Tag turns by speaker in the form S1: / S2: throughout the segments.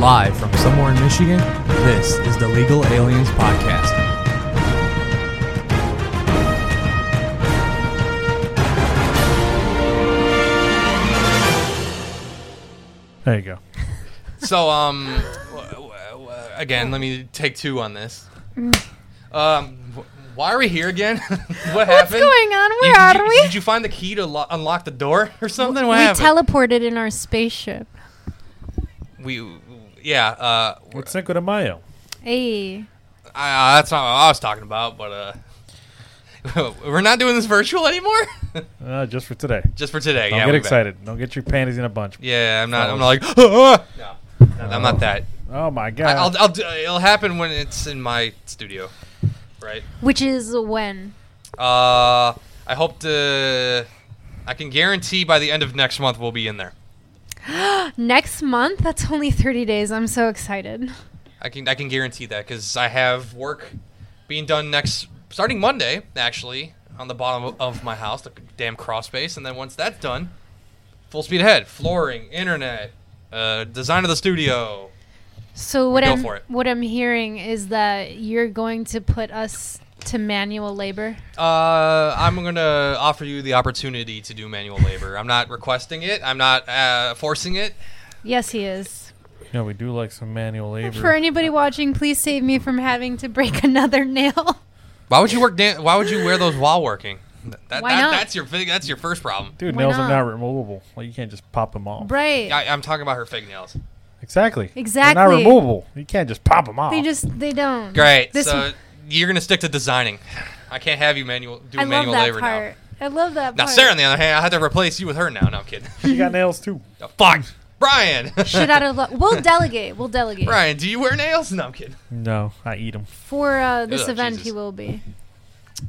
S1: Live from somewhere in Michigan, this is the Legal Aliens Podcast.
S2: There you go.
S3: So, um, w- w- w- again, let me take two on this.
S4: Mm.
S3: Um, wh- why are we here again? what
S4: What's
S3: happened?
S4: going on?
S3: You-
S4: Where
S3: you-
S4: are we?
S3: Did you find the key to lo- unlock the door or something? What
S4: we
S3: happened?
S4: teleported in our spaceship.
S3: we, w- yeah, uh, w-
S2: It's Cinco de Mayo.
S4: Hey,
S3: I, uh, that's not what I was talking about, but uh, we're not doing this virtual anymore.
S2: Uh, just for today.
S3: Just for today.
S2: Don't
S3: yeah,
S2: get
S3: we back.
S2: excited. Don't get your panties in a bunch.
S3: Yeah, I'm not. I'm not like. "Ah!" No, I'm not that.
S2: Oh my
S3: I,
S2: god.
S3: I'll, I'll. do- It'll happen when it's in my studio, right?
S4: which is when?
S3: Uh, I hope to. I can guarantee by the end of next month we'll be in there.
S4: Next month? That's only 30 days. I'm so excited.
S3: I can I can guarantee that because I have work being done next starting Monday actually on the bottom of my house, the damn cross space, and then once that's done, full speed ahead. Flooring, internet, uh, design of the studio.
S4: So what
S3: go
S4: I'm
S3: for it.
S4: what I'm hearing is that you're going to put us to manual labor.
S3: Uh, I'm gonna offer you the opportunity to do manual labor. I'm not requesting it. I'm not uh, forcing it.
S4: Yes, he is.
S2: you know, we do like some manual labor.
S4: For anybody watching, please save me from having to break another nail.
S3: Why would you work? Dan- why would you wear those while working? Th- That,
S4: Why
S3: that-
S4: not?
S3: That's your big. That's your first problem.
S2: Dude,
S4: Why
S2: nails are
S4: not?
S2: not removable. Like you can't just pop them off.
S4: Right.
S3: I, I'm talking about her fake nails.
S2: Exactly. They're
S4: Exactly.
S2: not removable. You can't just pop them off.
S4: They just they don't.
S3: Great.
S4: This
S3: so you're gonna stick to designing. I can't have you manual
S4: I
S3: doing
S4: love
S3: manual
S4: that
S3: labor
S4: part. I love that
S3: now. Now
S4: part.
S3: Sarah, on the other hand, I had to replace you with her now. No, I'm kidding.
S2: you got nails too.
S3: Oh, fuck, Brian.
S4: Shit out of luck. We'll delegate. We'll delegate.
S3: Brian, do you wear nails? No, I'm kidding.
S2: No, I eat them.
S4: For uh, this
S3: Ugh,
S4: event,
S3: Oh, Jesus.
S4: he will be.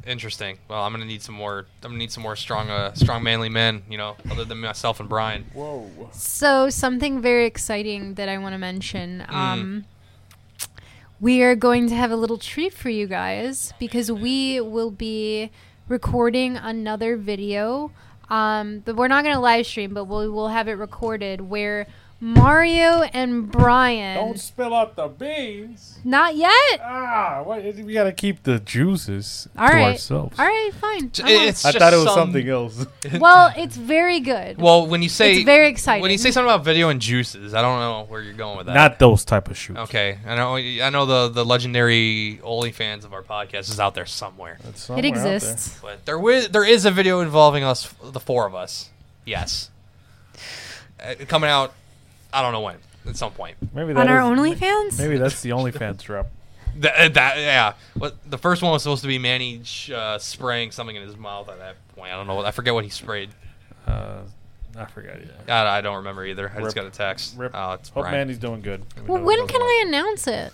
S3: Interesting. Well, I'm gonna need some more. I'm gonna need some more strong, uh, strong, manly men. You know, other than myself and Brian.
S4: So something very exciting that I want to mention.
S3: Mm.
S4: Um, we are going to have a little treat for you guys because we will be recording another video. Um, but we're not going to live stream, but we will have it recorded where Mario and Brian.
S2: spill out the beans.
S4: Not yet.
S2: Ah, what, we gotta keep the juices
S4: All
S2: to
S4: right.
S2: ourselves.
S4: All right. Fine.
S3: J-
S4: I'm on.
S3: it's
S2: I
S3: just
S2: thought it was
S3: some-
S2: something else.
S4: well, it's very good.
S3: Well, when you say
S4: It's very exciting.
S3: When you say something about video and juices, I don't know where you're going with that.
S2: not those type of shoes.
S3: Okay, I know. I know the the legendary only fans of our podcast is out there somewhere,
S2: It's
S4: it
S2: somewhere out there.
S4: exists.
S3: but there wi- there is a video involving us, the four of us. Yes, Uh, coming out. I don't know when. At some point.
S2: Maybe
S4: On
S2: that
S4: our
S2: is-
S4: OnlyFans?
S2: Maybe that's the OnlyFans drop.
S3: That, uh, that yeah. What the first one was supposed to be Manny uh, spraying something in his mouth at that point. I don't know. what- I forget what he sprayed.
S2: Uh, I forgot. Yeah.
S3: I, I don't remember either. I just
S2: Rip.
S3: got a text.
S2: Rip.
S3: Oh, it's
S2: Hope
S3: Brian.
S2: Mandy's doing good.
S4: Well, when can I announce it?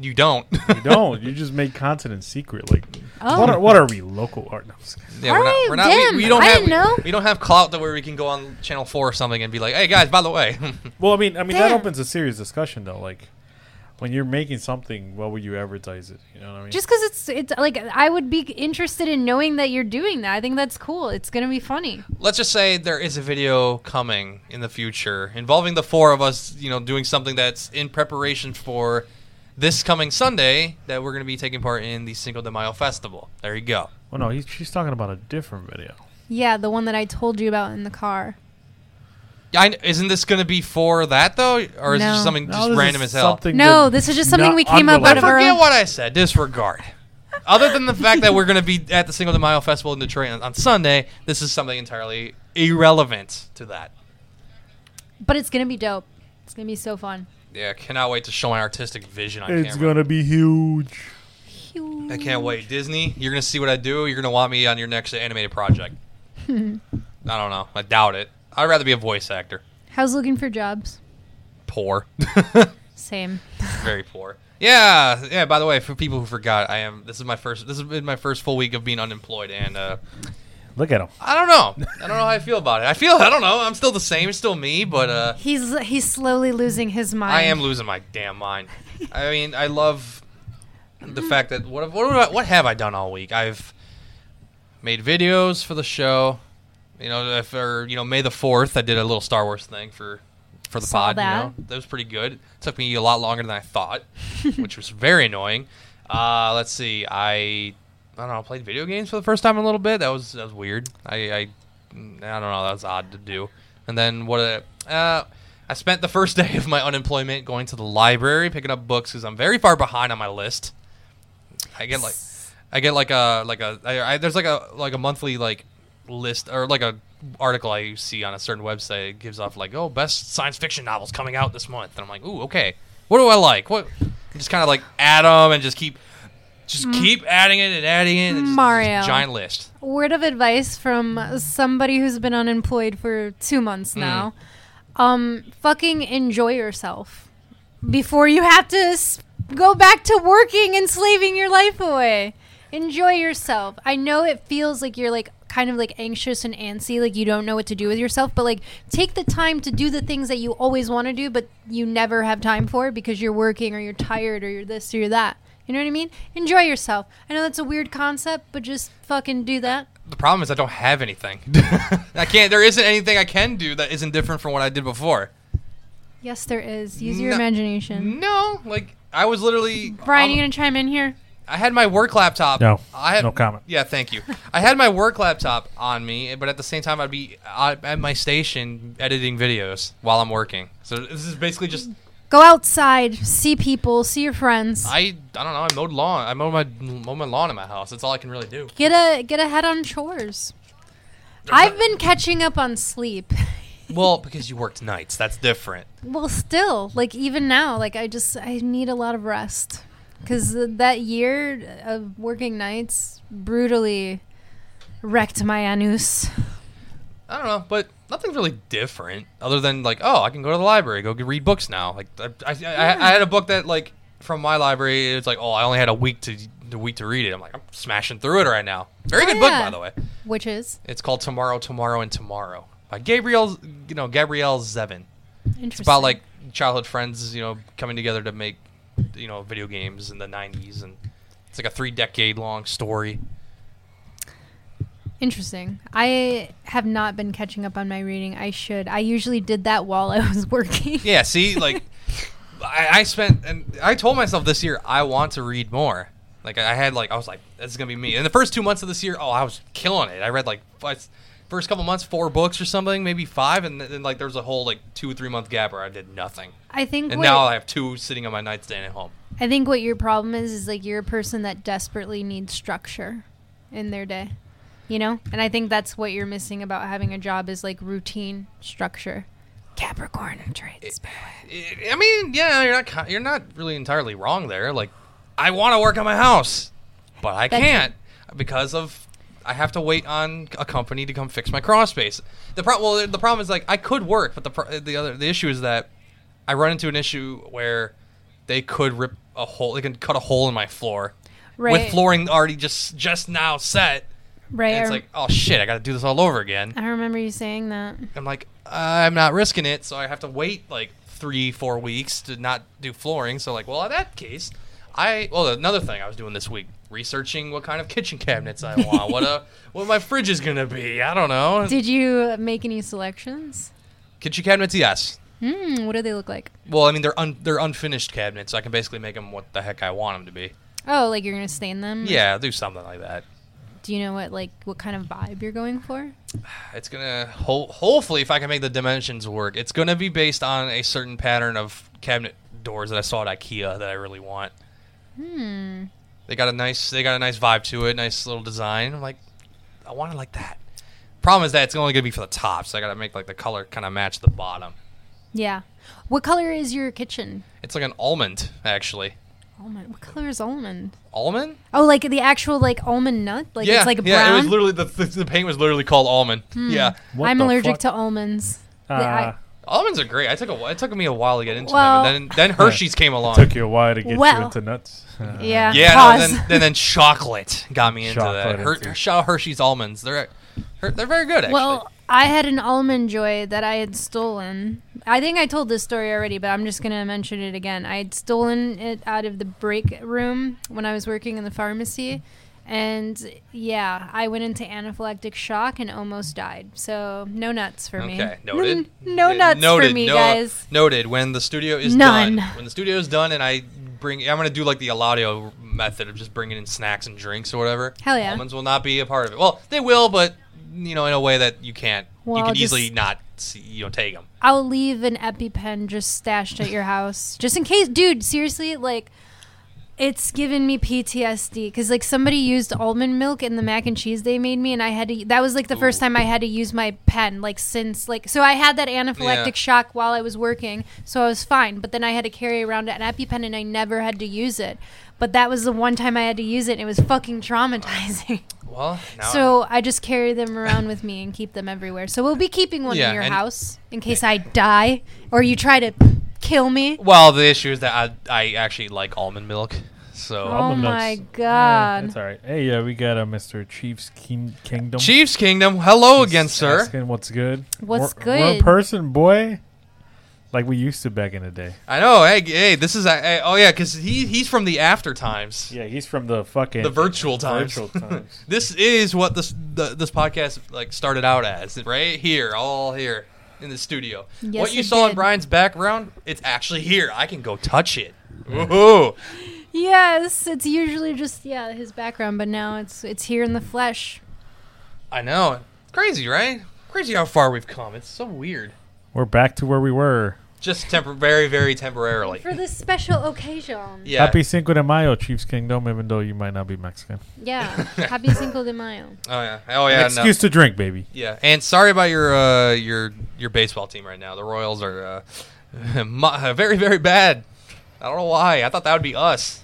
S3: You don't.
S2: You don't. You just make content secretly.
S4: Oh.
S2: What, are, what are we local art? No, I'm just kidding.
S3: Yeah, we're not,
S4: Alright,
S3: we're not, we-
S4: Oh, damn,
S3: we, don't
S4: I
S3: have,
S4: didn't know.
S3: We, we don't have clout to where we can go on channel four or something and be like, "Hey guys, by the way,
S2: Well, I mean, I mean
S4: Damn.
S2: that opens a serious discussion though. Like, when you're making something, what would you advertise it? You know what I mean?
S4: Just because it's it's like I would be interested in knowing that you're doing that. I think that's cool. It's gonna be funny.
S3: let's just say there is a video coming in the future involving the four of us, you know, doing something that's in preparation for this coming Sunday that we're going to be taking part in the Cinco de Mayo festival." There you go.
S2: oh no, he's, she's talking about a different video.
S4: Yeah, the one that I told you about in the car.
S3: Yeah, I, kn- isn't this going to be for that though, or is it
S4: No.
S3: just something
S2: No,
S3: just
S2: this is
S3: random as hell?
S2: something
S4: No,
S2: that-
S4: this is just something
S2: not
S4: we came up out
S3: I
S4: of our
S2: unrelated.
S3: forget
S4: own.
S3: what I said. Disregard. Other than the fact that we're going to be at the Cinco de Mayo festival in Detroit on, on Sunday, this is something entirely irrelevant to that.
S4: But it's gonna be dope. It's gonna be so fun.
S3: Yeah, cannot wait to show my artistic vision on
S2: It's
S3: camera.
S2: gonna be huge.
S3: I can't wait. Disney, you're going to see what I do. You're going to want me on your next animated project. I don't know. I doubt it. I'd rather be a voice actor.
S4: How's looking for jobs?
S3: Poor.
S4: Same.
S3: Very poor. Yeah, yeah. By the way, for people who forgot, I am. This is my first. This has been my first full week of being unemployed, and uh,
S2: Look at him.
S3: I don't know. I don't know how I feel about it. I feel I don't know. I'm still the same, it's still me, but uh,
S4: He's he's slowly losing his mind.
S3: I am losing my damn mind. I mean, I love the fact that what what do I- what have I done all week? I've made videos for the show. You know, if or you know May the Fourth, I did a little Star Wars thing for for the
S4: Saw
S3: pod.
S4: that.
S3: You know? That was pretty good. took me a lot longer than I thought, which was very annoying. Uh, let's see. I I don't know. Played video games for the first time in a little bit. That was that was weird. I I, I don't know. That was odd to do. And then what? uh, Uh, I spent the first day of my unemployment going to the library picking up books because I'm very far behind on my list. I get like I get like a like a I, I, there's like a like a monthly like list or like a article I see on a certain website it gives off like oh best science fiction novels coming out this month and I'm like ooh okay what do I like what just kind of like add them and just keep just keep adding it and adding it and just- just
S4: Mm. Mario.
S3: giant list
S4: Word of advice from somebody who's been unemployed for two
S3: Mm.
S4: months now. Um, fucking enjoy yourself before you have to s- go back to working and slaving your life away. Enjoy yourself. I know it feels like you're like kind of like anxious and antsy, like you don't know what to do with yourself, but like take the time to do the things that you always want to do, but you never have time for because you're working or you're tired or you're this or you're that. You know what I mean? Enjoy yourself. I know that's a weird concept, but just fucking do that.
S3: the problem is I don't have anything I can't there isn't anything I can do that isn't different from what I did before
S4: Yes, there is. Use your
S3: No- Mm-hmm.
S4: imagination.
S3: no like I was literally
S4: Brian,
S3: I'm-
S4: you gonna chime in here?
S3: I had my work laptop.
S2: No.
S3: I had,
S2: No comment.
S3: Yeah, thank you. I had my work laptop on me, but at the same time, I'd be out at my station editing videos while I'm working. So this is basically just
S4: Go outside, see people, see your friends.
S3: I. I don't know. I mowed lawn. I mowed my mowed my lawn in my house. That's all I can really do.
S4: Get a get ahead on chores. I've been catching up on sleep.
S3: Well, because you worked nights, that's different.
S4: Well, still, like even now, like I just I need a lot of rest because that year of working nights brutally wrecked my anus.
S3: I don't know, but nothing really different other than like, oh, I can go to the library, go g- read books now. Like, I, I, I, I had a book that like from my library. It's like, oh, I only had a week to the week to read it. I'm like, I'm smashing through it right now. Very
S4: Oh,
S3: good book,
S4: yeah.
S3: by the way.
S4: Which is
S3: It's called Tomorrow, Tomorrow, and Tomorrow by Gabriel, you know, Gabrielle Zevin.
S4: interesting.
S3: It's about like childhood friends, you know, coming together to make, you know, video games in the 90s. And it's like a three decade long story.
S4: Interesting. I have not been catching up on my reading. I should. I usually did that while I was working.
S3: Yeah, see, like, I, I spent, and I told myself this year, I want to read more. Like, I had, like, I was like, this is going to be me. And the first two months of this year, oh, I was killing it. I read, like, five, first couple months, four books or something, maybe five. And then, like, there was a whole, like, two or three month gap where I did nothing.
S4: I think
S3: And
S4: what,
S3: now I have two sitting on my nightstand at home.
S4: I think what your problem is is like you're a person that desperately needs structure in their day. You know? And I think that's what you're missing about having a job is like routine structure. Capricorn traits. by the way.
S3: I I mean, yeah, you're not ki- you're not really entirely wrong there. Like, I want to work on my house, but I
S4: That's-
S3: can't because of I have to wait on a company to come fix my crawl space. The problem, well, the problem is like I could work, but the pro- the other the issue is that I run into an issue where they could rip a hole, they can cut a hole in my floor
S4: Right.
S3: with flooring already just just now set.
S4: Right.
S3: And
S4: I-
S3: it's like, oh shit, I got to do this all over again.
S4: I remember you saying that.
S3: I'm like, I'm not risking it, so I have to wait like three, four weeks to not do flooring. So like, well, in that case, I well another thing I was doing this week researching what kind of kitchen cabinets I want, what uh what my fridge is gonna be. I don't know.
S4: Did you make any selections?
S3: kitchen cabinets, yes.
S4: Hmm, what do they look like?
S3: Well, I mean they're un- they're unfinished cabinets, so I can basically make them what the heck I want them to be.
S4: Oh, like you're gonna stain them?
S3: Yeah, do something like that.
S4: Do you know what like what kind of vibe you're going for?
S3: It's gonna ho- hopefully if I can make the dimensions work, it's gonna be based on a certain pattern of cabinet doors that I saw at IKEA that I really want.
S4: Hmm.
S3: They got a nice they got a nice vibe to it, nice little design. I'm like, I want it like that. Problem is that it's only gonna be for the top, so I gotta make like the color kind of match the bottom.
S4: Yeah. What color is your kitchen?
S3: It's like an almond, actually.
S4: Almond. What color is almond?
S3: Almond?
S4: Oh, like the actual like almond nut? Like
S3: yeah,
S4: it's like brown. Hmm.
S3: yeah. It was literally the, the the paint was literally called almond. Yeah,
S2: What
S4: I'm
S2: the
S4: allergic
S2: fuck?
S4: to almonds.
S2: Uh,
S4: Like, I-
S3: almonds are great. I took a wh- it took me a while to get into
S4: Well-
S3: them, and then then Hershey's came along.
S2: Uh, Took you a while to get
S4: Well.
S2: you into nuts. Uh,
S4: yeah.
S3: yeah, no,
S4: Pause.
S3: then, then then chocolate got me into
S2: Chocolate,
S3: that. Her,
S2: it's-
S3: Shaw Hershey's almonds. They're her- they're very good. Actually.
S4: well, I had an almond joy that I had stolen. I think I told this story already, but I'm just gonna mention it again. I had stolen it out of the break room when I was working in the pharmacy, And yeah, I went into anaphylactic shock and almost died. So no nuts for me.
S3: Okay, noted.
S4: no
S3: Uh,
S4: nuts for me,
S3: no-
S4: guys.
S3: Noted. When the studio is
S4: None.
S3: done, when the studio is done, and I bring, I'm gonna do like the Eladio method of just bringing in snacks and drinks or whatever.
S4: Hell yeah.
S3: Almonds will not be a part of it. Well, they will, but you know, in a way that you can't.
S4: Well,
S3: you can
S4: just-
S3: easily not, see, you know, take them.
S4: I'll leave an EpiPen just stashed at your house, just in case. Dude, seriously, like, it's given me PTSD because like somebody used almond milk in the mac and cheese they made me, and I had to. That was like the first time I had to use my pen, like since like so I had that anaphylactic
S3: Yeah.
S4: shock while I was working, so I was fine. But then I had to carry around an EpiPen, and I never had to use it. But that was the one time I had to use it, and it was fucking traumatizing.
S3: Well, now
S4: So I just carry them around with me and keep them everywhere. So we'll be keeping one
S3: Yeah,
S4: in your
S3: and-
S4: house in case I die or you try to kill me.
S3: well, the issue is that I, I actually like almond milk. So
S4: Oh
S2: Almond
S4: my
S2: milks.
S4: god.
S2: Ah, That's all right. Hey, yeah, we got a Mr. Chiefs King-
S4: Oh.
S2: Kingdom.
S3: Chiefs Kingdom, hello
S2: He's
S3: again, sir.
S2: asking what's good?
S4: What's
S2: we're, We're in
S4: good?
S2: person, boy. Like we used to back in the day.
S3: I know. Hey, hey, this is. I, oh yeah, because he he's from the after times.
S2: Yeah, he's from the fucking
S3: the virtual times.
S2: Virtual times.
S3: this is what this the, this podcast like started out as, right here, all here in the studio.
S4: Yes,
S3: what you
S4: it
S3: saw in
S4: did.
S3: Brian's background, it's actually here. I can go touch it. Ooh.
S4: Yes, it's usually just yeah, his background, but now it's it's here in the flesh.
S3: I know. It's crazy, right? Crazy how far we've come. It's so weird.
S2: We're back to where we were.
S3: Just tempor- very, very temporarily.
S4: For this special occasion.
S3: Yeah.
S2: Happy Cinco de Mayo, Chiefs Kingdom, even though you might not be Mexican.
S4: Yeah. Happy Cinco de Mayo.
S3: Oh yeah. Oh yeah.
S2: An
S3: no.
S2: excuse to drink, baby.
S3: Yeah, and sorry about your uh, your your baseball team right now. The Royals are uh, mu- very very bad. I don't know why. I thought that would be us.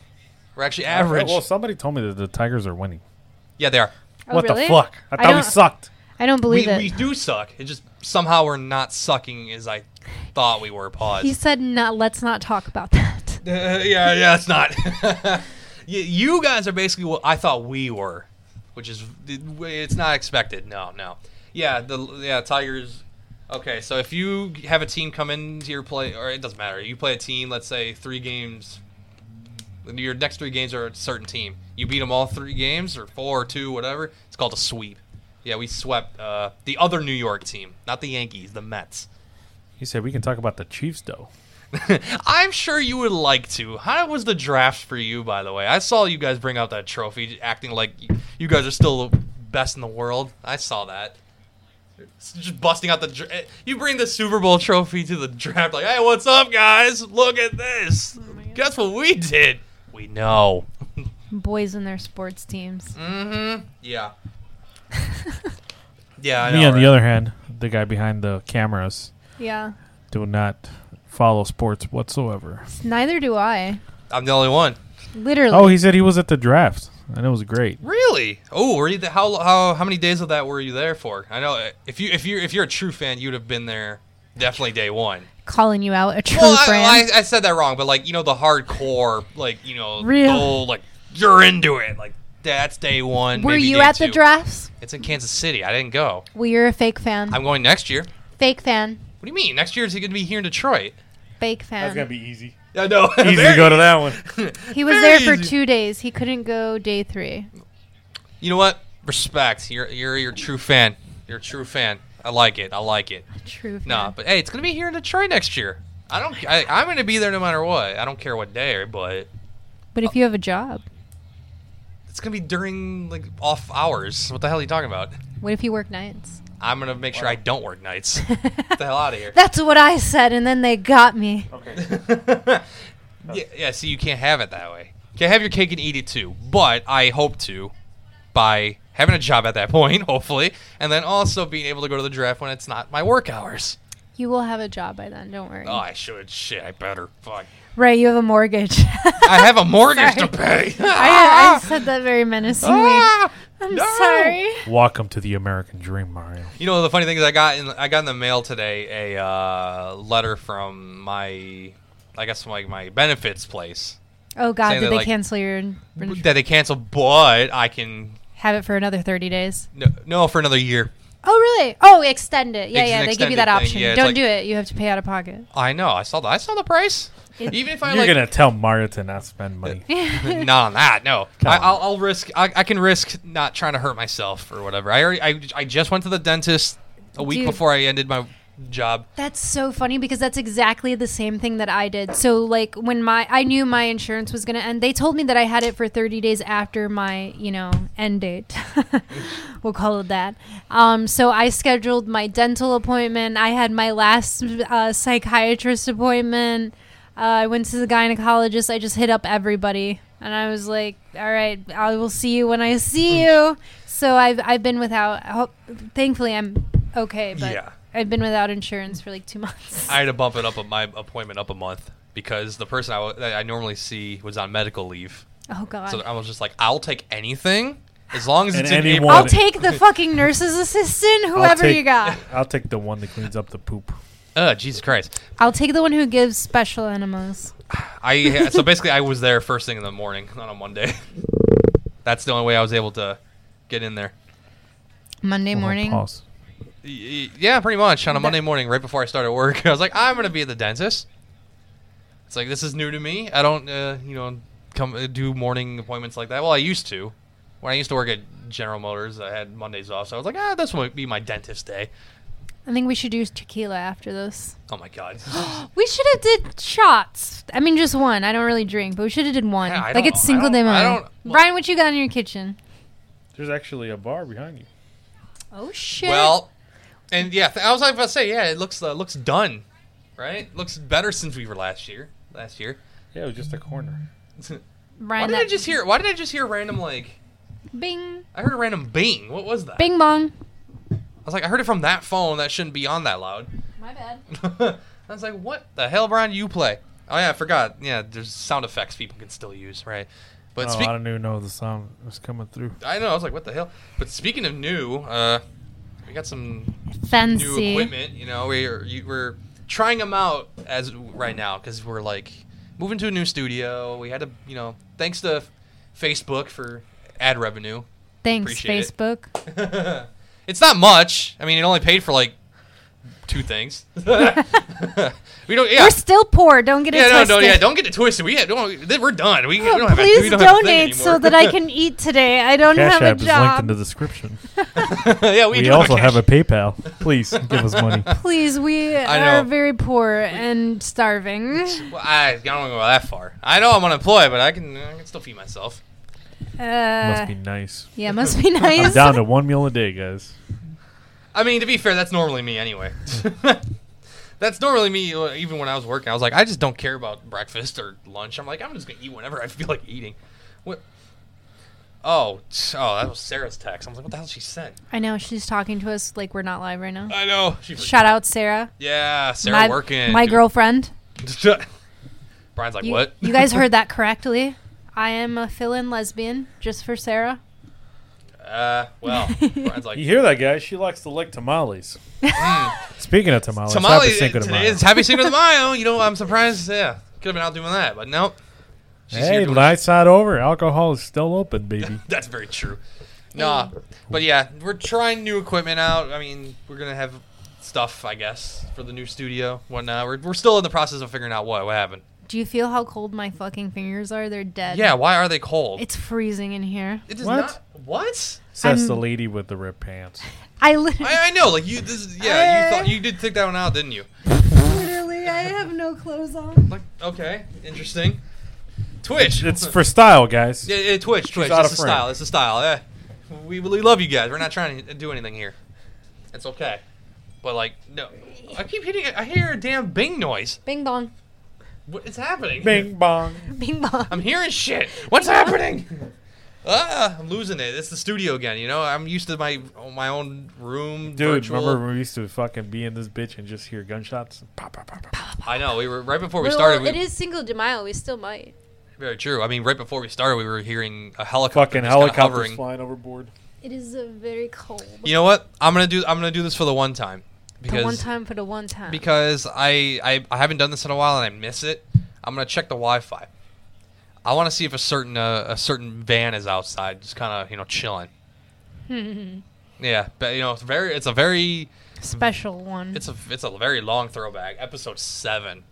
S3: We're actually average.
S2: Uh, Well, somebody told me that the Tigers are winning.
S3: Yeah, they are.
S4: Oh,
S2: what
S4: really?
S2: the fuck? I
S4: I
S2: thought we
S4: don't-
S2: sucked.
S4: I don't
S3: We,
S4: believe it.
S3: we do suck. It just somehow we're not sucking as I thought we were. Pause.
S4: he said not let's not talk about that.
S3: Uh, yeah, yeah, it's not. Y- you guys are basically what I thought we were, which is it's not expected. No, no. Yeah, the yeah Tigers. Okay, so if you have a team come into your play, or it doesn't matter. You play a team, let's say three games. Your next three games are a certain team. You beat them all three games, or four, or two, whatever. It's called a sweep. Yeah, we swept uh, the other New York team, not the Yankees, the Mets.
S2: He said we can talk about the Chiefs though.
S3: I'm sure you would like to. How was the draft for you, by the way? I saw you guys bring out that trophy, acting like y- you guys are still the best in the world. I saw that. S- Just busting out the. Dra- eh, you bring the Super Bowl trophy to the draft, like, hey, what's up, guys? Look at this. Guess what we did? We know.
S4: Boys and their sports teams.
S3: Mm. Yeah. yeah, I know.
S2: Me, on
S3: right?
S2: the other hand, the guy behind the cameras
S4: Yeah. do
S2: do not follow sports whatsoever.
S4: Neither do I.
S3: I'm the only one.
S4: Literally.
S2: Oh, he said he was at the draft, and it was great.
S3: Really? Oh, were you the, how how how many days of that were you there for? I know uh, if you if you if you're a true fan, you'd have been there definitely day one.
S4: calling you out a true
S3: Well,
S4: friend.
S3: I, I, I said that wrong, but like you know the hardcore, like you know,
S4: Real.
S3: oh, like you're into it, like that's day one.
S4: Were
S3: maybe
S4: you
S3: day
S4: at the
S3: two.
S4: drafts?
S3: It's in Kansas City. I didn't go.
S4: Well, you're a fake fan.
S3: I'm going next year. What
S4: fake fan.
S3: do you mean next year? Is it going to be here in Detroit?
S4: Fake fan.
S2: be easy.
S3: I know.
S2: Easy to go to that one.
S4: he was
S3: very
S4: there for
S3: easy.
S4: two days. He couldn't go day three.
S3: You know what? Respect. You're you're you're a true fan. You're a true fan. I like it. I like it.
S4: True fan.
S3: No, but hey, it's gonna be here in Detroit next year. I don't. I, I'm gonna be there no matter what. I don't care what day, but
S4: But if you have a job,
S3: it's gonna be during like off hours. What the hell are you talking about?
S4: what if you work nights?
S3: I'm gonna make sure I don't work nights. Get the hell out of here.
S4: That's what I said, and then they got me.
S3: yeah, yeah. See, you can't have it that way. You can't have your cake and eat it too. But I hope to by having a job at that point, hopefully, and then also being able to go to the draft when it's not my work hours.
S4: You will have a job by then. Don't worry.
S3: Oh, I should. Shit, I better. Fuck.
S4: Right, you have a mortgage.
S3: I have a mortgage to pay.
S4: I, I said that very menacingly.
S3: Ah!
S4: I'm
S3: no!
S4: sorry.
S2: Welcome to the American Dream, Mario.
S3: You know the funny thing is I got in I got in the mail today a uh, letter from my I guess from, like my benefits place
S4: Oh God,
S3: Saying
S4: did
S3: that,
S4: they
S3: like-
S4: cancel your?
S3: that they canceled, but I can
S4: Have it for another thirty days.
S3: no, no for another year.
S4: Oh really? Oh, extend it. Yeah,
S3: It's
S4: yeah.
S3: an
S4: They give you
S3: extended
S4: that
S3: thing.
S4: option.
S3: Yeah, it's
S4: Don't
S3: like-
S4: do it. You have to pay out of pocket.
S3: I know. I saw the I saw the price.
S4: It's-
S3: Even if I
S2: You're
S3: like
S2: gonna tell Mario to not spend money.
S3: not on that. No,
S2: Come
S3: I,
S2: on.
S3: I'll, I'll risk. I, I can risk not trying to hurt myself or whatever. I already. I, I just went to the dentist a week
S4: Dude.
S3: before I ended my job.
S4: That's so funny because that's exactly the same thing that I did. So like when my I knew my insurance was going to end, they told me that I had it for 30 days after my, you know, end date. we'll call it that. Um, so I scheduled my dental appointment. I had my last uh, psychiatrist appointment. Uh, I went to the gynecologist. I just hit up everybody and I was like, "All right, I will see you when I
S3: Hmm.
S4: see you." So I've I've been without. I hope, thankfully, I'm okay, but
S3: Yeah.
S4: I've been without insurance for like two months.
S3: I had to bump it up a, my appointment up a month because the person I, w- that I normally see was on medical leave.
S4: oh god.
S3: So I was just like, I'll take anything as long as
S2: And
S3: it's in
S2: anyone-
S3: April.
S4: I'll take the fucking nurse's assistant,
S2: I'll
S4: whoever
S2: take-
S4: you got.
S2: I'll take the one that cleans up the poop.
S3: Uh, Jesus Christ!
S4: I'll take the one who gives special enemas.
S3: I so basically I was there first thing in the morning on a Monday. That's the only way I was able to get in there.
S4: Monday
S2: Hold on,
S4: morning.
S2: pause.
S3: Y- y- Yeah, pretty much. On a
S4: That-
S3: Monday morning, right before I started work, I was like, I'm gonna be at the dentist. It's like this is new to me. I don't, uh, you know, come uh, do morning appointments like that. Well, I used to. When I used to work at General Motors, I had Mondays off, so I was like, ah, this will be my dentist day.
S4: I think we should do tequila after this.
S3: Oh my god.
S4: We should have did shots. I mean, just one. I don't really drink, but we should have did one.
S3: Yeah, I
S4: like
S3: don't-
S4: it's Cinco
S3: I
S4: de
S3: don't-
S4: Mayo.
S3: I don't- well-
S4: Brian, what you got in your kitchen?
S2: There's actually a bar behind you.
S4: Oh shit.
S3: well, and yeah, th- I was about to say, yeah, it looks uh, looks done, right? Looks better since we were last year. Last year.
S2: Yeah, it was just a corner.
S4: Brian,
S3: Why did I
S4: that-
S3: just hear? Why did I just hear random like?
S4: bing
S3: I heard a random bing. What was that?
S4: bing bong?
S3: I was like, I heard it from that phone. That shouldn't be on that loud.
S4: My bad.
S3: I was like, what the hell, Brian? You play? Oh yeah, I forgot. Yeah, there's sound effects people can still use, right? But
S2: oh,
S3: speak.
S2: I
S3: I,
S2: don't even know the song was coming through.
S3: know. I was like, what the hell? But speaking of new, uh, we got some new
S4: Fancy.
S3: equipment. You know, we're you, we're trying them out as right now because we're like moving to a new studio. We had to, you know, thanks to Facebook for ad revenue.
S4: Thanks,
S3: Appreciate it.
S4: Facebook.
S3: it's not much. I mean, it only paid for like two things. we don't. Yeah.
S4: We're still poor. Don't get it
S3: Yeah, no,
S4: twisted. Oh,
S3: no, yeah, don't get it twisted. We have, don't, th- we're done. We, we don't have a-
S4: Please
S3: we don't have a thing
S4: donate
S3: anymore.
S4: so that I can eat today. I don't
S2: Cash
S4: have
S2: app is linked
S4: a
S2: in
S4: job.
S2: the description.
S3: yeah, we,
S2: We,
S3: do
S2: also
S3: have
S2: have a PayPal. Please give us money.
S4: Please, we
S3: I
S4: are
S3: know.
S4: very poor and starving.
S3: cash. Well, I, I don't want to go that far. I know I'm unemployed, but I can I can still feed myself.
S4: Uh,
S2: Must be nice.
S4: yeah, must be
S2: I'm
S4: nice.
S2: down to one meal a day, guys.
S3: I mean, to be fair, that's normally me anyway. that's normally me. uh, Even when I was working, I was like, I just don't care about breakfast or lunch. I'm like, I'm just gonna eat whenever I feel like eating. What? Oh, t- oh, that was Sarah's text. I was like, what the hell she sent?
S4: I know she's talking to us like we're not live right now.
S3: I know. She forgot.
S4: Shout out Sarah,
S3: Yeah, Uh, Sarah
S4: my
S3: working.
S4: my
S3: dude.
S4: girlfriend.
S3: Brian's like,
S4: You,
S3: what?
S4: you guys heard that correctly? I am a fill-in lesbian just for Sarah.
S3: Uh, well, Brian's like,
S2: You hear that, guys? She likes to lick tamales.
S3: Hmm.
S2: Speaking of tamales,
S3: Tamale
S2: happy Cinco de
S3: today
S2: Mayo.
S3: is Happy Cinco de Mayo. You know, I'm surprised. Yeah, could have been out doing that, but nope. She's here
S2: Hey,
S3: doing-
S2: lights out over. Alcohol is still open, baby.
S3: That's very true. Nah, but yeah, we're trying new equipment out. I mean, we're gonna have stuff, I guess, for the new studio, whatnot. We're, we're still in the process of figuring out what what happened.
S4: Do you feel how cold my fucking fingers are? They're dead.
S3: Yeah, why are they cold?
S4: It's freezing in here.
S3: it does
S2: What?
S3: not. What?
S2: Says
S4: I'm-
S2: the lady with the ripped pants.
S4: I literally,
S3: I, I know, like you. This is, yeah, you
S4: Hey.
S3: thought you did take that one out, didn't you?
S4: literally, I have no clothes on.
S3: Like, okay, interesting. Twitch.
S2: It's for style, guys.
S3: Yeah, yeah, Twitch, Twitch.
S2: out
S3: It's
S2: of
S3: a
S2: frame.
S3: style. It's a style. Yeah. We really love you guys. We're not trying to do anything here. It's okay. But like, no. I keep hitting. I hear a damn Bing noise.
S4: Bing bong,
S3: What is happening?
S2: Bing bong.
S4: bing bong.
S3: I'm hearing shit. What's happening? Ah, I'm losing it. It's the studio again. You know, I'm used to my my own room.
S2: Dude,
S3: virtual.
S2: remember when we used to fucking be in this bitch and just hear gunshots? Pop, pop, pop, pop.
S3: I know. We were right before we
S4: Well,
S3: started. We,
S4: it is single de Mayo. We still might.
S3: very true. I mean, right before we started, we were hearing a helicopter.
S2: Fucking
S3: just kinda
S2: helicopters
S3: hovering.
S2: flying overboard.
S4: It is uh, very cold.
S3: You know what? I'm gonna do. I'm gonna do this for the one time. Because
S4: the one time for the one time.
S3: because I, I I haven't done this in a while and I miss it. I'm gonna check the Wi-Fi. I want to see if a certain uh, a certain van is outside, just kind of you know chilling. Yeah, but you know, it's very. It's a very.
S4: Special one.
S3: It's a. It's a very long throwback. Episode seven.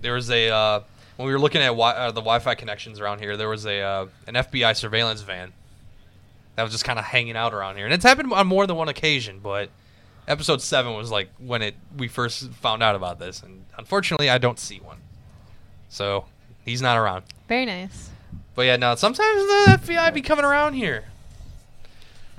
S3: There was a. Uh, when we were looking at wi- uh, the Wi-Fi connections around here, there was a uh, an FBI surveillance van that was just kind of hanging out around here, and it's happened on more than one occasion. But episode seven was like when it we first found out about this, and unfortunately, I don't see one. So he's not around.
S4: Very nice.
S3: But yeah, no. Sometimes the FBI be coming around here.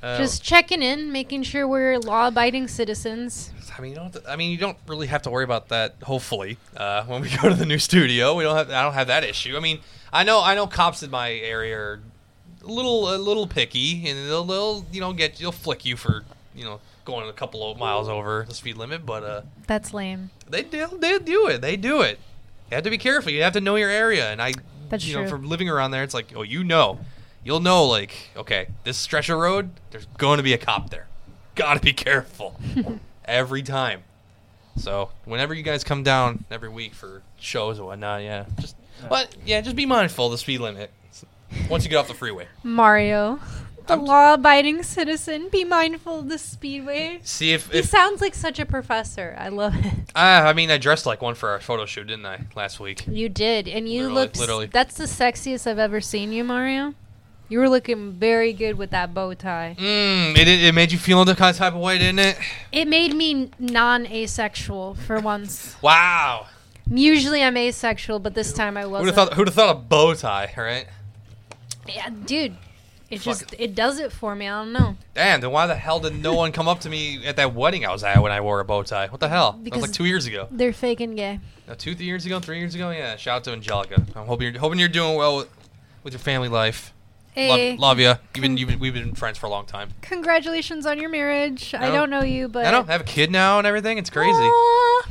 S3: Uh,
S4: Just checking in, making sure we're law-abiding citizens.
S3: I mean, you don't. I mean, you don't really have to worry about that. Hopefully, uh, when we go to the new studio, we don't have. I don't have that issue. I mean, I know. I know cops in my area are a little, a little picky, and they'll, they'll you know, get you'll flick you for, you know, going a couple of miles over the speed limit. But uh,
S4: That's lame.
S3: they do, they do it. They do it. You have to be careful. You have to know your area, and I,
S4: That's
S3: you know,
S4: true.
S3: from living around there, it's like, oh, you know, you'll know. Like, okay, this stretch of road, there's going to be a cop there. Got to be careful every time. So whenever you guys come down every week for shows and whatnot, yeah, just but yeah, just be mindful of the speed limit once you get off the freeway.
S4: Mario, the
S3: I'm-
S4: law-abiding citizen. Be mindful of the speedway.
S3: See if,
S4: He
S3: if ah,
S4: sounds like such a professor. I love it.
S3: I, I mean I dressed like one for our photo shoot, didn't I, last week?
S4: You did, and you
S3: Literally-
S4: looked.
S3: literally.
S4: That's the sexiest I've ever seen you, Mario. You were looking very good with that bow tie.
S3: Mm, it, it made you feel the kind of type of way, didn't it?
S4: It made me non-asexual for once.
S3: Wow.
S4: Usually I'm asexual, but this time I
S3: Who'd have
S4: wasn't.
S3: thought? Who'd have thought a bow tie? Right?
S4: yeah, dude, it
S3: Fuck
S4: just it does it for me. I don't know.
S3: Damn. Then why the hell did no one come up to me at that wedding I was at when I wore a bow tie? What the hell? that
S4: Because-
S3: was like two years ago.
S4: They're faking gay.
S3: No, Uh, two three years ago, three years ago. Yeah. Shout out to Angelica. I'm hoping you're hoping you're doing well with, with your family life.
S4: Hey,
S3: Love, love you. You've been, you've been we've been friends for a long time.
S4: congratulations on your marriage. I
S3: No.
S4: don't know you, but
S3: I know. I have a kid now and everything. It's crazy.
S4: Aw.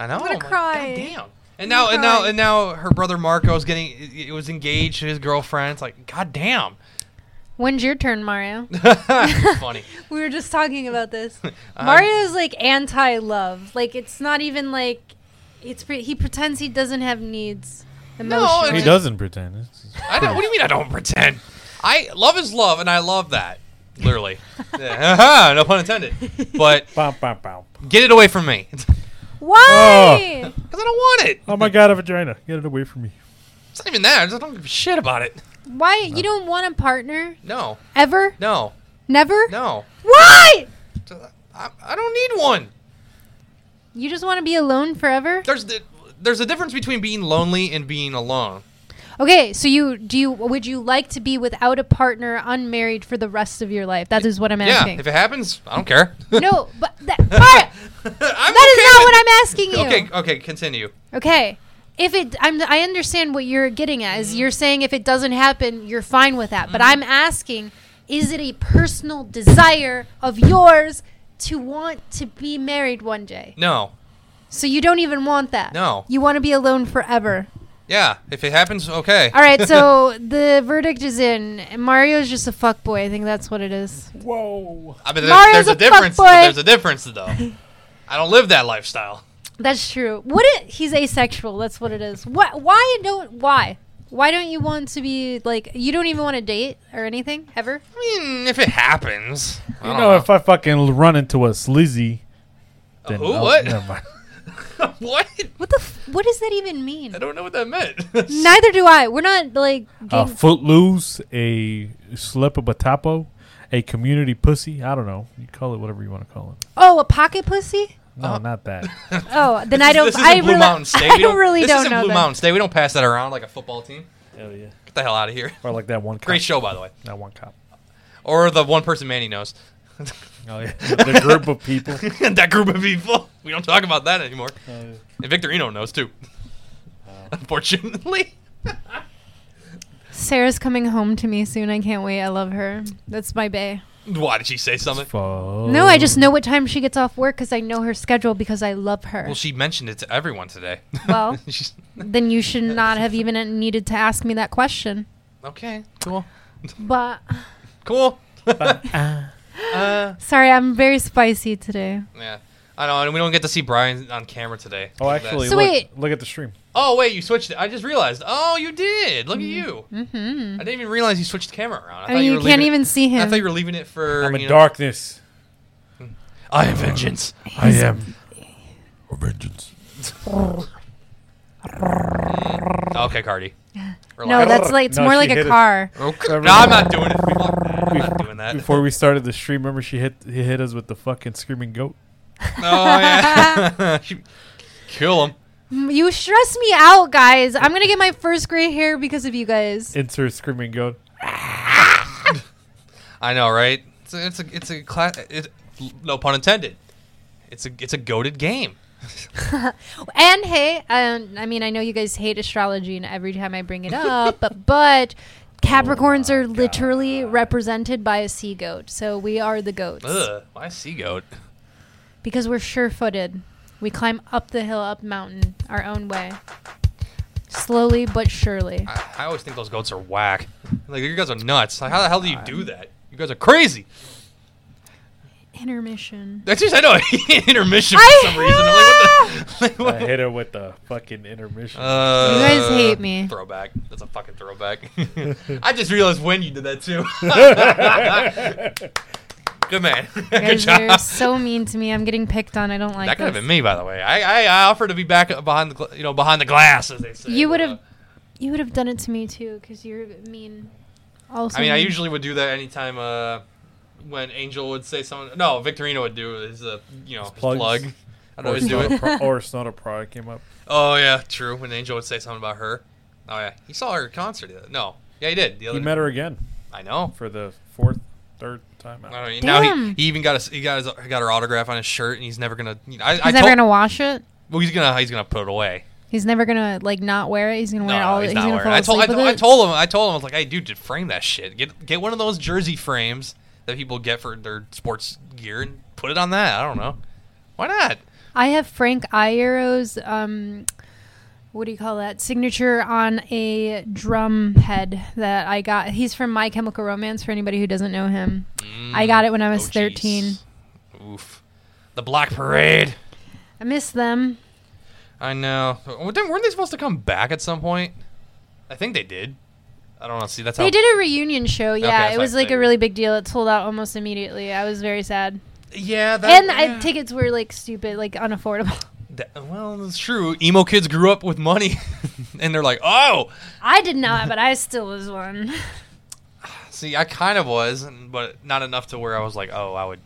S3: I know.
S4: I'm gonna
S3: like,
S4: cry.
S3: God damn. And
S4: I'm
S3: now,
S4: gonna
S3: and now,
S4: cry.
S3: and now, her brother Marco's getting. It was engaged to his girlfriend. It's like, god damn.
S4: When's your turn, Mario?
S3: Funny. Um,
S4: We were just talking about this.
S3: I'm-
S4: Mario's like anti love. Like it's not even like it's pre- he pretends he doesn't have needs. Emotionally.
S2: He
S3: it's-
S2: doesn't pretend. It's- it's
S3: I don't. What do you mean I don't pretend? I love is love, and I love that. Literally. Yeah, no pun intended. But
S2: bow, bow, bow.
S3: get it away from me, because
S4: Why?
S3: I don't want it.
S2: Oh my god, a vagina! Get it away from me.
S3: It's not even that. I just don't give a shit about it.
S4: Why you don't want a partner
S3: No,
S4: ever?
S3: no,
S4: Never?
S3: no.
S4: Why?
S3: I, I don't need one.
S4: You just want to be alone forever?
S3: There's the, there's a difference between being lonely and being alone.
S4: Okay, so you do you would you like to be without a partner unmarried for the rest of your life? That is what I'm
S3: yeah,
S4: asking.
S3: if it happens, I don't care.
S4: no, but that, Mario,
S3: I'm
S4: that is
S3: okay with
S4: not what
S3: it.
S4: I'm asking you.
S3: Okay, okay, continue.
S4: Okay. If it, I'm, I understand what you're getting at.
S3: Mm-hmm.
S4: Is you're saying if it doesn't happen, you're fine with that. But I'm asking, is it a personal desire of yours to want to be married one day?
S3: No.
S4: So you don't even want that.
S3: No.
S4: You want to be alone forever.
S3: Yeah, if it happens, okay.
S4: All right. So the verdict is in. Mario's just a fuckboy. I think that's what it is.
S2: Whoa!
S3: I mean, there,
S4: Mario's
S3: there's a,
S4: a
S3: difference.
S4: fuckboy.
S3: There's a difference, though. I don't live that lifestyle.
S4: That's true. What it? He's asexual. That's what it is. What? Why don't? Why? Why don't you want to be like? You don't even want to date or anything ever.
S3: I mean, if it happens, I
S2: You
S3: don't
S2: know, if I fucking run into a slizzy, then
S3: who?
S2: I'll-
S3: What?
S2: never mind.
S3: what?
S4: What the? F- what does that even mean?
S3: I don't Oh. know what that meant.
S4: Neither do I. We're not like.
S2: A
S4: Getting,
S2: footloose, a slip of a topo, a community pussy. I don't know. You call it whatever you want to call it.
S4: oh, a pocket pussy.
S2: No,
S3: Uh,
S2: not that.
S4: Oh, then
S3: This
S4: I
S3: is-
S4: don't.
S3: This
S4: I
S3: isn't Blue
S4: really,
S3: Mountain State.
S4: I
S3: We don't,
S4: really
S3: this
S4: don't
S3: isn't
S4: know
S3: Blue
S4: that.
S3: Mountain State. We don't pass that around like a football team.
S2: Hell yeah!
S3: Get the hell out of here.
S2: Or like that one. Cop.
S3: Great show, by the way.
S2: That one cop.
S3: Or the one person Manny knows.
S2: Oh yeah. the group of people.
S3: that group of people. We don't talk about that anymore.
S2: Oh,
S3: And Victorino knows too. Unfortunately.
S4: Sarah's coming home to me soon. I can't wait. I love her. That's my bae.
S3: Why did she say something?
S2: Fuck.
S4: No, I just
S3: Oh.
S4: know what time she gets off work because I know her schedule because I love her.
S3: Well, she mentioned it to everyone today.
S4: Well.
S3: She's-
S4: then you should not have even needed to ask me that question.
S3: okay, cool,
S4: But
S3: cool. uh,
S4: sorry, I'm very spicy today.
S3: yeah, I know, and we don't get to see Brian on camera today.
S2: Oh,
S3: Look at that.
S2: actually,
S4: So
S2: look,
S4: wait.
S2: look at the stream.
S3: Oh wait, you switched. it. I just realized. Oh, you did. Look at you.
S4: Mm-hmm.
S3: I didn't even realize you switched the camera around. I,
S4: I
S3: thought
S4: mean,
S3: you,
S4: you,
S3: were
S4: can't
S3: leaving it-
S4: even see him.
S3: I thought you were leaving it for.
S2: I'm
S3: you
S2: in
S3: know-
S2: darkness.
S3: I am vengeance.
S2: I am.
S1: Vengeance.
S3: Mm. Okay, Cardi.
S4: No, that's like it's
S2: No,
S4: more
S2: she
S4: like a
S2: hit it.
S4: car.
S3: Okay. No, I'm not doing it. I'm not doing that.
S2: Before we started the stream, remember she hit he hit us with the fucking screaming goat.
S3: Oh yeah. Kill him.
S4: Mm, You stress me out, guys. I'm gonna get my first gray hair because of you guys.
S2: Insert screaming goat.
S3: I know, right? It's a it's a it's a class. It, no pun intended. It's a it's a goaded game.
S4: And hey, um, I mean, I know you guys hate astrology, and every time I bring it up, but, but Capricorns
S3: Oh
S4: are literally represented by a sea goat. So we are the goats
S3: Ugh, why sea goat?
S4: because we're sure-footed. We climb up the hill, up mountain, our own way, slowly but surely.
S3: I, I always think those goats are whack. Like you guys are nuts. Like, how the hell do you do that? You guys are crazy.
S4: Intermission.
S3: That's just I know intermission for
S4: I-
S3: some reason. I'm like, what the? Like,
S2: I
S3: what?
S2: hit her with the fucking intermission.
S3: Uh,
S4: You guys hate me.
S3: Throwback. That's a fucking throwback. I just realized when you did that too. Uh. Good man.
S4: You
S3: Good
S4: guys are
S3: job.
S4: so mean to me. I'm getting picked on. I don't like
S3: That could have
S4: this.
S3: been me, by the way. I, I, I offered to be back behind the gla- you know behind the glass, as they say.
S4: You would
S3: but, uh,
S4: have, you would have done it to me too, because you're mean.
S3: uh,
S4: Also,
S3: I mean, I
S4: mean.
S3: usually would do that anytime uh, when Angel would say something. No, Victorino would do his uh, you know his
S2: plugs.
S3: plug. I'd
S2: or,
S3: always
S2: it's
S3: do
S2: not
S3: it.
S2: a pro- or it's not a product came up.
S3: Oh yeah, true. When Angel would say something about her. Oh yeah, he saw her at a concert. the other- No, yeah, he did. The other
S2: He met her again
S3: I know.
S2: for the fourth, third time out.
S3: I don't e- know. Now he,
S4: Damn.
S3: he even got his, he got his, he got her autograph on his shirt, and he's never gonna. I, I
S4: He's
S3: told,
S4: never gonna wash it.
S3: Well, he's gonna he's gonna put it away.
S4: He's never gonna like not wear it. He's gonna
S3: No,
S4: wear it all.
S3: he's
S4: He's,
S3: not
S4: gonna
S3: wearing.
S4: fall
S3: it. I told I,
S4: asleep
S3: told
S4: with
S3: I
S4: it.
S3: told him I told him I was like, hey, dude, just frame that shit. Get get one of those jersey frames that people get for their sports gear and put it on that. I don't know. Why not?
S4: I have Frank Iro's um, what do you call that signature on a drum head that I got. He's from My Chemical Romance. For anybody who doesn't know him, I got it when I was
S3: Oh, jeez.
S4: 13.
S3: Oof. The Black Parade.
S4: I miss them.
S3: I know. Well, didn't- Weren't they supposed to come back at some point? I think they did. I don't know. See, that's how
S4: They did a reunion show. Yeah,
S3: that's
S4: it was
S3: what I
S4: like a
S3: figured.
S4: really big deal. It sold out almost immediately. I was very sad.
S3: Yeah, that,
S4: And
S3: yeah.
S4: I, tickets were like stupid, like unaffordable.
S3: That- well, it's true. Emo kids grew up with money, and they're like, "Oh,
S4: I did not, but I still was one.
S3: see, I kind of was, and- but not enough to where I was like, oh, I would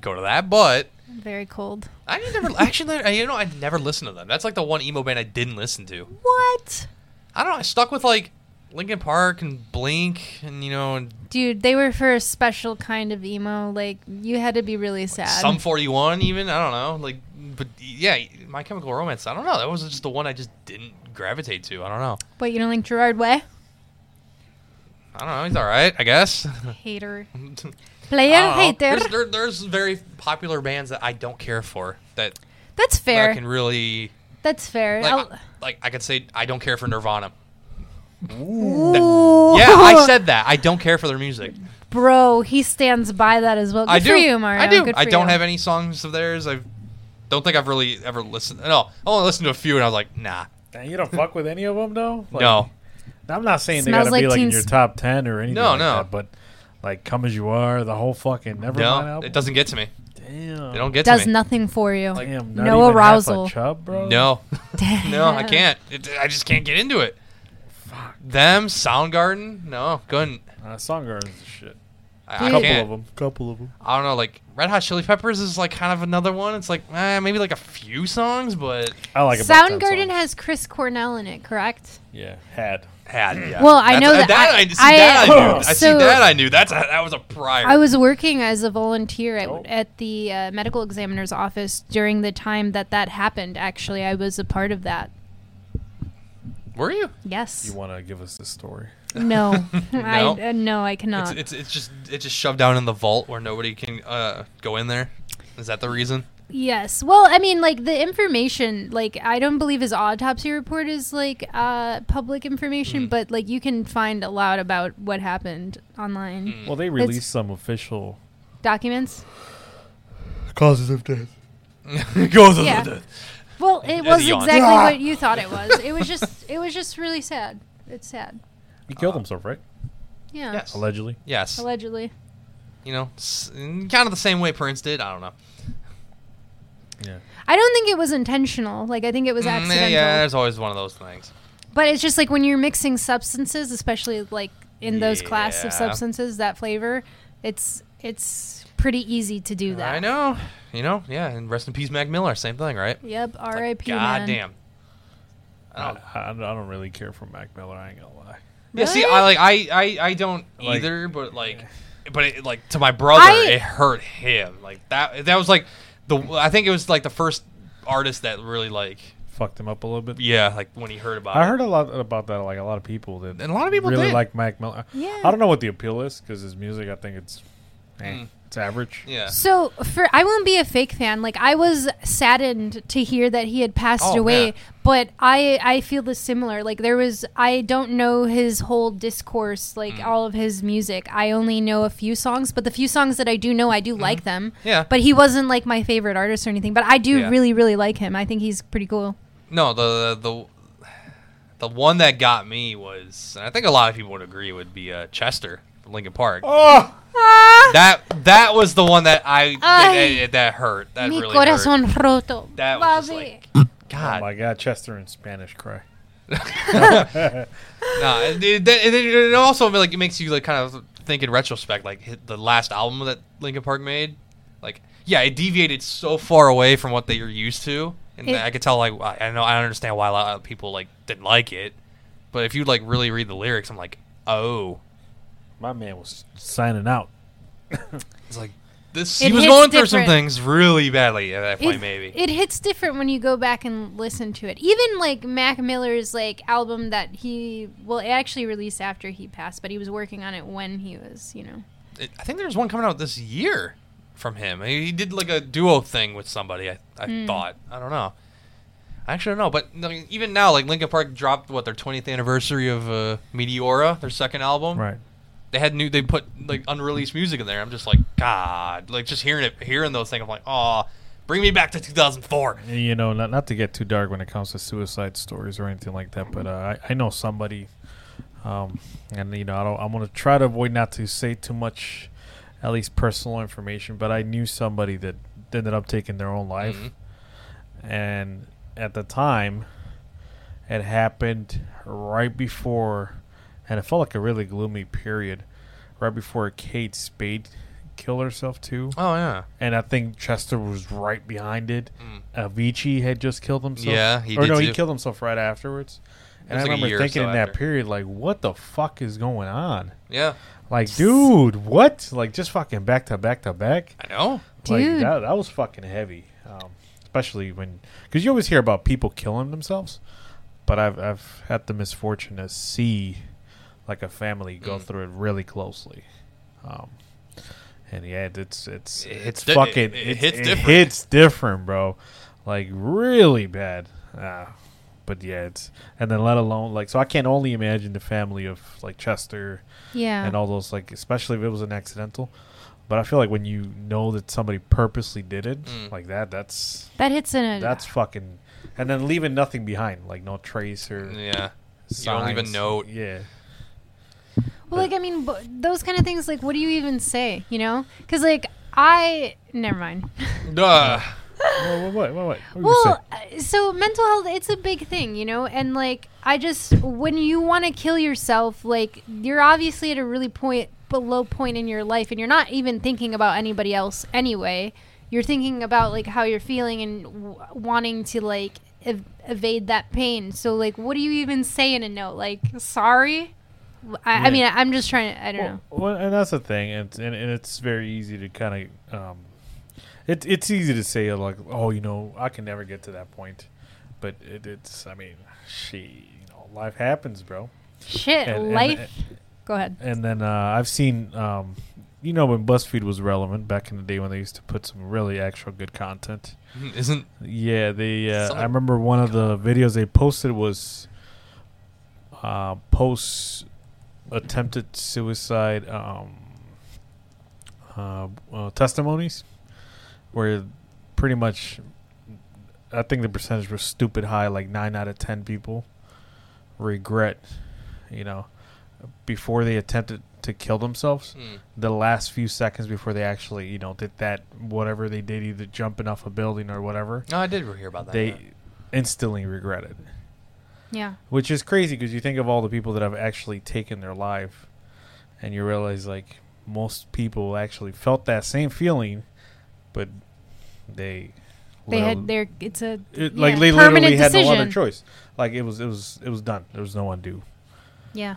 S3: go to that." But
S4: Very cold.
S3: I never actually, I- you know, I never listened to them. That's like the one emo band I didn't listen to.
S4: What?
S3: I don't know. I stuck with like Linkin Park and Blink, and you know, and
S4: Dude, they were for a special kind of emo. Like you had to be really sad.
S3: Sum Forty One. Even I don't know. Like, but yeah, My Chemical Romance. I don't know. That was just the one I just didn't gravitate to. I don't know.
S4: but you don't like Gerard Way?
S3: I don't know. He's all right, I guess.
S4: Hater.
S3: I
S4: Player
S3: don't know.
S4: hater.
S3: There's, there, there's very popular bands that I don't care for that,
S4: That's
S3: that
S4: fair.
S3: can really
S4: That's fair.
S3: like, uh,
S4: I'll-
S3: I, like I could say I don't care for Nirvana.
S4: Ooh.
S3: Yeah, I said that. I don't care for their music.
S4: Bro, he stands by that as well. Good
S3: I
S4: for
S3: do.
S4: you, Mario.
S3: I do.
S4: Good
S3: I
S4: for
S3: don't
S4: you.
S3: have any songs of theirs. I don't think I've really ever listened. No, I only listened to a few, and I was like, nah,
S2: Dang, you don't fuck with any of them though. Like,
S3: no.
S2: I'm not saying they
S4: Smells
S2: gotta be
S4: like
S2: like in
S4: Teen
S2: your
S4: Sp-
S2: top ten or anything.
S3: No,
S2: like
S3: no.
S2: that, but like, come as you are, the whole fucking never mind
S3: No,
S2: album.
S3: it doesn't get to me.
S2: Damn.
S3: It don't get
S4: Does
S3: to me.
S4: nothing for you.
S2: Damn, not
S4: no
S2: even half a
S4: arousal.
S2: chub, bro.
S3: No,
S4: Damn.
S3: no, I can't. It, I just can't get into it. Them, Soundgarden, no, couldn't.
S2: Uh, Soundgarden's the shit.
S3: I, I
S4: Dude.
S2: Couple
S3: can't.
S2: of them. Couple of them.
S3: I don't know, like Red Hot Chili Peppers is like kind of another one. It's like eh, maybe like a few songs, but
S2: I like. about ten
S4: Soundgarden
S2: songs.
S4: has Chris Cornell in it, correct?
S2: Yeah, had.
S3: had yeah.
S4: Well, I
S3: That's-
S4: know
S3: uh,
S4: that I-
S3: I, see
S4: I- uh,
S3: that I knew. I see
S4: so-
S3: that I knew. That's a, that was a prior.
S4: I was working as a volunteer at,
S2: Oh.
S4: at the uh, medical examiner's office during the time that that happened. Actually, I was a part of that.
S3: Were you?
S4: Yes.
S2: You want to give us the story?
S4: no.
S3: No?
S4: I, uh, no, I
S3: It's,
S4: cannot.
S3: it's it's just it's just shoved down in the vault where nobody can uh, go in there. Is that the reason?
S4: yes. Well, I mean, like the information, like I don't believe his autopsy report is like uh, public
S3: Hmm.
S4: information, but like you can find a lot about what happened online.
S3: Mm. Hmm.
S2: Well, they released some official.
S4: Documents.
S1: Causes of death.
S3: Goes
S4: Yeah. Well, it
S3: As
S4: was
S3: he yawns.
S4: exactly what you thought it was. It was just, it was just really sad. It's sad.
S2: He
S3: Uh,
S2: killed himself, right?
S4: Yeah.
S3: Yes.
S2: Allegedly.
S3: Yes.
S4: Allegedly.
S3: You know, s- in kind of the same way Prince did. I don't know.
S2: Yeah.
S4: I don't think it was intentional. Like I think it was
S3: Mm,
S4: accidental.
S3: yeah, there's always one of those things.
S4: But it's just like when you're mixing substances, especially like in those class
S3: Yeah.
S4: of substances, that flavor, it's it's pretty easy to do that.
S3: I know. You know, yeah, and rest in peace, Mac Miller. Same thing, right?
S4: Yep.
S3: Like,
S4: R.I.P. man.
S3: God damn.
S2: I, I, I don't really care for Mac Miller. I ain't gonna lie.
S3: Yeah, see,
S4: Really?
S3: I like I I, I don't
S2: Like-
S3: either, but like, but it, like to my brother,
S4: I-
S3: it hurt him. Like that that was like the I think it was like the first artist that really like
S2: Fucked him up a little bit.
S3: yeah like when he heard about.
S2: I
S3: it.
S2: heard a lot about that. Like a lot of people did.
S3: And a lot of people
S2: really
S3: did.
S2: like Mac Miller.
S4: Yeah.
S2: I don't know what the appeal is because his music. I think it's, eh, it's average.
S3: Mm. Yeah.
S4: So for I won't be a fake fan. Like I was saddened to hear that he had passed
S3: Oh,
S4: away,
S3: yeah.
S4: but I I feel this similar. Like there was I don't know his whole discourse, like
S3: Mm.
S4: all of his music. I only know a few songs, but the few songs that I do know, I do like them.
S3: Mm-hmm. Yeah.
S4: But he wasn't like my favorite artist or anything. But I do
S3: Yeah.
S4: really really like him. I think he's pretty cool.
S3: No, the the the one that got me was, and I think a lot of people would agree, would be uh, Chester from Lincoln Park.
S2: Oh,
S3: That that was the one that I that,
S4: Ay.
S3: that- that hurt. That
S4: Mi
S3: really hurt.
S4: corazón roto.
S3: That was just
S4: Bobby.
S3: like God.
S2: Oh my God, Chester in Spanish cry.
S3: Nah, it, it, it, it also like it makes you like kind of think in retrospect, like hit the last album that Linkin Park made. Like, yeah, it deviated so far away from what they were used to, and
S4: It-
S3: I could tell like I I know I understand why a lot of people like didn't like it, but if you like really read the lyrics, I'm like, oh,
S2: My man was signing out.
S3: it's like this.
S4: It
S3: he was
S4: hits
S3: going through some
S4: different.
S3: things really badly at that point,
S4: it,
S3: maybe.
S4: it hits different when you go back and listen to it. Even like Mac Miller's like album that he well, it actually released after he passed, but he was working on it when he was, you know.
S3: It- I think there's one coming out this year from him. He he did like a duo thing with somebody. I, I thought. I don't know. I actually don't know. But I mean, even now, like Linkin Park dropped what their 20th anniversary of uh, Meteora, their second album.
S2: Right.
S3: They had new. They put like unreleased music in there. I'm just like, God. Like just hearing it, hearing those things. I'm like, oh, bring me back to 2004.
S2: And, you know, not, not to get too dark when it comes to suicide stories or anything like that, but uh, I, I know somebody, um, and you know, I don't, I'm gonna try to avoid not to say too much, at least personal information. But I knew somebody that ended up taking their own life, and at the time, it happened right before, and it felt like a really gloomy period, right before Kate Spade killed herself too
S3: Oh yeah.
S2: and I think Chester was right behind it. Avicii had just killed himself.
S3: Hmm. Yeah, he
S2: or
S3: did
S2: no, he
S3: too.
S2: killed himself right afterwards. And
S3: was
S2: I
S3: like a
S2: remember
S3: year or
S2: thinking
S3: so
S2: in that
S3: after.
S2: period, like, what the fuck is going on?
S3: Yeah.
S2: Like, dude, what? Like, just fucking back to back to back.
S3: I know.
S2: Like
S4: Dude.
S2: that, that was fucking heavy. Um, especially when, because you always hear about people killing themselves, but I've I've had the misfortune to see like a family
S3: Mm.
S2: go through it really closely. Um, and yeah, it's it's
S3: It
S2: it's
S3: hits di-
S2: fucking
S3: it- it hits different.
S2: hits different, bro. Like really bad. Uh, but yeah, it's and then let alone like so I can only imagine the family of like Chester
S4: Yeah.
S2: and all those like especially if it was an accidental but i feel like when you know that somebody purposely did it
S3: Mm.
S2: like that that's
S4: that hits in a
S2: that's fucking and then leaving nothing behind like no trace or
S3: Yeah. You don't leave a
S2: signs.
S3: note.
S2: yeah
S4: Well, like I mean, b- those kind of things like what do you even say, you know? Cuz like I never mind.
S3: Duh.
S2: what what what, what, what were you
S4: Well,
S2: saying?
S4: uh, so mental health it's a big thing, you know, and like I just when you want to kill yourself, like you're obviously at a really point below point in your life and you're not even thinking about anybody else anyway. You're thinking about like how you're feeling and w- wanting to like ev- evade that pain. So like what do you even say in a note? Like sorry? W- I,
S2: Yeah.
S4: I mean, I- I'm just trying to I don't know.
S2: well, well, and that's the thing and, and, and it's very easy to kind of um it, it's easy to say like oh you know i can never get to that point but it, it's i mean she you know life happens bro
S4: Shit,
S2: and- and-
S4: life. Go ahead.
S2: and then uh, I've seen, um, you know, when BuzzFeed was relevant back in the day when they used to put some really actual good content.
S3: Hmm, Isn't
S2: Yeah, they. Uh,
S3: Some-
S2: I remember one of the videos they posted was uh, post attempted suicide um, uh, uh, testimonies, where pretty much I think the percentage was stupid high, like nine out of ten people regret, you know, before they attempted to kill themselves,
S3: hmm.
S2: the last few seconds before they actually, you know, did that whatever they did, either jumping off a building or whatever,
S3: No, I did hear about that. yeah.
S2: they instantly regret it,
S4: Yeah.
S2: which is crazy because you think of all the people that have actually taken their life, and you realize like most people actually felt that same feeling, but they
S4: They
S2: literally-
S4: had their. It's a
S2: it,
S4: yeah,
S2: like they
S4: permanent
S2: literally had no other
S4: decision.
S2: choice. Like it was, it was, it was done. There was no undo.
S4: Yeah.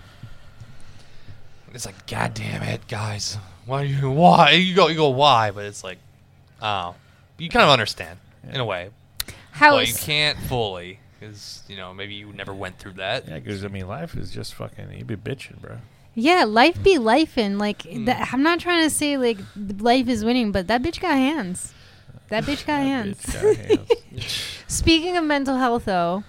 S3: It's like, God damn it, guys. Why you why you go you go why? But it's like, oh, you kind of understand in a way,
S4: How
S3: but you
S4: is-
S3: can't fully because you know maybe you never went through that.
S2: Yeah, because I mean, life is just fucking. You be bitching, bro.
S4: Yeah, life be life, and like
S3: Hmm.
S4: that, I'm not trying to say like th- life is winning, but that bitch got hands. That bitch got hands. Speaking of mental health, though,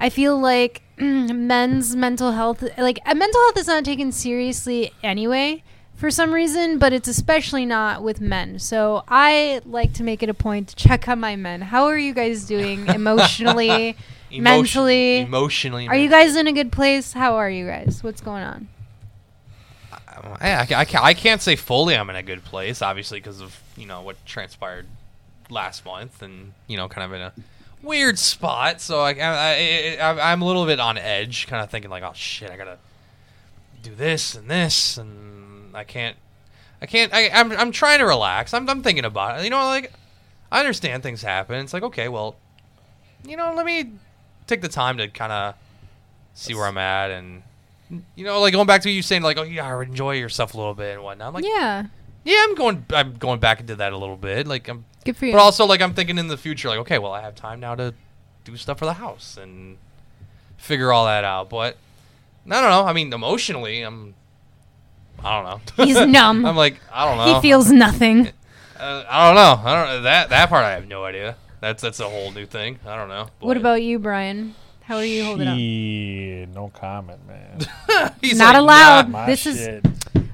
S4: I feel like men's mental health, like uh, mental health, is not taken seriously anyway for some reason, but it's especially not with men. So I like to make it a point to check on my men. How are you guys doing emotionally?
S3: Emotion-
S4: Mentally-
S3: emotionally,
S4: are you guys in a good place? How are you guys? What's going on?
S3: I, I, ca- I, ca- I can't say fully I'm in a good place, obviously, because of you know what transpired last month, and you know, kind of in a weird spot. So I, I, I, I I'm a little bit on edge, kind of thinking like, oh shit, I gotta do this and this, and I can't, I can't. I, I'm, I'm trying to relax. I'm, I'm thinking about it. You know, like I understand things happen. It's like okay, well, you know, let me take the time to kind of see where I'm at and you know, like going back to you saying like, oh yeah, enjoy yourself a little bit and whatnot. I'm like, yeah,
S4: yeah,
S3: I'm going, I'm going back into that a little bit. Like I'm,
S4: good for you.
S3: but also like I'm thinking in the future, like okay, well I have time now to do stuff for the house and figure all that out. But I don't know. I mean, emotionally, I'm, I don't know.
S4: He's numb.
S3: I'm like, I don't know.
S4: He feels nothing.
S3: Uh, I don't know. I don't that that part. I have no idea. That's that's a whole new thing. I don't know.
S4: What
S3: But-
S4: about you, Brian? How are you holding up?
S2: no comment, man.
S3: He's
S4: Not
S3: like,
S4: allowed.
S3: nah.
S2: My
S4: This is-
S2: shit.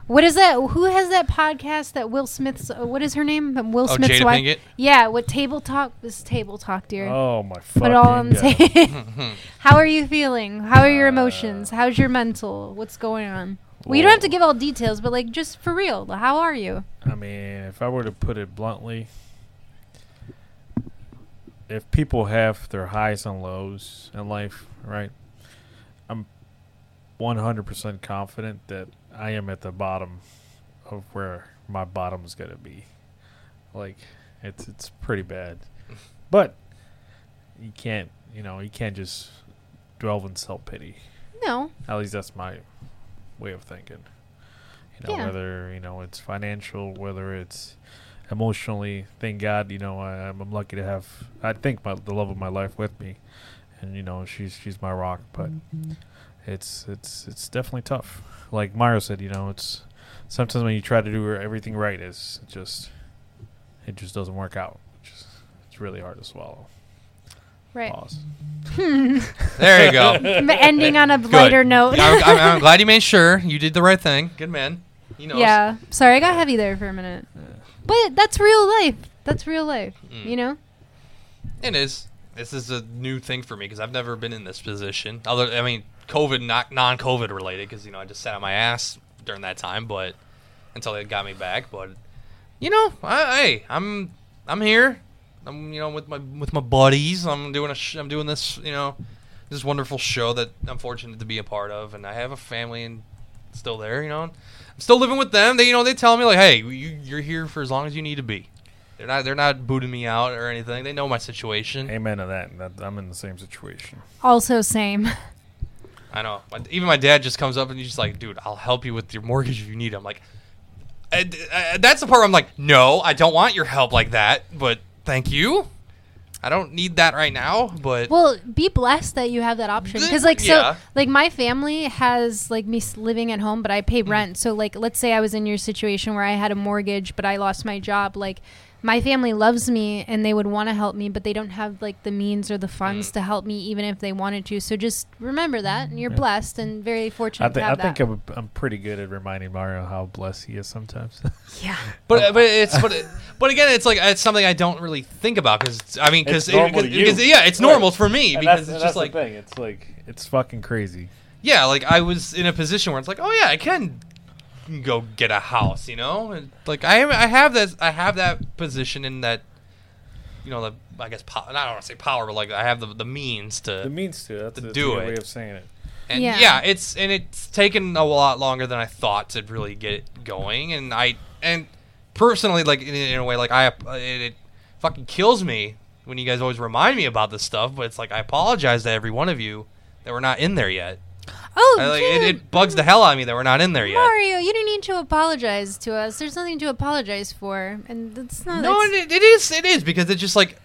S4: What is that? Who has that podcast that Will Smith's? Uh, what is her name? Um, Will
S3: Oh,
S4: Smith's
S3: Jada
S4: wife.
S3: Pinkett?
S4: Yeah. What table talk? This table talk, dear.
S2: Oh my fucking
S4: but all I'm
S2: god.
S3: Hmm.
S4: saying. How are you feeling? How are
S2: Uh,
S4: your emotions? How's your mental? What's going on? Well, you don't have to
S2: Whoa.
S4: give all details, but like just for real, how are you?
S2: I mean, if I were to put it bluntly, if people have their highs and lows in life, right? I'm 100% confident that I am at the bottom of where my bottom's going to be. Like it's it's pretty bad. But you can't, you know, you can't just dwell in self-pity.
S4: No.
S2: At least that's my way of thinking. You know,
S4: Yeah.
S2: whether you know it's financial, whether it's emotionally. Thank God, you know, I, I'm I'm lucky to have. I think my the love of my life with me, and you know, she's she's my rock. But it's it's it's definitely tough. Like Mario said, you know, it's sometimes when you try to do everything right, is just it just doesn't work out. Which is, it's really hard to swallow.
S4: Right.
S2: Pause. Oh.
S3: There you go.
S4: M- Ending on a
S3: Good.
S4: lighter note.
S3: I'm, I'm- I'm glad you made sure you did the right thing. Good man. He knows.
S4: yeah. Sorry, I got heavy there for a minute. But that's real life. That's real life.
S3: Mm.
S4: You know.
S3: It is. This is a new thing for me because I've never been in this position. Other, I mean, COVID, not non-COVID related, because you know I just sat on my ass during that time, but until they got me back. But you know, I, hey, I'm I'm here. I'm you know with my with my buddies. I'm doing a sh- I'm doing this you know this wonderful show that I'm fortunate to be a part of, and I have a family and still there. You know, I'm still living with them. They you know they tell me like, hey, you, you're here for as long as you need to be. They're not they're not booting me out or anything. They know my situation.
S2: Amen to that. that. I'm in the same situation.
S4: Also, same.
S3: I know. My, even my dad just comes up and he's just like, dude, I'll help you with your mortgage if you need. it." I'm like, I, I- that's the part where I'm like, no, I don't want your help like that, but thank you. I don't need that right now, but
S4: Well, be blessed that you have that option because, like, so,
S3: Yeah.
S4: like, my family has like me s- living at home, but I
S3: Mm.
S4: pay rent. So, like, let's say I was in your situation where I had a mortgage, but I lost my job. Like, my family loves me and they would want to help me, but they don't have like the means or the
S3: Mm.
S4: funds to help me, even if they wanted to. So, just remember that, and you're blessed and very fortunate
S2: I, thi-
S4: to
S2: I
S4: have
S2: think
S4: that.
S2: I'm, I'm pretty good at reminding Mario how blessed he is sometimes.
S4: yeah,
S3: but but it's but it- but again, it's like it's something I don't really think about because I mean because
S2: It's normal to you.
S3: yeah, it's normal for me because it's just like
S2: thing. It's like it's fucking crazy.
S3: yeah, like I was in a position where it's like, oh yeah, I can go get a house, you know? And, like I am, I have this, I have that position in that, you know, the I guess po- I don't want to say power, but like I have the the means to
S2: The means to. That's
S3: To
S2: a
S3: do
S2: good
S3: it.
S2: way of saying it.
S3: and
S4: Yeah.
S3: yeah. it's and it's taken a lot longer than I thought to really get it going. And I and personally, like in, in a way, like I it, it fucking kills me when you guys always remind me about this stuff. But it's like I apologize to every one of you that we're not in there yet.
S4: Oh,
S3: I, like it,
S4: dude,
S3: it bugs the hell out of me that we're not in there yet.
S4: Mario, you don't need to apologize to us. There's nothing to apologize for, and that's not.
S3: No,
S4: that's-
S3: it, it is it is because it's just like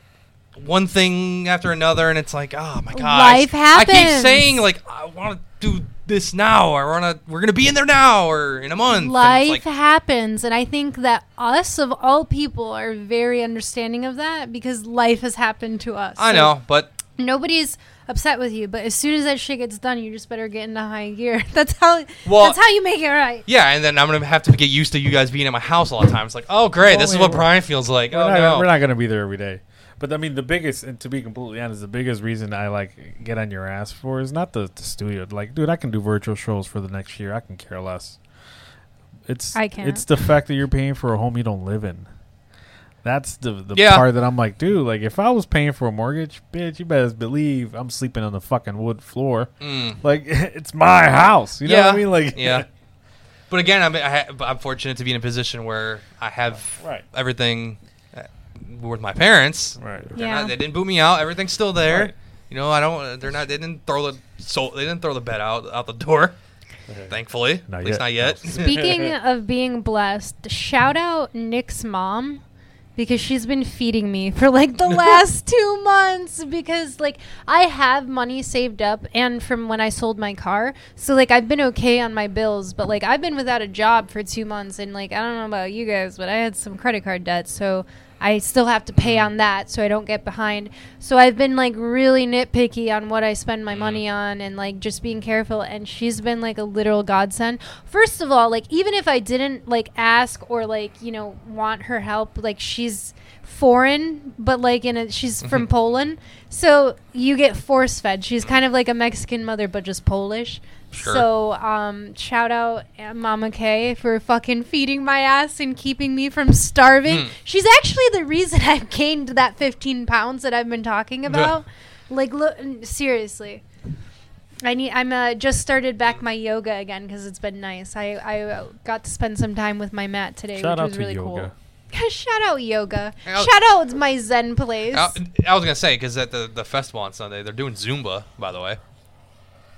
S3: one thing after another, and it's like oh my god,
S4: Life
S3: I keep
S4: happens.
S3: saying like I want to do this now, or I want to we're gonna be in there now, or in a month. and
S4: Life
S3: it's like,
S4: happens, and I think that us of all people are very understanding of that because life has happened to us.
S3: I
S4: So
S3: know, but
S4: nobody's upset with you, but as soon as that shit gets done, you just better get into high gear. That's how.
S3: Well-
S4: that's how you make it right.
S3: yeah, and then I'm gonna have to get used to you guys being at my house all the time. It's like, oh great,
S2: Well,
S3: this is
S2: we-
S3: what Brian feels like.
S2: we're,
S3: Oh
S2: not,
S3: no,
S2: we're not gonna be there every day. But I mean, the biggest, and to be completely honest, the biggest reason I like get on your ass for is not the, the studio. Like, dude, I can do virtual shows for the next year. I can care less. It's
S4: I can't.
S2: It's the fact that you're paying for a home you don't live in. That's the the
S3: Yeah.
S2: part that I'm like, dude. Like, if I was paying for a mortgage, bitch, you better believe I'm sleeping on the fucking wood floor.
S3: Mm.
S2: Like, it's my house. You know
S3: yeah,
S2: what I mean? Like,
S3: yeah. But again, I'm I ha- but I'm fortunate to be in a position where I have
S2: Right.
S3: everything uh, with my parents.
S2: right.
S3: They're
S4: Yeah.
S3: not, they didn't boot me out. Everything's still there.
S2: Right.
S3: You know, I don't. They're not. They didn't throw the so. They didn't throw the bed out out the door. Thankfully,
S2: Not
S3: at least not
S2: yet.
S3: yet.
S4: Speaking of being blessed, shout out Nick's mom because she's been feeding me for like the last two months because like I have money saved up and from when I sold my car. So like I've been okay on my bills, but like I've been without a job for two months and like I don't know about you guys, but I had some credit card debt. So I still have to pay on that so I don't get behind. So I've been like really nitpicky on what I spend my money on and like just being careful and she's been like a literal godsend. First of all, like even if I didn't like ask or like, you know, want her help, like she's foreign, but like in a she's from Poland. So you get force fed. She's kind of like a Mexican mother but just Polish.
S3: Sure.
S4: So um shout out Aunt Mama Kay for fucking feeding my ass and keeping me from starving.
S3: Hmm.
S4: She's actually the reason I've gained that 15 pounds that I've been talking about. like look seriously. I need. I'm uh, just started back my yoga again because it's been nice. I, I uh, got to spend some time with my mat today,
S2: Shout
S4: which
S2: out
S4: was
S2: to
S4: really
S2: yoga.
S4: cool. Shout out yoga.
S3: Ow.
S4: Shout out my Zen place.
S3: I, I was gonna say because at the the festival on Sunday they're doing Zumba, by the way.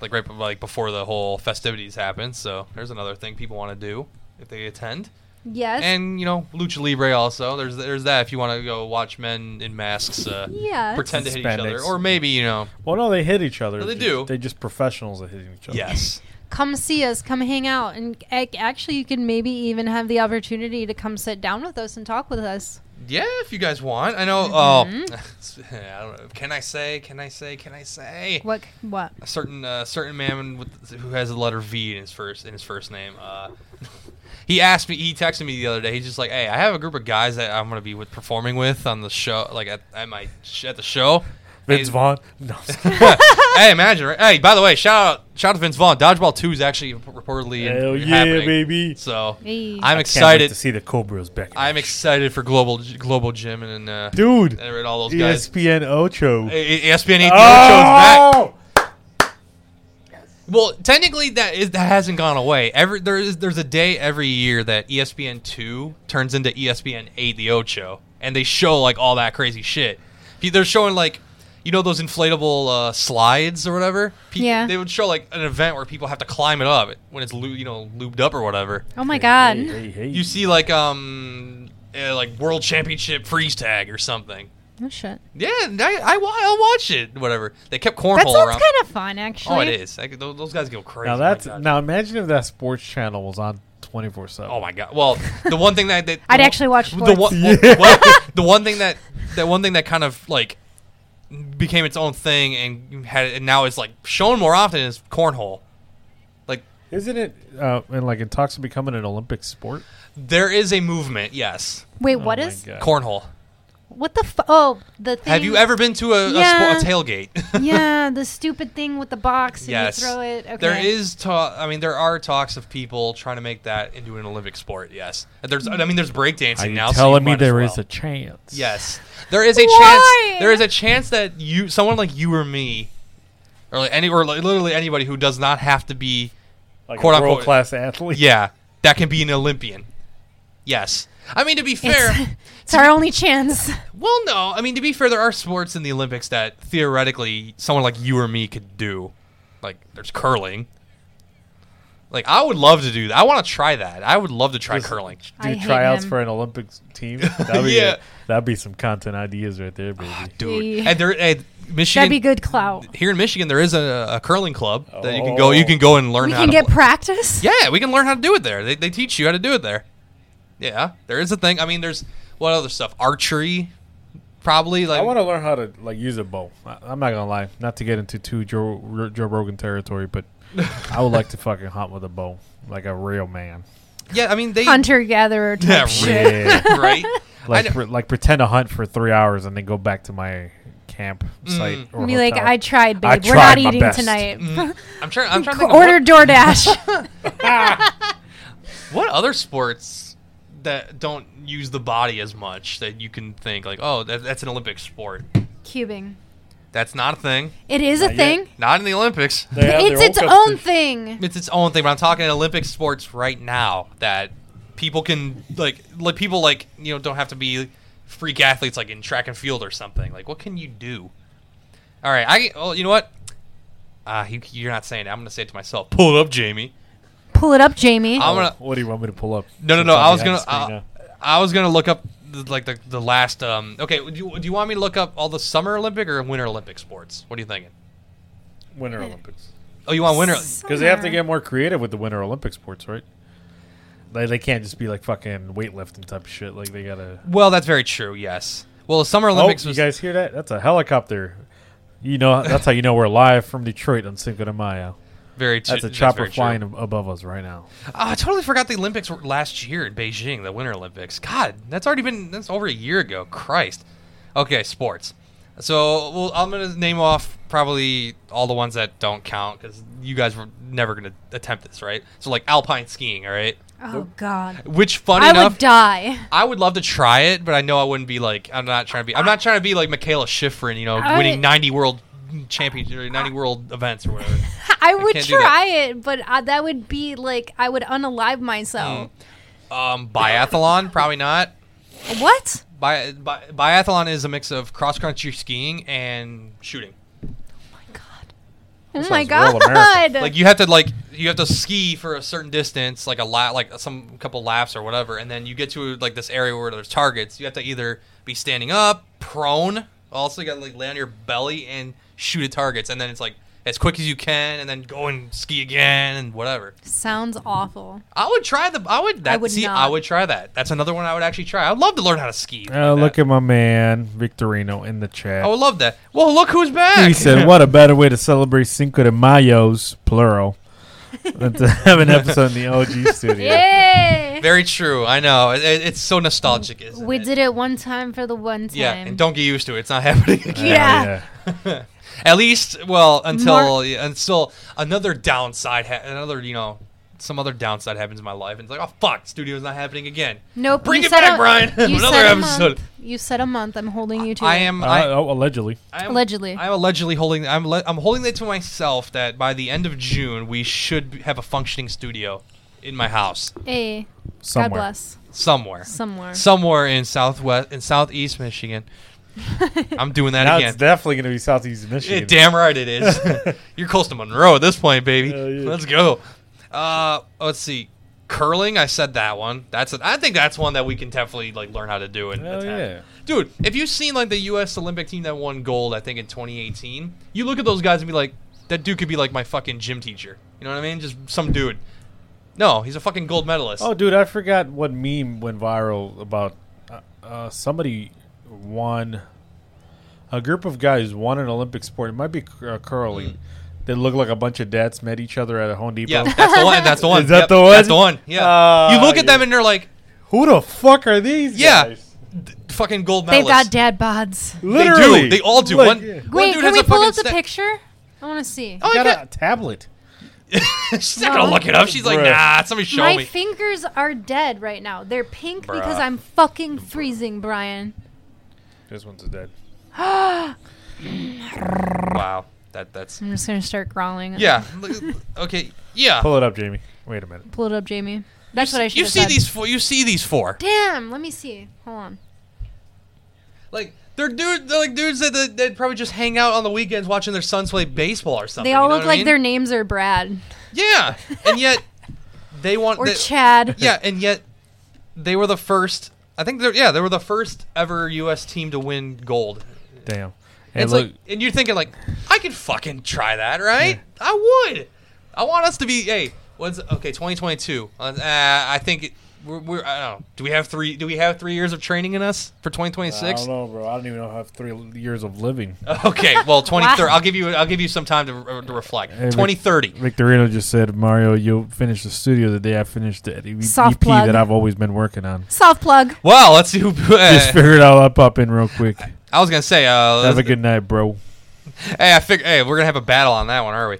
S3: Like right, be- like before the whole festivities happen. So there's another thing people want to do if they attend.
S4: Yes.
S3: And you know, lucha libre also. There's there's that if you want to go watch men in masks uh,
S4: Yes.
S3: pretend to hit each other,
S2: Spandex.
S3: or maybe you know,
S2: Well, no, they hit each other.
S3: No, they
S2: Just-
S3: do.
S2: They just professionals at hitting each other.
S3: yes,
S4: come see us. Come hang out. And ac- actually, you can maybe even have the opportunity to come sit down with us and talk with us.
S3: yeah, if you guys want. I know. Oh, I don't know. Can I say? Can I say? Can I say?
S4: Mm-hmm. What? c- What?
S3: a certain uh, certain man with, who has the letter V in his first in his first name. Uh, he asked me. He texted me the other day. He's just like, "Hey, I have a group of guys that I'm gonna be with performing with on the show, like at, at my sh- at the show."
S2: Vince
S3: Hey-
S2: Vaughn. No.
S3: hey, imagine. Right? Hey, by the way, shout out shout out to Vince Vaughn. Dodgeball Two is actually reportedly in-
S2: Hell yeah,
S3: happening.
S2: baby.
S3: So
S4: Hey.
S3: I'm
S2: I can't wait
S3: excited.
S2: to see the Cobras back. in
S3: I'm
S2: action.
S3: excited for global global Jim and uh,
S2: Dude, E
S3: and all those guys.
S2: ESPN Ocho.
S3: Hey, E hey, ESPN 8 back.
S2: oh!
S3: Well, technically, that is that hasn't gone away. Every there is there's a day every year that E ESPN two turns into E ESPN eight, the Ocho, and they show like all that crazy shit. Pe- They're showing like, you know, those inflatable uh, slides or whatever. Pe-
S4: Yeah.
S3: They would show like an event where people have to climb it up when it's lu- you know lubed up or whatever.
S4: Oh my God.
S2: Hey, hey, hey.
S3: You see like um uh, like world championship freeze tag or something.
S4: Oh shit.
S3: Yeah, and I, I wa- I'll watch it. Whatever. They kept
S4: That
S3: cornhole
S4: sounds
S3: around.
S4: kind of fun, actually.
S3: Oh, it is. I could- those those guys go crazy.
S2: now
S3: My
S2: that's
S3: God.
S2: now imagine if that sports channel was on twenty four seven.
S3: Oh my god! Well, the one thing that, that
S4: I'd
S3: the-
S4: actually watch
S3: the one.
S2: sports.
S3: well, well, the one thing that that one thing that kind of like became its own thing and had and now is like shown more often is cornhole. Like
S2: Isn't it? Uh, and like it talks of becoming an Olympic sport.
S3: there is a movement, yes,
S4: Wait,
S2: Oh
S4: what
S2: my
S4: is?
S2: God.
S3: cornhole.
S4: What the? Fu- oh, the thing.
S3: Have you ever been to a,
S4: Yeah.
S3: a, spo- a tailgate?
S4: yeah, the stupid thing with the box and
S3: yes.
S4: you throw it. Okay.
S3: There is talk. I mean, there are talks of people trying to make that into an Olympic sport. Yes. And There's. I mean, there's breakdancing
S2: Are you
S3: now. so
S2: telling
S3: you
S2: me
S3: might as
S2: there is
S3: well.
S2: a chance?
S3: Yes. There is a
S4: Why?
S3: chance. There is a chance that you, someone like you or me, or like any, or like literally anybody who does not have to be,
S2: Like
S3: Quote,
S2: a
S3: unquote-
S2: world class athlete.
S3: yeah, that can be an Olympian. Yes. I mean, to be fair,
S4: It's, it's our only chance.
S3: well, no. I mean, to be fair, there are sports in the Olympics that theoretically someone like you or me could do. Like, there's curling. Like, I would love to do that. I want to try that. I would love to try
S2: Just
S3: curling.
S4: I
S2: Do
S4: hate
S2: tryouts
S4: him.
S2: for an Olympic team. That'd be
S3: Yeah. Ah,
S2: that'd be some content ideas right there, baby.
S3: Dude.
S4: Yeah.
S3: And there, and Michigan.
S4: That'd be good clout.
S3: here in Michigan, there is a, a curling club that you can
S2: Oh.
S3: go. You can go and learn.
S4: We
S3: how
S4: can
S3: to
S4: get
S3: play.
S4: practice.
S3: yeah, we can learn how to do it there. They, they teach you how to do it there. Yeah, there is a thing. I mean, there's what other stuff? Archery, probably. Like
S2: I want to learn how to like use a bow. I, I'm not gonna lie, not to get into too Joe, R- Joe Rogan territory, but I would like to fucking hunt with a bow, like a real man.
S3: yeah. I mean, they
S4: Hunter gatherer type
S3: Yeah, really.
S4: shit.
S2: Yeah,
S3: right.
S2: like
S3: I know-
S2: pre- like pretend to hunt for three hours and then go back to my camp
S3: Mm.
S2: site. Or
S4: Be like,
S2: hotel.
S4: I tried, babe.
S2: I
S4: We're
S2: tried
S4: not
S2: my
S4: eating
S2: best."
S4: tonight.
S3: I'm trying. I'm trying Mm. to think of
S4: Order DoorDash.
S3: what, what other sports that don't use the body as much that you can think like, oh, that, that's an Olympic sport.
S4: Cubing.
S3: That's not a thing.
S4: It is a
S2: yet.
S4: thing.
S3: Not in the Olympics.
S2: They have
S4: It's
S2: their
S4: its
S2: cups
S4: own
S2: to-
S4: thing.
S3: it's its own thing. But I'm talking Olympic sports right now that people can like, like people like you know don't have to be freak athletes like in track and field or something. Like, what can you do? All right, I well, you know what? Uh, you, you're not saying it. I'm gonna say it to myself. Pull it up, Jamie.
S4: Pull it up, Jamie.
S3: I'm gonna
S2: Oh, What do you want me to pull up?
S3: no no
S2: It's
S3: no.
S2: on
S3: I was
S2: behind
S3: gonna uh,
S2: the screen
S3: I, I was gonna look up the, like the the last um. Okay, do you, do you want me to look up all the summer Olympic or winter Olympic sports? What are you thinking?
S2: now. Winter Olympics.
S3: Oh, you want winter?
S2: Because they have to get more creative with the Winter Olympic sports, right? They, they can't just be like fucking weightlifting type of shit. Like they gotta.
S3: Well, that's very true. Yes. Well, the summer
S2: Oh,
S3: Olympics
S2: you
S3: was
S2: guys hear that? That's a helicopter. You know that's how you know we're live from Detroit on Cinco de Mayo.
S3: very. Tr-
S2: That's a
S3: very
S2: chopper
S3: true.
S2: flying ab- above us right now.
S3: Oh, I totally forgot the Olympics were last year in Beijing, the Winter Olympics. God, that's already been that's over a year ago. Christ. Okay, sports. So, well, I'm gonna name off probably all the ones that don't count because you guys were never gonna attempt this, right? So, like alpine skiing, all right?
S4: Oh God.
S3: Which, funny
S4: I
S3: enough,
S4: would die.
S3: I would love to try it, but I know I wouldn't be like I'm not trying to be I'm not trying to be like Michaela Schifrin, you know,
S4: I-
S3: winning 90 world championships or 90 world events or whatever.
S4: I would
S3: can't do that.
S4: try it, but I, that would be like I would unalive myself.
S3: Um, biathlon, probably not. Hmm.
S4: What?
S3: Bi- bi- biathlon is a mix of cross country skiing and shooting.
S4: Oh my
S2: sounds
S4: God.
S2: real American.
S3: Like you have to like you have to ski for a certain distance, like a lap, like some couple laps or whatever, and then you get to like this area where there's targets. You have to either be standing up, prone. Also, you got to like lay on your belly and shoot at targets, and then it's like as quick as you can, and then go and ski again and whatever.
S4: Sounds awful.
S3: I would try the. I would. That,
S4: would
S3: see.
S4: not.
S3: I would try that. That's another one I would actually try. I'd love to learn how to ski.
S2: Uh, look
S3: That-
S2: at my man Victorino in the chat.
S3: I would love that. Well, look who's back.
S2: he said, "What a better way to celebrate Cinco de Mayo's plural than to have an episode in the OG studio."
S4: Yay!
S3: Very true. I know. It, it- it's so nostalgic, isn't
S4: We
S3: it?
S4: did it one time for the one time.
S3: Yeah, and don't get used to it. It's not happening again.
S4: Yeah.
S3: At least, well, until
S4: Mar-
S3: yeah, until another downside, ha- another you know, some other downside happens in my life, and it's like, oh fuck, studio's not happening again.
S4: Nope.
S3: Bring
S4: you
S3: it
S4: said
S3: back,
S4: a-
S3: Brian.
S4: You
S3: Another
S4: said a
S3: episode.
S4: Month. You said a month. I'm holding you to.
S3: I
S4: it.
S3: am.
S2: Uh,
S3: I,
S2: oh, allegedly.
S3: I'm
S4: Allegedly.
S3: I'm allegedly holding. I'm. Le- I'm holding it to myself that by the end of June we should be- have a functioning studio in my house
S4: Hey,
S2: Somewhere.
S4: God bless.
S3: somewhere,
S4: Somewhere.
S3: somewhere in southwest in southeast Michigan. I'm doing that
S2: Now
S3: again.
S2: it's definitely going to be Southeast
S3: Yeah,
S2: Michigan.
S3: damn right it is. You're close to Monroe at this point, baby.
S2: Hell yeah.
S3: Let's go. Uh, let's see. Curling, I said that one. That's a, I think that's one that we can definitely like learn how to do and
S2: Hell
S3: attempt. Dude, if you've seen like the US Olympic team that won gold, I think in 2018, you look at those guys and be like, that dude could be like my fucking gym teacher. You know what I mean? Just some dude. No, he's a fucking gold medalist.
S2: Oh, dude, I forgot what meme went viral about uh, uh, somebody won. A group of guys won an Olympic sport. It might be cur- uh, curling. They look like a bunch of dads met each other at a Home Depot.
S3: Hmm. yeah, that's the one. That's the one.
S2: Is that
S3: Yep,
S2: the one?
S3: That's the one. Yeah.
S2: Ah,
S3: you look at
S2: yeah.
S3: them and they're like,
S2: Who the fuck are these
S3: Yeah.
S2: guys?
S3: d- fucking gold
S4: They've
S3: medalists.
S4: got dad bods.
S3: They do. They all do.
S2: Like,
S3: one,
S2: yeah.
S3: one
S4: Wait,
S3: dude
S4: can
S3: has
S4: we
S3: a
S4: pull
S3: fucking
S4: up the
S3: sta-
S4: picture? I want to see.
S3: Oh, my
S2: got
S3: God.
S2: a tablet.
S3: She's not gonna
S4: No.
S3: look it up. She's like,
S2: Bruh.
S3: nah, somebody show
S4: My
S3: me.
S4: fingers are dead right now. They're pink because
S3: Bruh.
S4: I'm fucking freezing, Brian.
S2: This one's dead.
S3: wow, that that's
S4: I'm just gonna start growling.
S3: yeah. Look- okay, yeah.
S2: Pull it up, Jamie. Wait a minute.
S4: Pull it up, Jamie. That's what I should
S3: You
S4: have
S3: see
S4: said.
S3: these four. You see these four.
S4: Damn. Let me see. Hold on.
S3: Like they're dude. They're like dudes that that that probably just hang out on the weekends watching their sons play baseball or something.
S4: They
S3: you
S4: all
S3: know
S4: look
S3: what I
S4: like
S3: mean?
S4: their names are Brad
S3: yeah, and yet they want
S4: or
S3: they-
S4: Chad.
S3: Yeah, and yet they were the first. I think they're yeah they were the first ever U.S. team to win gold.
S2: Damn. Hey,
S3: And it's
S2: look.
S3: like, and you're thinking like, I could fucking try that, right? I would. I want us to be. Hey, what's okay? 2022. Uh, uh, I think it, we're, we're. I don't know. Do we have three? Do we have three years of training in us for 2026?
S2: I don't know, bro. I don't even know how I have three years of living.
S3: Okay, well, 2030.
S4: Wow.
S3: I'll give you. I'll give you some time to, re- to reflect.
S2: Hey, Vic-
S3: 2030.
S2: Victorino just said, Mario, you'll finish the studio the day I finish the E-
S4: Soft
S2: EP
S4: plug.
S2: that I've always been working on.
S4: Soft plug.
S3: Wow, let's see who.
S2: Just figure it all up, up in real quick.
S3: I was gonna say. Uh,
S2: Have a good night, bro.
S3: Hey, I fig- Hey, we're gonna have a battle on that one, are we?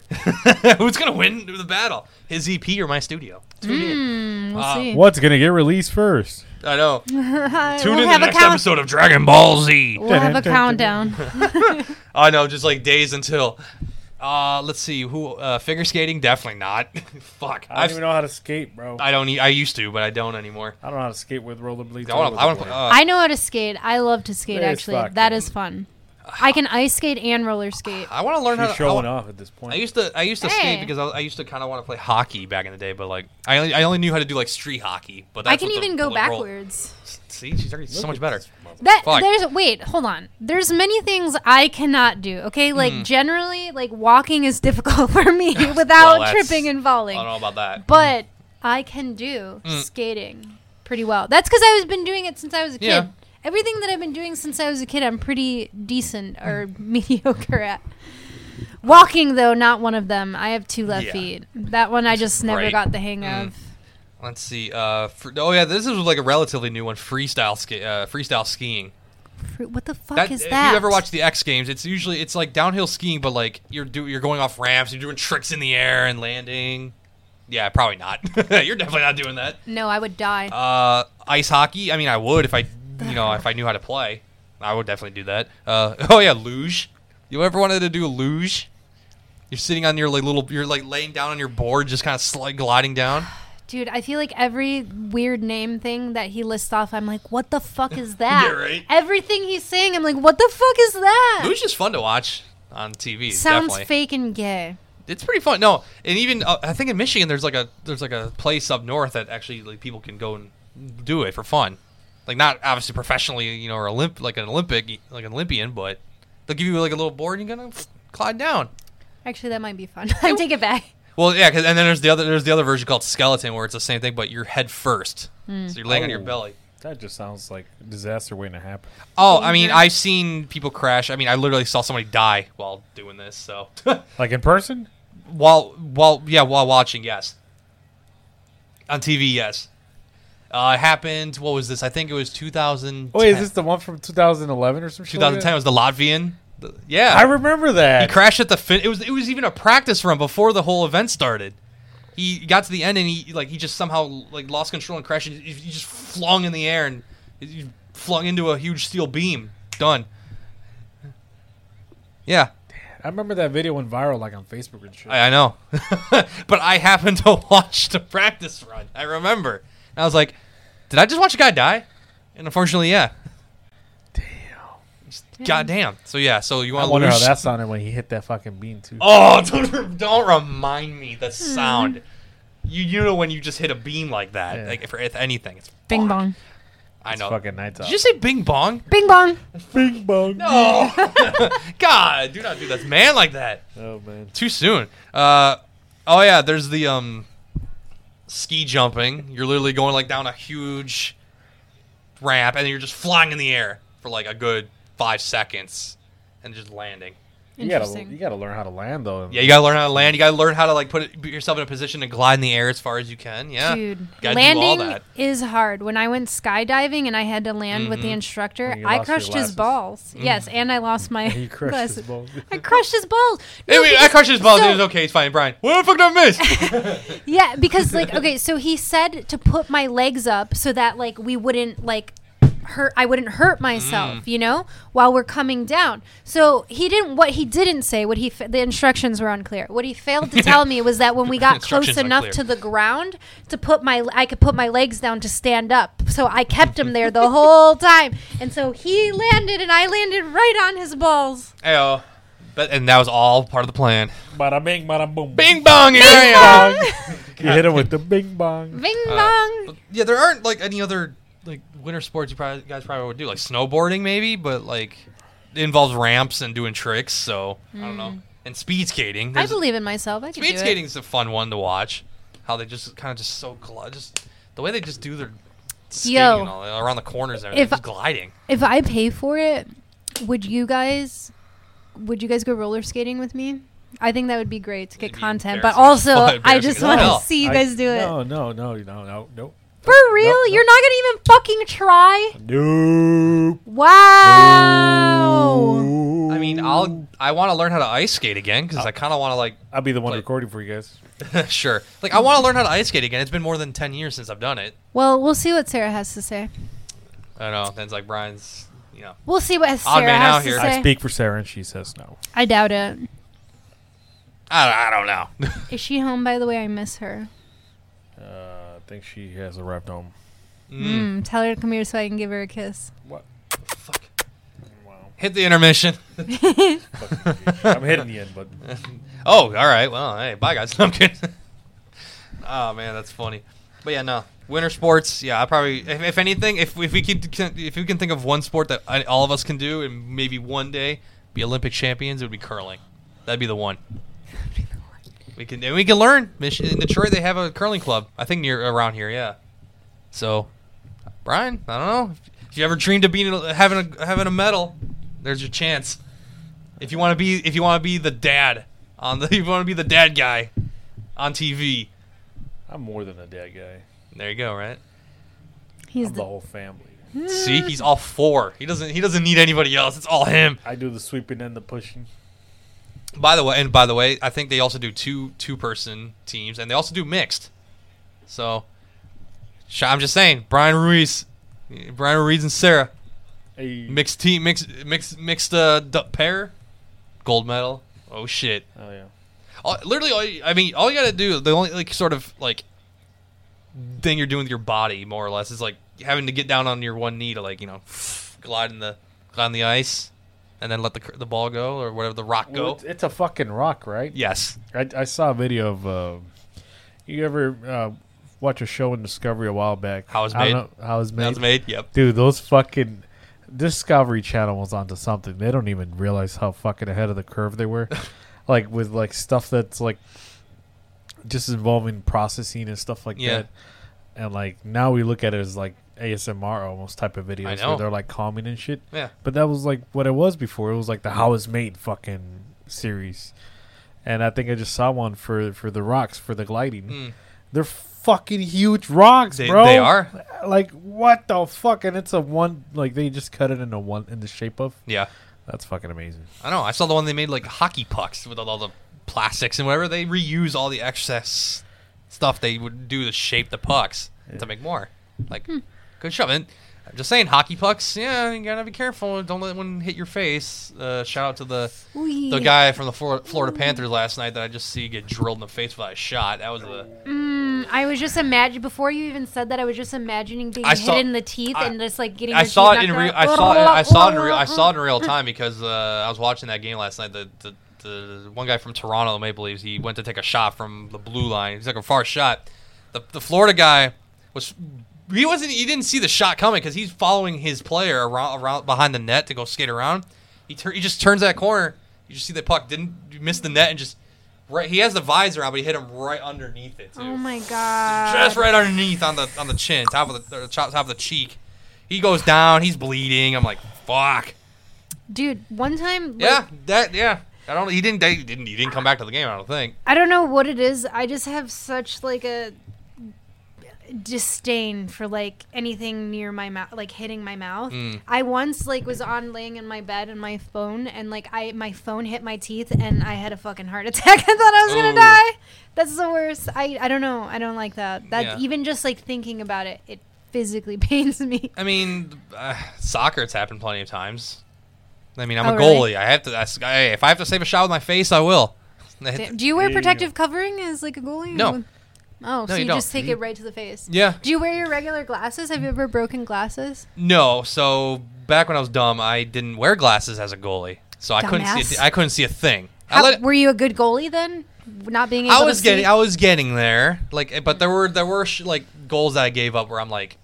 S3: Who's gonna win the battle? His EP or my studio? That's what we did.
S4: Mm, we'll
S3: Wow.
S4: see.
S2: What's gonna get released first?
S3: I know. Tune
S4: we'll
S3: in to the
S4: have a
S3: next
S4: count-
S3: episode of Dragon Ball Z.
S4: We'll have a countdown.
S3: I know, just like days until. Uh, let's see. Who uh, figure skating? Definitely not. Fuck.
S2: I don't
S3: I've,
S2: even know how to skate, bro. I,
S3: I don't. e- I used to, but I don't anymore.
S2: don't know how to skate with rollerblades.
S3: I want to. I want to. Uh,
S4: I know how to skate. I love to skate.
S2: Hey, it's
S4: actually,
S2: fucked,
S4: that
S2: dude.
S4: is fun. I can ice skate and roller skate.
S3: I want to learn how to.
S2: She's showing
S3: I, wa-
S2: off at this point.
S3: I used to. I used to
S4: Hey.
S3: skate because I, I used to kind of want to play hockey back in the day, but like I only, I only knew how to do like street hockey. But that's
S4: I can
S3: what the
S4: even go
S3: bullet roll-
S4: backwards.
S3: See, she's already so much better.
S4: That
S3: Fuck.
S4: there's wait, hold on. There's many things I cannot do. Okay, like
S3: Mm.
S4: generally, like walking is difficult for me without
S3: that's-
S4: tripping and
S3: I
S4: falling.
S3: don't know about that.
S4: But I can do
S3: Mm.
S4: skating pretty well. That's because I've been doing it since I was a kid.
S3: Yeah.
S4: Everything that I've been doing since I was a kid, I'm pretty decent
S3: Mm.
S4: or mediocre at. Walking though, not one of them. I have two left
S3: Yeah.
S4: feet. That one I just never
S3: Right. Mm.
S4: got the hang of.
S3: Let's see. Uh, fr- oh yeah, this is like a relatively new one. Freestyle ski. Uh, freestyle skiing.
S4: Fr- What the fuck
S3: That,
S4: is
S3: if
S4: that?
S3: you ever watch the X Games, it's usually it's like downhill skiing, but like you're do you're going off ramps, you're doing tricks in the air and landing. Yeah, probably not. you're definitely not doing that.
S4: No, I would die.
S3: Uh, ice hockey. I mean, I would if I you know if I knew how to play, I would definitely do that. Uh, oh yeah, luge. You ever wanted to do a luge? You're sitting on your like little, you're like laying down on your board, just kind of sli- gliding down.
S4: Dude, I feel like every weird name thing that he lists off, I'm like, what the fuck is that?
S3: right.
S4: Everything he's saying, I'm like, what the fuck is that?
S3: Luge is fun to watch on TV.
S4: Sounds
S3: definitely.
S4: fake and gay.
S3: it's pretty fun. No, and even uh, I think in Michigan there's like a there's like a place up north that actually like people can go and do it for fun, like not obviously professionally, you know, or Olymp like an Olympic like an Olympian, but they'll give you like a little board and you're gonna climb down.
S4: Actually, that might be fun. I take it back.
S3: Well, yeah, 'cause- and then there's the other there's the other version called skeleton where it's the same thing but you're head first, so you're laying on your
S2: Oh.
S3: belly.
S2: That just sounds like disaster waiting to happen.
S3: Oh, I mean, I've seen people crash. I mean, I literally saw somebody die while doing this. So,
S2: Like in person?
S3: while while yeah while watching yes on tv yes uh it happened what was this i think it was 2000
S2: Oh, wait, is this the one from 2011 or some shit? like that?
S3: 2010 was the latvian The- yeah
S2: I remember
S3: he
S2: that.
S3: crashed at the fin it was it was even a practice run before the whole event started he got to the end and he like he just somehow like lost control and crashed and he he just flung in the air and he flung into a huge steel beam done yeah
S2: I remember that video went viral like on Facebook and shit.
S3: I, I know. but I happened to watch the practice run. I remember. And I was like, did I just watch a guy die? And unfortunately, yeah. Damn. God damn. So yeah, so you
S2: I
S3: want to
S2: wonder
S3: lose
S2: how that sounded when he hit that fucking bean too.
S3: Oh, don't, don't remind me the
S4: Hmm.
S3: sound. You you know when you just hit a beam like that,
S2: Yeah.
S3: like for if anything, it's
S4: Bing bong.
S3: I know.
S2: fucking nights out.
S3: Did you say bing bong?
S4: Bing bong.
S2: bing bong.
S3: Oh, God! Do not do that, to man, like that.
S2: Oh man.
S3: too soon. Uh, oh yeah, there's the um, ski jumping. You're literally going like down a huge ramp, and you're just flying in the air for like a good five seconds, and just landing.
S2: You gotta,
S4: Interesting.
S2: you gotta learn how to land though.
S3: Yeah, you gotta learn how to land. You gotta learn how to like put, it, put yourself in a position to glide in the air as far as you can. Yeah,
S4: Dude,
S3: gotta do all
S4: landing
S3: that.
S4: is hard. When I went skydiving and I had to land with the
S3: Mm-hmm.
S2: And
S4: instructor,
S2: you lost
S4: I
S2: your
S4: crushed his
S2: glasses.
S4: balls. Yes,
S3: Mm.
S4: and I lost my
S2: he crushed his
S4: glasses.
S2: balls.
S4: I crushed his balls. No,
S3: Anyway, I
S4: because-
S3: crushed his balls.
S4: so-
S3: it was okay. It's fine, Brian. What the fuck did I miss?
S4: Yeah, because like okay, so he said to put my legs up so that like we wouldn't like hurt I wouldn't hurt
S3: Mm.
S4: myself, you know, while we're coming down. So he didn't what he didn't say, what he fa- the instructions were unclear. What he failed to tell me was that when we got close
S3: Instructions
S4: enough
S3: unclear.
S4: to the ground to put my I could put my legs down to stand up. So I kept him there the whole time. And so he landed and I landed right on his balls.
S3: Ayo. oh. But and that was all part of the plan.
S2: Bada bing, bada boom.
S3: Bing bong. Here I am.
S2: You hit him with the bing bong.
S4: Bing
S3: Uh,
S4: bong.
S3: but yeah, there aren't like any other like winter sports you probably guys probably would do like snowboarding maybe, but like it involves ramps and doing tricks. So I don't know. And speed skating.
S4: Hmm. I
S3: There's-
S4: believe in myself. I can
S3: speed
S4: do it.
S3: skating's a fun one to watch. How they just kind of just so glide, just the way they just do their skating
S4: Yo.
S3: and all that, around the corners and everything,
S4: If
S3: just
S4: I-
S3: gliding.
S4: If I pay for it, would you guys would you guys go roller skating with me? I think that would be great to get
S3: It'd be
S4: content, but
S3: embarrassing.
S4: also
S3: Well,
S4: I
S3: embarrassing
S4: just
S3: as
S4: want
S3: hell.
S4: to see you guys do it.
S2: No, no, no, no, no, no.
S4: For real?
S2: no.
S4: You're not going to even fucking try?
S2: Nope.
S4: Wow.
S3: I mean, I'll I want to learn how to ice skate again because I kind of want to like
S2: I'll be the one
S3: Like-
S2: recording for you guys.
S3: sure like I want to learn how to ice skate again. It's been more than ten years since I've done it.
S4: Well, we'll see what Sarah has to say.
S3: I don't know. That's like Brian's. You know,
S4: We'll see what Sarah
S3: man
S4: has
S3: out
S4: to
S3: here.
S4: say.
S2: I speak for Sarah, and she says no.
S4: I doubt it.
S3: I, I don't know.
S4: Is she home by the way? I miss her.
S2: Uh, I think she has arrived home.
S3: Hmm.
S4: Mm. tell her to come here so I can give her a kiss.
S2: What?
S3: Fuck.
S2: Wow.
S3: Hit the intermission.
S2: I'm hitting the end, but
S3: Oh, all right. Well, hey, bye guys. I'm kidding. oh man, that's funny. But yeah, no winter sports. Yeah, I probably if, if anything, if, if we could if we can think of one sport that I, all of us can do and maybe one day be Olympic champions, it would be curling. That'd be the one. We can and we can learn. Mich- In Detroit, they have a curling club. I think near around here. Yeah. So, Brian, I don't know if you ever dreamed of being having a having a medal. There's your chance. If you want to be, if you want to be the dad on the, you want to be the dad guy on TV.
S2: I'm more than a dead guy.
S3: There you go, right?
S4: He's
S2: I'm the
S4: the,
S2: whole family.
S3: See, he's all four. He doesn't, he doesn't need anybody else. It's all him.
S2: I do the sweeping and the pushing.
S3: By the way, and by the way, I think they also do two two person teams, and they also do mixed. So, sh- I'm just saying, Brian Ruiz, Brian Ruiz and Sarah,
S2: Hey.
S3: mixed team, mixed mixed mixed uh, du- pair, gold medal. Oh shit.
S2: Oh yeah.
S3: all, literally all you, I mean all you gotta do the only like sort of like thing you're doing with your body more or less is like having to get down on your one knee to like you know glide in the glide on the ice and then let the cr- the ball go or whatever the rock
S2: Well,
S3: go
S2: it's, it's a fucking rock, right?
S3: yes
S2: I, I saw a video of. Uh, you ever uh, watch a show on Discovery a while back?
S3: How It's
S2: I
S3: Made.
S2: don't know- How it's made.
S3: that was made yep
S2: Dude, those fucking Discovery Channel was onto something. They don't even realize how fucking ahead of the curve they were. like with like stuff that's like just involving processing and stuff like
S3: Yeah.
S2: that. And like now we look at it as like ASMR almost type of videos
S3: know.
S2: where they're like calming and shit.
S3: yeah
S2: But that was like what it was before. It was like the How It's Made fucking series. And I think I just saw one for for the rocks for the gliding.
S3: Mm.
S2: They're fucking huge rocks,
S3: they,
S2: bro
S3: they are
S2: like what the fuck and it's a one like they just cut it into one in the shape of
S3: yeah
S2: that's fucking amazing
S3: I know I saw the one they made like hockey pucks with all the plastics and whatever they reuse all the excess stuff they would do to shape the pucks to make more like good shove and I'm just saying hockey pucks yeah you gotta be careful don't let one hit your face uh, shout out to the
S4: Wee.
S3: the guy from the Flor- Florida Panthers last night that I just see get drilled in the face by a shot that was a
S4: Mm, I was just imagining before you even said that. I was just imagining being
S3: I
S4: hit
S3: saw-
S4: in the teeth
S3: I-
S4: and just like getting.
S3: I
S4: your
S3: saw
S4: teeth
S3: it in
S4: knocked
S3: real.
S4: out.
S3: I saw. It, I saw it in real. I saw it in real time because uh, I was watching that game last night. The, the the one guy from Toronto, the Maple Leafs, he went to take a shot from the blue line. He's like a far shot. The the Florida guy was. He wasn't. He didn't see the shot coming because he's following his player around around behind the net to go skate around. He tur- he just turns that corner. You just see the puck didn't miss the net and just right. He has the visor on, but he hit him right underneath it. Too
S4: Oh my god!
S3: just right underneath on the on the chin, top of the or top, top of the cheek. He goes down. He's bleeding. I'm like, fuck.
S4: dude. One time, like,
S3: Yeah, that yeah. I don't. He didn't. They didn't. He didn't come back to the game. I don't think.
S4: I don't know what it is. I just have such like a disdain for like anything near my mouth, like hitting my mouth.
S3: Mm.
S4: I once like was on laying in my bed and my phone, and like I my phone hit my teeth, and I had a fucking heart attack. I thought I was
S3: Ooh.
S4: gonna die. That's the worst. I I don't know. I don't like that. That
S3: Yeah.
S4: even just like thinking about it, it physically pains me.
S3: I mean, uh, soccer. It's happened plenty of times. I mean, I'm
S4: Oh,
S3: a goalie.
S4: really?
S3: I have to. That's, hey, if I have to save a shot with my face, I will.
S4: Damn. Do you wear
S2: There you go.
S4: protective covering as like a goalie?
S3: No.
S4: Oh, so
S3: you
S4: you,
S3: don't.
S4: just take it right to the face.
S3: Yeah.
S4: Do you wear your regular glasses? Have you ever broken glasses?
S3: No. So back when I was dumb, I didn't wear glasses as a goalie, so I couldn't see. A
S4: Dumbass.
S3: th- I couldn't see a thing. I
S4: How,
S3: let-
S4: were you a good goalie then? Not being able
S3: I was
S4: to
S3: getting,
S4: see?
S3: I was getting there. Like, eh, but there were there were sh- like goals that I gave up where I'm like,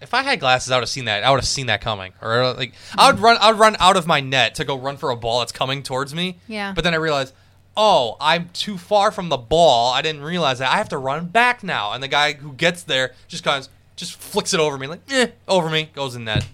S3: if I had glasses, I would have seen that. I would have seen that coming. Or uh, like, I
S4: Mm.
S3: would run, I would run out of my net to go run for a ball that's coming towards me.
S4: Yeah.
S3: But then I realized, oh, I'm too far from the ball. I didn't realize that I have to run back now. And the guy who gets there just kind of just flicks it over me, like eh, over me, goes in net.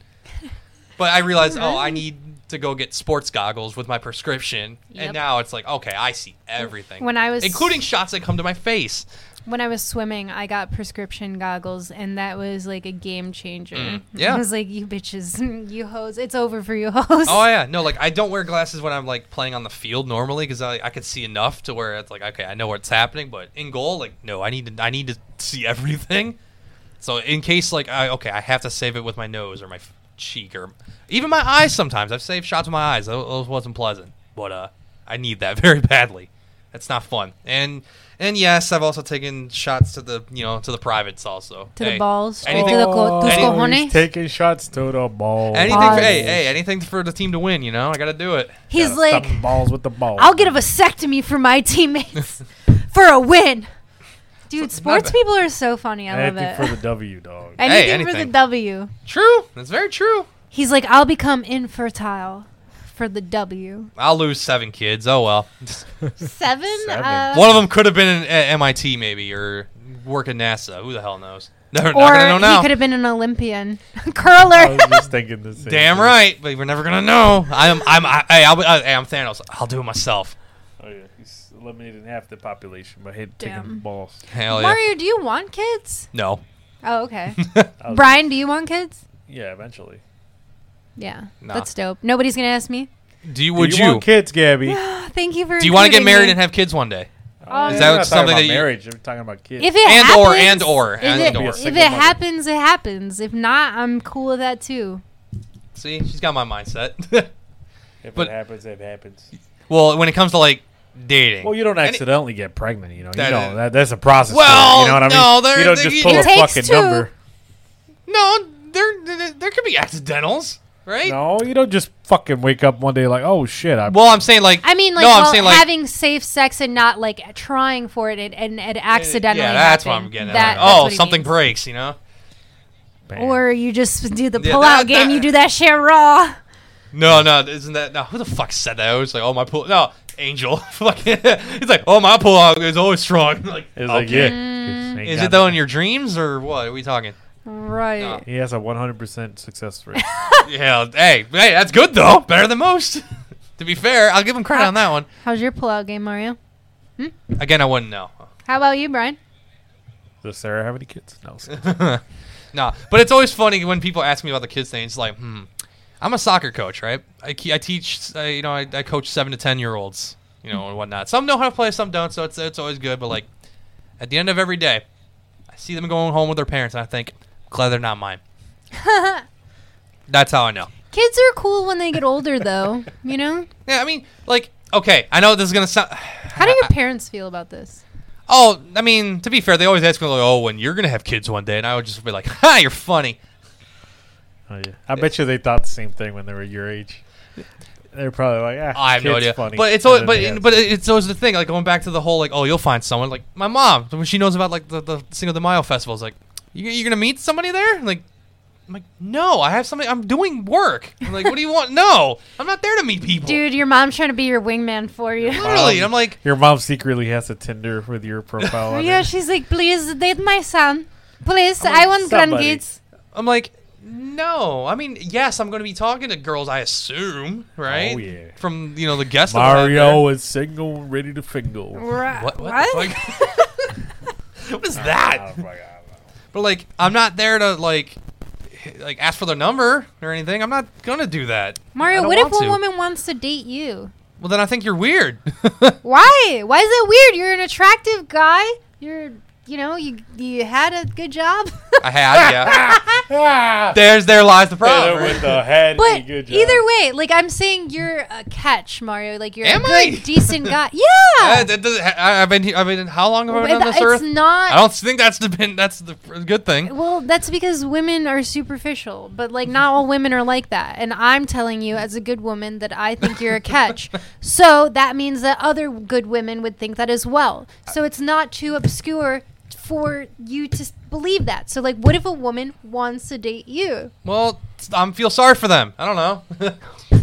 S3: But I realized, oh, I need to go get sports goggles with my prescription. And
S4: Yep.
S3: now it's like, okay, I see everything.
S4: When I was-
S3: including shots that come to my face.
S4: when I was swimming, I got prescription goggles, and that was like a game changer.
S3: Mm, Yeah.
S4: I was like, you bitches, you hoes, it's over for you hoes.
S3: Oh yeah, no, like I don't wear glasses when I'm like playing on the field normally because I I could see enough to where it's like okay, I know what's happening, but in goal, like no, I need to I need to see everything. So in case like I okay, I have to save it with my nose or my f- cheek or even my eyes. Sometimes I've saved shots with my eyes. Tho- Those wasn't pleasant, but uh, I need that very badly. That's not fun. And and yes, I've also taken shots to the you know to the privates also
S4: To
S3: Hey,
S4: the balls,
S3: anything-
S4: to the co- tus
S3: anything-
S4: cojones.
S2: Oh, taking shots to the ball.
S3: Anything
S4: Balls.
S3: for, hey hey anything for the team to win, you know I got to do it.
S4: He's like,
S2: balls with the ball.
S4: I'll get a vasectomy for my teammates for a win. Dude, sports
S3: bad.
S4: people are so funny. I love
S2: anything
S4: it.
S2: for the W, dog.
S4: anything for
S3: anything.
S4: the W.
S3: True, that's very true.
S4: He's like, I'll become infertile for the W.
S3: I'll lose seven kids. Oh well.
S4: Seven?
S2: Seven.
S4: Uh,
S3: One of them could have been at MIT maybe or work at NASA. Who the hell knows? Never, not
S4: Or
S3: gonna know Oh,
S4: he
S3: now.
S4: could have been an Olympian
S2: I
S4: curler.
S2: was just thinking the same.
S3: Damn
S2: thing.
S3: right, but we're never gonna know. I'm I'm I, hey, I'll, I, hey, I'm Thanos. I'll do it myself.
S2: Oh yeah, he's eliminated half the population by hit taking
S4: Damn.
S2: balls.
S3: Hell yeah.
S4: Mario, do you want kids?
S3: No,
S4: Oh, okay.
S2: I was-
S4: Brian, do you want kids?
S2: Yeah, eventually.
S4: Yeah,
S3: Nah.
S4: that's dope. Nobody's gonna ask me.
S3: do you? Would
S2: Do
S3: you?
S2: want kids, Gabby?
S4: Uh, Thank you for.
S3: do you want to get
S4: including
S3: married
S4: me.
S3: and have kids one day?
S4: Um,
S2: We're
S4: Is
S3: that
S2: not
S3: something
S2: talking
S3: that
S2: about
S3: you-
S2: marriage? We're talking about kids.
S4: If it
S3: And
S4: happens,
S3: or, and or,
S4: if
S3: and
S4: it,
S2: or.
S4: if
S2: Single
S4: it
S2: mother.
S4: happens, it happens. If not, I'm cool with that too.
S3: See, she's got my mindset.
S2: If
S3: but-
S2: it happens, it happens.
S3: well, when it comes to like dating,
S2: Well, you don't
S3: Any-
S2: accidentally get pregnant, you know.
S3: That
S2: you know
S3: is-
S2: that, that's a process. to it,
S3: Well,
S2: you know what I mean.
S3: no, there-
S2: you don't
S3: there-
S2: just
S3: you-
S2: pull
S4: It
S2: a
S4: takes
S2: fucking
S4: two.
S2: number.
S3: no, there, there there could be accidentals, right?
S2: No, you don't just fucking wake up one day like, oh shit, I.
S3: Well, I'm saying like
S4: I mean, like,
S3: no, I'm
S4: while
S3: saying like
S4: having safe sex and not like trying for it and, and, and accidentally.
S3: Yeah, that's what
S4: happen.
S3: I'm getting.
S4: That-
S3: at.
S4: that's
S3: Oh,
S4: what he
S3: something
S4: means.
S3: breaks, you know?
S2: Bam.
S4: Or you just do the
S3: Yeah,
S4: pull
S3: that-
S4: out game.
S3: that-
S4: You do that shit raw.
S3: No, no, isn't that no? Who the fuck said that? It was like, oh my pull, no, Angel. Fucking, it's like, oh my pull out is always strong. like,
S2: It's like,
S3: okay.
S2: yeah.
S4: Mm.
S2: Ain't
S3: Is
S2: got
S3: it though in
S2: nothing.
S3: your dreams or what? Are we talking?
S4: Right.
S3: No.
S2: He has a 100% success rate.
S3: yeah. Hey, hey, that's good though. Better than most. to be fair, I'll give him credit on that one.
S4: How's your pull out game, Mario?
S3: Again, I wouldn't know.
S4: How about you, Brian?
S2: Does Sarah have any kids? No.
S3: No, but it's always funny when people ask me about the kids thing. It's like, hmm, I'm a soccer coach, right? I, ke- I teach, uh, you know, I, I coach seven to ten year olds, you know, and whatnot. Some know how to play, some don't, so it's it's always good. But like, at the end of every day, I see them going home with their parents, and I think, glad they're not mine. That's how I know.
S4: Kids are cool when they get older, though. You know.
S3: Yeah, I mean, like, okay, I know this is gonna sound.
S4: How do your parents feel about this?
S3: Oh, I mean, to be fair, they always ask me like, "Oh, when you're gonna have kids one day," and I would just be like, "Ha, you're funny."
S2: Oh, yeah. I bet you they thought the same thing when they were your age. They're probably like, ah,
S3: I have no
S2: kid's
S3: idea.
S2: funny.
S3: But it's
S2: And
S3: always,
S2: then
S3: but
S2: they had-
S3: but it's always the thing. Like going back to the whole like, oh, you'll find someone. Like my mom, when she knows about like the, the Cinco de Mayo festival, is like, you, you're gonna meet somebody there. Like, I'm like, no, I have somebody. I'm doing work. I'm like, what do you want? No, I'm not there to meet people.
S4: Dude, your mom's trying to be your wingman for you.
S2: Um,
S3: literally. And I'm like,
S2: your mom secretly has a Tinder with your profile. on
S4: yeah,
S2: it.
S4: she's like, please date my son. Please, I want
S2: somebody."
S4: grandkids.
S3: I'm like, No, I mean, yes, I'm going to be talking to girls. I assume, right?
S2: Oh, yeah.
S3: From you know the guest that we'll have
S2: Mario is single, ready to fingle.
S3: there.
S4: Right.
S3: What? What? the fuck? what is
S2: Oh,
S3: that? But like, I'm not there to like, h- like ask for their number or anything. I'm not gonna do that. I
S4: Mario,
S3: don't
S4: what if
S3: want
S4: a
S3: to.
S4: woman wants to date you?
S3: Well, then I think you're weird.
S4: Why? Why is that weird? You're an attractive guy. You're, you know, you you had a good job.
S3: I had, yeah. There's there lies the problem. right?
S2: with the head.
S4: but
S2: good job.
S4: either way, like I'm saying, you're a catch, Mario. Like you're
S3: Am
S4: a good,
S3: I?
S4: decent guy.
S3: Uh,
S4: Yeah.
S3: that doesn't- I- I've been here. I've been. How long have I been on
S4: Well,
S3: this earth?
S4: it's not.
S3: I don't think that's the been. That's the f- good thing.
S4: Well, that's because women are superficial, but like not all women are like that. And I'm telling you, as a good woman, that I think you're a catch. so that means that other good women would think that as well. So it's not too obscure for you to s- believe that. So, like, what if a woman wants to date you?
S3: Well, s- I'm feel sorry for them. I don't know. Sorry,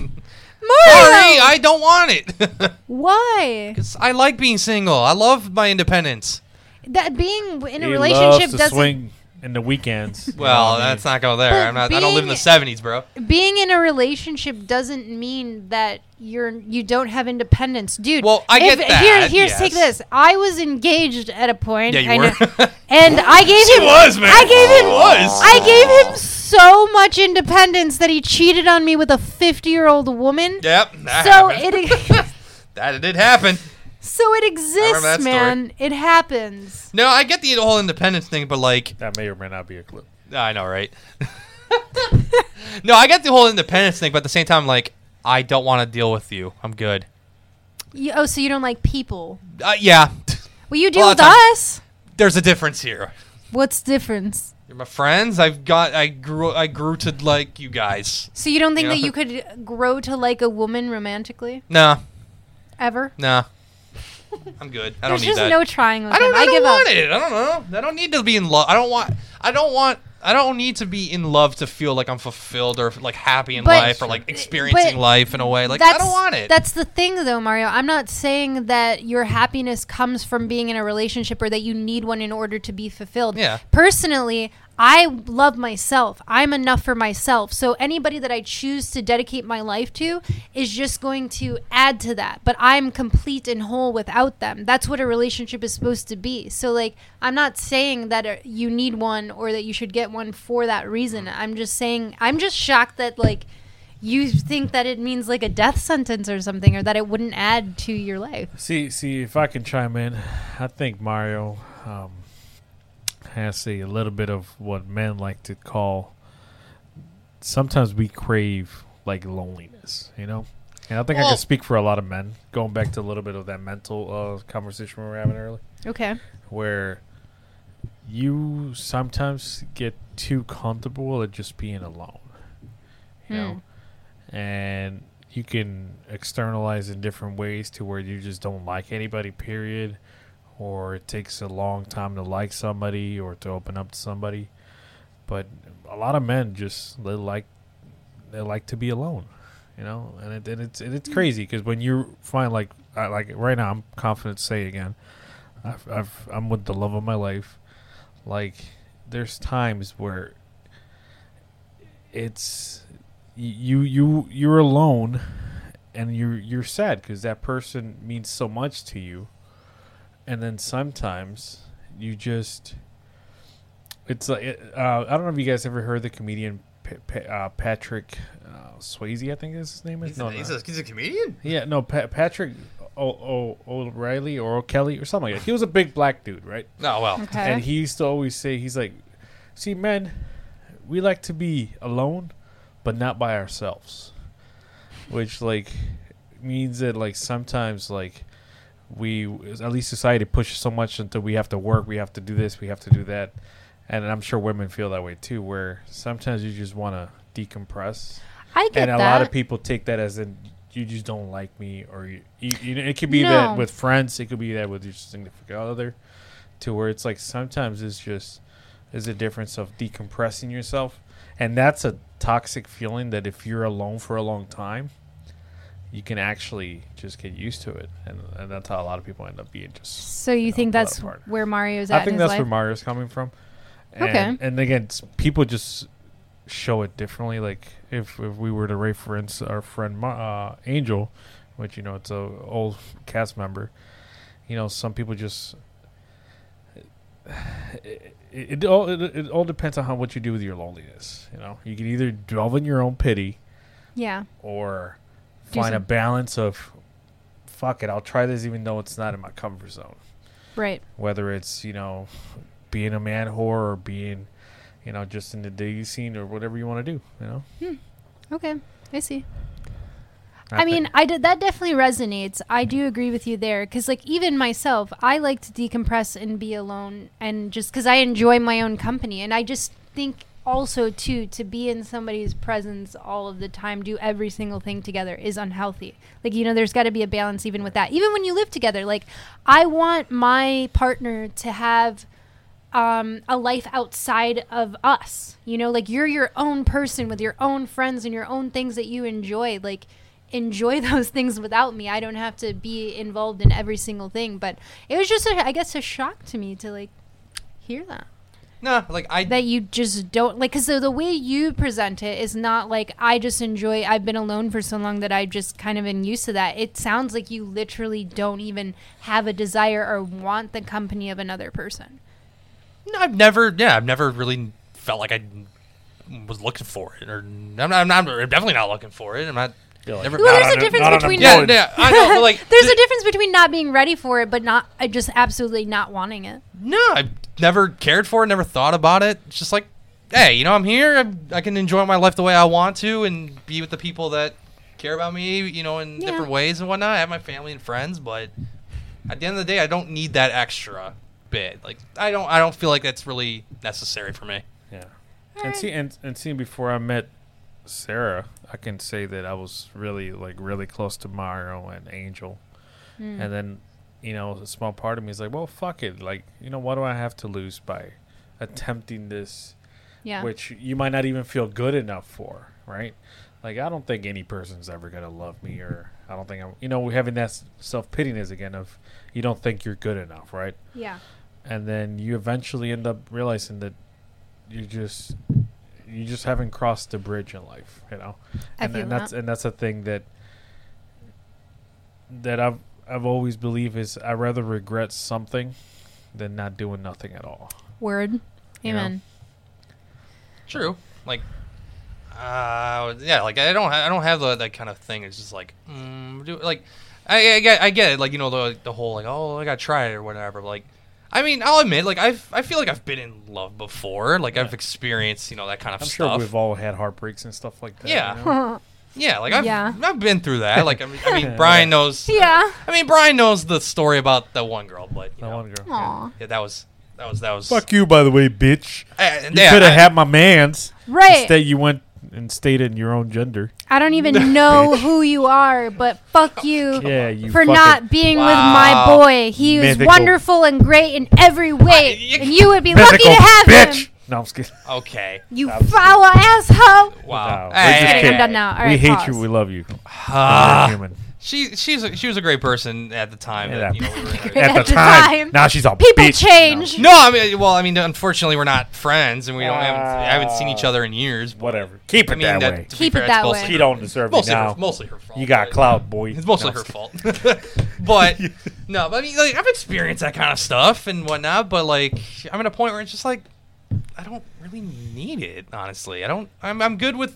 S4: Mario!
S3: I don't want it.
S4: Why?
S3: 'Cause I like being single. I love my independence.
S4: That being w- in a
S2: He
S4: relationship
S2: loves to
S4: doesn't.
S2: swing in the weekends. you know
S3: Well,
S2: what I mean?
S3: that's not go there.
S4: But
S3: I'm not. I don't live in the
S4: being-
S3: '70s, bro.
S4: Being in a relationship doesn't mean that you're you don't have independence, dude.
S3: Well, I
S4: if-
S3: get that,
S4: Here, here's take
S3: yes.
S4: this. I was engaged at a point.
S3: Yeah, you
S4: I
S3: were.
S4: know- and I gave him.
S3: was, man.
S4: I gave him.
S3: She was.
S4: I gave him so much independence that he cheated on me with a fifty-year-old woman.
S3: yep. That
S4: So
S3: happened.
S4: it,
S3: that did happen.
S4: so it exists,
S3: that story.
S4: man. It happens.
S3: No, I get the whole independence thing, but like,
S2: That may or may not be a clip.
S3: Ah, I know, right? no, I get the whole independence thing, but at the same time, like, I don't want to deal with you. I'm good.
S4: You, oh, so you don't like people?
S3: Uh, yeah,
S4: Well, you deal
S3: lot
S4: with
S3: of times-
S4: us.
S3: there's a difference here.
S4: What's difference?
S3: You're my friends. I've got. I grew. I grew to like you guys.
S4: So you don't think
S3: You know?
S4: that you could grow to like a woman romantically
S3: Nah,
S4: ever?
S3: nah. I'm good. I don't
S4: There's
S3: need
S4: just
S3: that.
S4: no trying with
S3: I don't.
S4: him.
S3: I,
S4: I
S3: don't
S4: give
S3: want
S4: up.
S3: it. I don't know. I don't need to be in love. I don't want. I don't want. I don't need to be in love to feel like I'm fulfilled or like happy in
S4: But-
S3: life or like experiencing
S4: but
S3: life in a way. Like I don't want it.
S4: That's the thing, though, Mario. I'm not saying that your happiness comes from being in a relationship or that you need one in order to be fulfilled.
S3: Yeah.
S4: Personally, I love myself. I'm enough for myself. So anybody that I choose to dedicate my life to is just going to add to that. But I'm complete and whole without them. That's what a relationship is supposed to be. So like, I'm not saying that uh, you need one or that you should get one for that reason. I'm just saying I'm just shocked that like you think that it means like a death sentence or something or that it wouldn't add to your life
S2: See, see if I can chime in. I think Mario um, has a little bit of what men like to call. Sometimes we crave like loneliness, you know. And I think I
S3: Well-
S2: can speak for a lot of men. Going back to a little bit of that mental uh, conversation we were having earlier,
S4: okay
S2: where you sometimes get too comfortable at just being alone, you know, and you can externalize in different ways to where you just don't like anybody, period, or it takes a long time to like somebody or to open up to somebody. But a lot of men just they like they like to be alone, you know, and, it, and it's and it's crazy because when you find like I, like right now I'm confident to say again, I've, I've I'm with the love of my life, like there's times where it's you you you're alone and you're you're sad because that person means so much to you and then sometimes you just it's like it- uh, i don't know if you guys ever heard the comedian pa- pa- uh, patrick uh, swayze i think is his name is
S3: he's,
S2: no,
S3: a,
S2: no.
S3: he's, a, he's a comedian.
S2: Yeah, no, pa- Patrick o- o- O'Reilly or O'Kelly or something like that. He was a big black dude, right?
S3: No, well,
S4: okay
S2: And he used to always say, he's like, see, men, we like to be alone, but not by ourselves. Which, like, means that, like, sometimes, like, we, at least society pushes so much until we have to work, we have to do this, we have to do that. And I'm sure women feel that way too, where sometimes you just want to decompress
S4: i get
S2: and a
S4: that
S2: lot of people take that as in you just don't like me or you, you, you know, it could be
S4: No.
S2: that with friends it could be that with your significant other to where it's like sometimes it's just there's a difference of decompressing yourself and that's a toxic feeling that if you're alone for a long time you can actually just get used to it and, and that's how a lot of people end up being just
S4: so you think
S2: that
S4: that's
S2: part.
S4: where mario's at
S2: I think
S4: in his
S2: that's
S4: life
S2: where Mario's coming from. And,
S4: Okay.
S2: And again, s- people just show it differently. Like if, if we were to reference our friend Ma- uh, Angel, which you know it's a old cast member, you know some people just it, it, it all it, it all depends on how what you do with your loneliness. You know you can either dwell in your own pity
S4: Yeah.
S2: or
S4: Do
S2: find a
S4: some-
S2: balance of fuck it. I'll try this even though it's not in my comfort zone.
S4: Right.
S2: Whether it's you know being a man whore or being you know just in the dating scene or whatever you want to do. You know.
S4: Okay. I see.
S2: thi-
S4: I, mean, I did, that definitely resonates. I do agree with you there because, like, even myself, I like to decompress and be alone, and just because I enjoy my own company, and I just think also too to be in somebody's presence all of the time, do every single thing together is unhealthy. Like, you know, there's got to be a balance even with that. Even when you live together, like, I want my partner to have um, a life outside of us. You know, like you're your own person with your own friends and your own things that you enjoy. Like, enjoy those things without me. I don't have to be involved in every single thing. But it was just, a, I guess, a shock to me to like hear that.
S3: Nah, like I
S4: That you just don't like, because the, the way you present it is not like I just enjoy, I've been alone for so long that I've just kind of been used to that. It sounds like you literally don't even have a desire or want the company of another person.
S3: No, I've never. Yeah, I've never really felt like I was looking for it, or I'm not. I'm, not, I'm definitely not looking for it. I'm not.
S2: You're like,
S3: never,
S4: Well,
S2: Not
S4: there's
S2: on
S4: a
S2: a-
S4: difference
S2: not on a
S4: between
S3: yeah,
S2: board.
S3: yeah. I know. But like,
S4: There's
S3: th-
S4: a difference between not being ready for it, but not I just absolutely not wanting it.
S3: no. I've never cared for it. Never thought about it. It's just like, hey, you know, I'm here. I'm, I can enjoy my life the way I want to, and be with the people that care about me. You know, in
S4: Yeah.
S3: different ways and whatnot. I have my family and friends, but at the end of the day, I don't need that extra bit. Like, I don't. I don't feel like that's really necessary for me.
S2: Yeah.
S4: eh.
S2: And see and and seeing before I met Sarah, I can say that I was really like really close to Mario and Angel.
S4: Hmm.
S2: And then, you know, a small part of me is like, well, fuck it. Like, you know, what do I have to lose by attempting this
S4: Yeah.
S2: which you might not even feel good enough for, right? Like I don't think any person's ever gonna love me, or I don't think I'm. You know, we're having that self pityness again of you don't think you're good enough, right?
S4: yeah.
S2: and then you eventually end up realizing that you just you just haven't crossed the bridge in life, you know.
S4: I
S2: and
S4: feel
S2: and that's
S4: that.
S2: and that's a thing that that I've I've always believed is I rather regret something than not doing nothing at all.
S4: Word.
S2: You know?
S4: Amen.
S3: True. Like, uh, yeah. Like I don't, ha- I don't have the, that kind of thing. It's just like, mm, do like, I, I get, I get it. Like you know the the whole like, oh, I gotta try it or whatever. But, like, I mean, I'll admit, like I've, I feel like I've been in love before. Like I've experienced, you know, that kind of
S2: I'm
S3: stuff.
S2: sure we've all had heartbreaks and stuff like that.
S3: Yeah.
S2: you know?
S3: yeah, like I've,
S4: Yeah.
S3: I've been through that. Like I mean, I mean Brian knows.
S4: yeah.
S3: I mean, Brian knows the story about that one girl, but you
S2: That
S3: know,
S2: one girl.
S4: Aw.
S3: yeah, that was, that was, that was.
S2: Fuck you, by the way, bitch.
S3: I-
S2: You
S3: yeah,
S2: could have
S3: I-
S2: had my man's.
S4: Right.
S2: Instead, you went and stayed in your own gender.
S4: I don't even know who you are, but fuck
S3: Oh,
S4: you.
S2: Yeah, you
S4: for
S2: fucking-
S4: not being
S3: Wow.
S4: with my boy. He is
S2: Mythical.
S4: wonderful and great in every way.
S3: you-
S4: and you would be
S2: Mythical
S4: lucky to have
S2: bitch.
S4: him.
S2: No, I'm just kidding.
S3: Okay.
S4: You foul asshole.
S3: Wow. Eh,
S2: Wow. We're just
S4: Okay,
S2: kidding.
S4: I'm done now. All right,
S2: we hate
S4: pause.
S2: you. We love you.
S3: Ah.
S2: You're human.
S3: She she's a, she was a great person at the time.
S2: Yeah.
S3: That, you know, we were in a-
S4: At the time.
S2: Now she's a
S4: People
S2: bitch.
S4: change.
S3: no, I mean, well, I mean, unfortunately, we're not friends, and we don't haven't, I haven't seen each other in years.
S2: No,
S3: But
S2: whatever. Keep it
S3: I mean,
S2: that,
S3: that,
S2: way.
S3: to be
S4: Keep
S3: fair,
S4: it
S3: it's
S4: that
S3: mostly
S4: way.
S2: She
S3: her-
S2: don't deserve
S3: Mostly,
S2: it now.
S3: her, mostly her fault.
S2: you got
S3: but-
S2: clout, boy.
S3: It's mostly
S2: No,
S3: her
S2: I'm just
S3: fault. but no, but I mean, like, I've experienced that kind of stuff and whatnot. But like, I'm at a point where it's just like, I don't really need it. Honestly, I don't. I'm I'm good with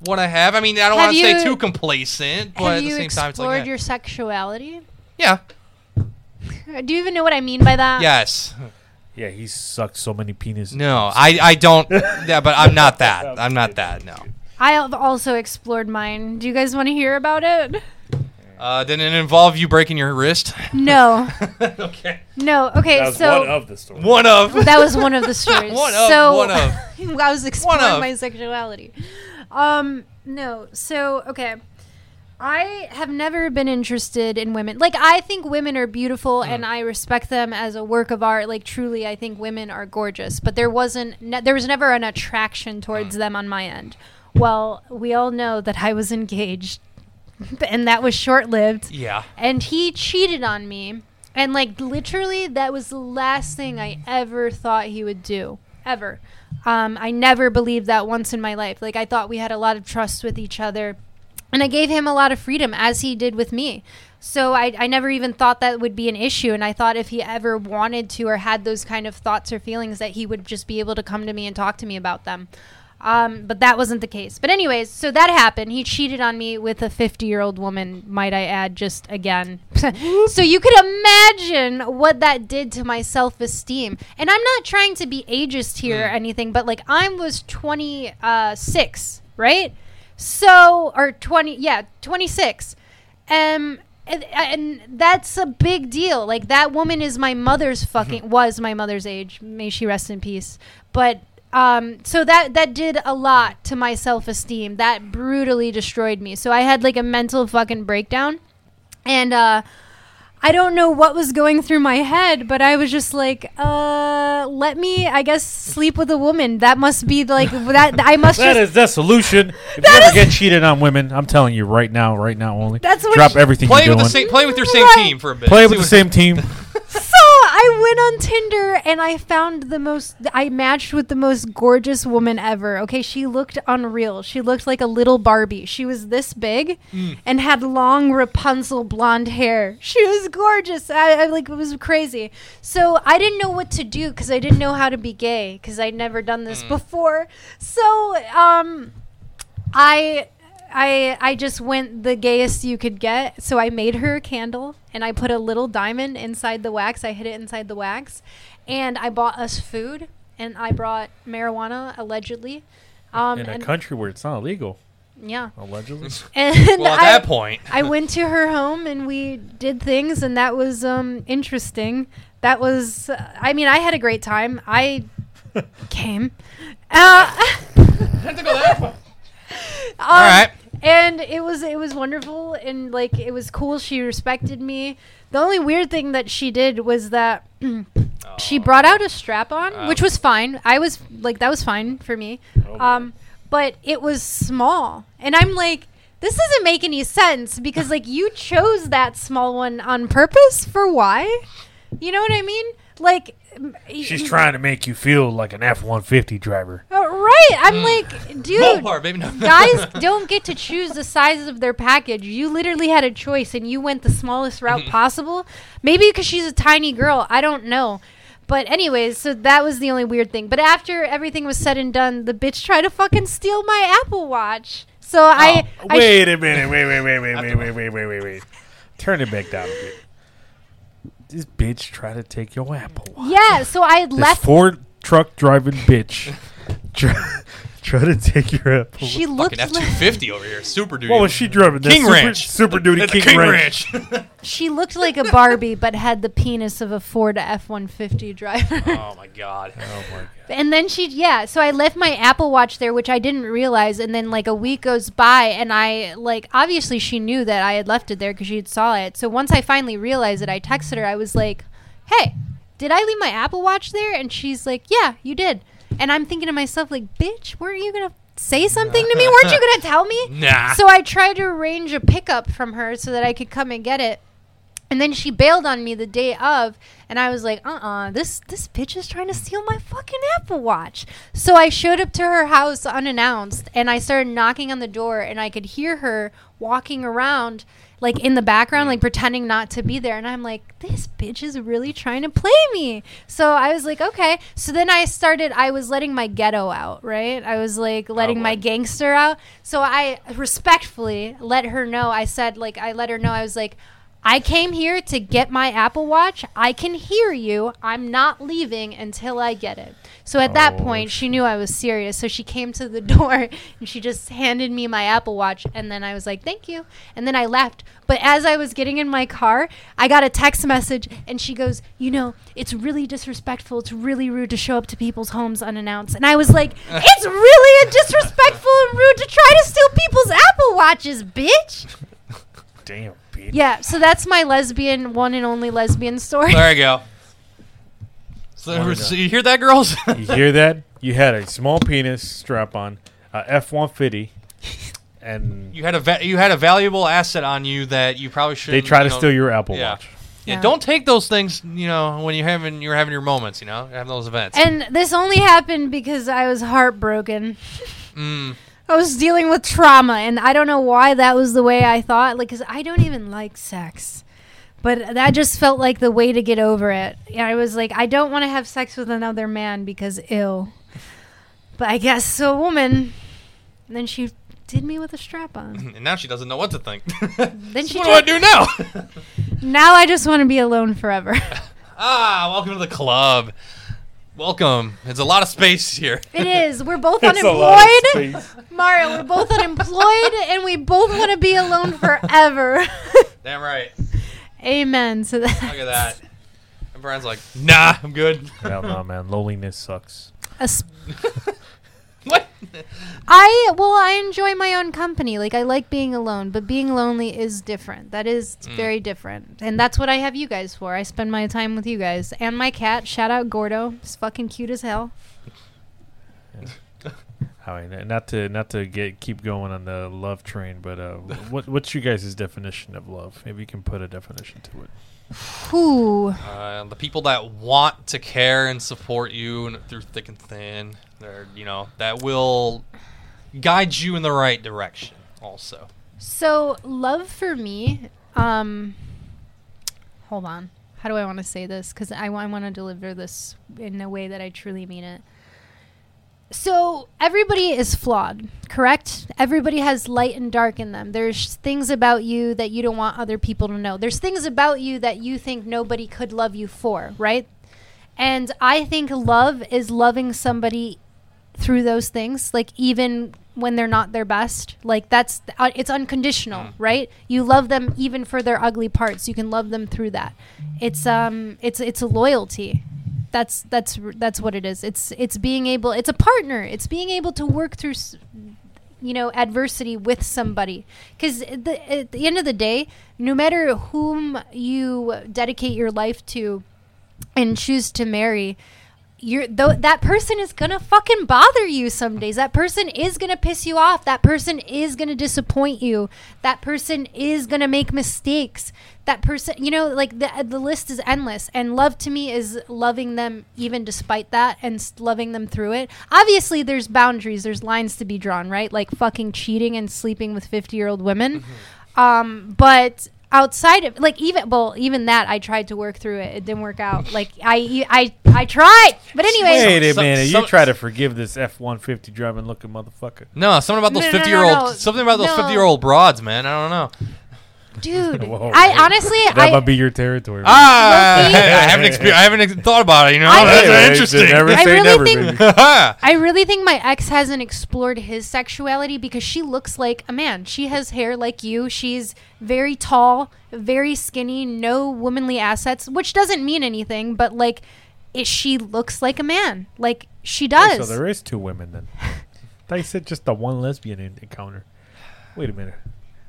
S3: what I have. I mean, I don't
S4: Have
S3: want to stay
S4: you-
S3: too complacent, but
S4: Have
S3: at the
S4: you
S3: same time, it's
S4: explored
S3: like, eh.
S4: your sexuality?
S3: yeah,
S4: Do you even know what I mean by that?
S3: yes.
S2: kidding. Yeah, he sucked so many penises.
S3: No, I, I don't. Yeah, but I'm not that. I'm not that. No.
S4: I have also explored mine. Do you guys want to hear about it?
S3: Uh, did it involve you breaking your wrist?
S4: No,
S3: okay.
S4: no. Okay,
S2: That was
S4: so
S2: one of the stories.
S3: One of.
S4: that was one of the stories.
S3: One of,
S4: so
S3: one of.
S4: I was exploring
S3: of.
S4: my sexuality. Um, no. So okay. I have never been interested in women. Like I think women are beautiful
S3: Hmm.
S4: and I respect them as a work of art. Like truly I think women are gorgeous, but there wasn't ne- there was never an attraction
S3: Hmm.
S4: towards them on my end. Well, we all know that I was engaged and that was short-lived
S3: Yeah.
S4: and he cheated on me and like literally that was the last thing i ever thought he would do ever. Um, I never believed that once in my life. Like I thought we had a lot of trust with each other, and I gave him a lot of freedom as he did with me. So I, I never even thought that would be an issue, and I thought if he ever wanted to or had those kind of thoughts or feelings, that he would just be able to come to me and talk to me about them. Um, but that wasn't the case. But anyways, so that happened. He cheated on me with a 50-year-old woman, might I add, just again. so you could imagine what that did to my self-esteem. And I'm not trying to be ageist here or anything, but like I was 26, right? So or 20, yeah, 26. Um, and, and that's a big deal. Like that woman is my mother's fucking was my mother's age. May she rest in peace. But um, so that that did a lot to my self esteem. That brutally destroyed me. So I had like a mental fucking breakdown, and uh, I don't know what was going through my head, but I was just like, uh, let me, I guess, sleep with a woman. That must be like that. I must
S2: That
S4: just
S2: is the solution. If you ever get cheated on women, I'm telling you right now, right now only.
S4: That's what
S2: drop
S4: she-
S2: everything
S3: Play
S2: you're
S3: with
S2: doing.
S3: the same. Play with your same
S4: Right.
S3: team for a bit.
S2: Play
S3: See
S2: with the
S3: what-
S2: same team.
S4: So I went on Tinder and I found the most, I matched with the most gorgeous woman ever. Okay, she looked unreal. She looked like a little Barbie. She was this big and had long Rapunzel blonde hair. She was gorgeous. I, I like, it was crazy. So I didn't know what to do because I didn't know how to be gay because I'd never done this before. So, um, I I I just went the gayest you could get. So I made her a candle and I put a little diamond inside the wax. I hid it inside the wax. And I bought us food and I brought marijuana allegedly. Um
S2: In a
S4: and,
S2: country where it's not illegal,
S4: yeah.
S2: allegedly.
S4: And
S3: Well, at
S4: I,
S3: that point,
S4: I went to her home and we did things and that was um interesting. That was uh, I mean, I had a great time. I came. Uh,
S3: have to go that far.
S4: um,
S3: All right.
S4: and it was it was wonderful and like it was cool she respected me the only weird thing that she did was that
S3: Oh.
S4: she brought out a strap on
S2: Oh.
S4: which was fine i was like that was fine for me um but it was small and i'm like this doesn't make any sense because like you chose that small one on purpose for why you know what i mean like m-
S2: She's
S4: y-
S2: trying to make you feel like an F 150 driver.
S4: uh, right i'm
S2: Mm.
S4: like
S3: Small
S4: dude
S3: part, baby. No.
S4: guys don't get to choose the size of their package. You literally had a choice and you went the smallest route possible. Maybe because she's a tiny girl. I don't know. But, anyways, so that was the only weird thing. But after everything was said and done, the bitch tried to fucking steal my Apple Watch. So
S3: Oh,
S4: I. I sh-
S2: Um, Wait a minute. Wait, wait, wait, wait, wait, wait, wait, wait, wait, wait. Turn it back down a bit. This bitch tried to take your apple. Watch.
S4: yeah, so I had
S2: This
S4: left.
S2: Ford truck driving bitch try, try to take your apple.
S4: she
S3: Fucking
S4: looked
S3: F two
S4: like.
S3: fifty over here, super duty.
S2: what was she driving? That
S3: King
S2: super,
S3: Ranch.
S2: Super Duty
S3: That's
S2: King,
S3: King
S2: Ranch.
S3: Ranch.
S4: She looked like a Barbie, but had the penis of a Ford F one fifty driver.
S3: oh my god.
S2: Oh my god.
S4: And then she, yeah. So I left my Apple Watch there, which I didn't realize. And then like a week goes by, and I like obviously she knew that I had left it there because she had saw it. So once I finally realized it, I texted her. I was like, "Hey, did I leave my Apple Watch there?" And she's like, "Yeah, you did." And I'm thinking to myself, like, "Bitch, weren't you gonna say something to me? Weren't you gonna tell me?"
S3: Nah.
S4: So I tried to arrange a pickup from her so that I could come and get it. And then she bailed on me the day of, and I was like, "Uh, uh this this bitch is trying to steal my fucking Apple Watch." So I showed up to her house unannounced, and I started knocking on the door, and I could hear her walking around, like in the background, like pretending not to be there. And I'm like, "This bitch is really trying to play me." So I was like, "Okay." So then I started. I was letting my ghetto out, right? I was like letting my
S3: boy.
S4: gangster out. So I respectfully let her know. I said, like, I let her know. I was like. I came here to get my Apple Watch. I can hear you. I'm not leaving until I get it. So at that
S2: Oh,
S4: point, she knew I was serious. So she came to the door and she just handed me my Apple Watch. And then I was like, thank you. And then I left. But as I was getting in my car, I got a text message and she goes, you know, it's really disrespectful. It's really rude to show up to people's homes unannounced. And I was like, it's really disrespectful and rude to try to steal people's Apple Watches, bitch.
S2: Damn, bitch.
S4: Yeah, so that's my lesbian, one and only lesbian story.
S3: There you go. So,
S2: Well
S3: so you hear that, girls?
S2: You hear that? You had a small penis strap on, a F 150, and
S3: you had a va- you had a valuable asset on you that you probably should.
S2: they try to steal your Apple
S3: yeah.
S2: Watch.
S3: Yeah,
S4: No.
S3: don't take those things. You know, when you're having you're having your moments. You know, having those events.
S4: And this only happened because I was heartbroken.
S3: Mm.
S4: I was dealing with trauma, and I don't know why that was the way I thought. Like, because I don't even like sex. But that just felt like the way to get over it. Yeah, I was like, I don't want to have sex with another man because ill. But I guess a woman. And then she did me with a strap on.
S3: And now she doesn't know what to think.
S4: Then she
S3: what do I
S4: did.
S3: do now?
S4: Now I just want to be alone forever.
S3: ah, welcome to the club. Welcome. It's a lot of space here.
S4: it is. We're both
S5: It's a lot of
S4: unemployed.
S5: space.
S4: Mario, we're both unemployed and we both want to be alone forever.
S3: Damn right.
S4: Amen to that.
S3: Look at that. And Brian's like, Nah, I'm good.
S2: Hell no, man. Loneliness sucks.
S4: As-
S3: what?
S4: I well, I enjoy my own company. Like I like being alone, but being lonely is different. That is
S3: Mm.
S4: very different, and that's what I have you guys for. I spend my time with you guys and my cat. Shout out Gordo. He's fucking cute as hell.
S2: I mean, uh, not to not to get keep going on the love train, but uh, what what's your guys' definition of love? Maybe you can put a definition to it.
S4: Ooh,
S3: Uh, the people that want to care and support you and through thick and thin, they're you know that will guide you in the right direction. Also,
S4: so love for me. Um, hold on. How do I want to say this? Because I want to deliver this in a way that I truly mean it. So everybody is flawed, correct? Everybody has light and dark in them. There's things about you that you don't want other people to know. There's things about you that you think nobody could love you for, right? And I think love is loving somebody through those things, like even when they're not their best. Like that's uh, it's unconditional, right? You love them even for their ugly parts. You can love them through that. It's um it's it's a loyalty that's that's r- that's what it is it's it's being able it's a partner it's being able to work through s- you know adversity with somebody because the, at the end of the day no matter whom you dedicate your life to and choose to marry you're though that person is gonna fucking bother you some days that person is gonna piss you off that person is gonna disappoint you that person is gonna make mistakes that person you know like the, the list is endless and love to me is loving them even despite that and s- loving them through it obviously there's boundaries there's lines to be drawn right like fucking cheating and sleeping with 50 year old women um but outside of like even well even that i tried to work through it it didn't work out like i e, i i tried but anyway
S2: Wait a
S3: some-
S2: minute! You
S3: some-
S2: try to forgive this F one fifty driving looking motherfucker?
S3: no, something about
S4: No,
S3: those
S4: no,
S3: fifty year
S4: no, no.
S3: old, something about those
S4: No.
S3: fifty year old broads, man. I don't know.
S4: dude
S2: Whoa, wait.
S4: i honestly
S2: That
S4: i
S2: might be your territory.
S3: Ah,
S4: Low-key.
S3: I, haven't exper- I haven't ex- thought about it. You know,
S4: I-
S3: Oh, that's
S4: Hey,
S3: interesting.
S2: Never
S4: I
S2: say
S4: really
S2: never,
S4: think-
S2: baby.
S4: I really think my ex hasn't explored his sexuality because she looks like a man. She has hair like you. She's very tall, very skinny, no womanly assets, which doesn't mean anything, but like it, she looks like a man. Like she
S2: Wait,
S4: does.
S2: Oh, So there is two women then. They said just the one lesbian en- encounter. Wait a minute.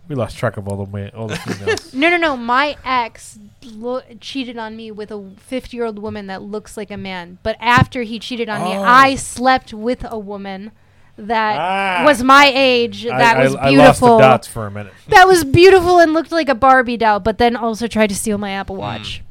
S2: We lost track of all the men, all the females.
S4: no, no, no. My ex lo- cheated on me with a 50 year old woman that looks like a man. But after he cheated on me,
S2: Oh.
S4: I slept with a woman that
S2: Ah.
S4: was my age, that
S2: I,
S4: was
S2: I, I
S4: beautiful.
S2: lost the dots for a minute.
S4: that was beautiful and looked like a Barbie doll, but then also tried to steal my Apple Watch.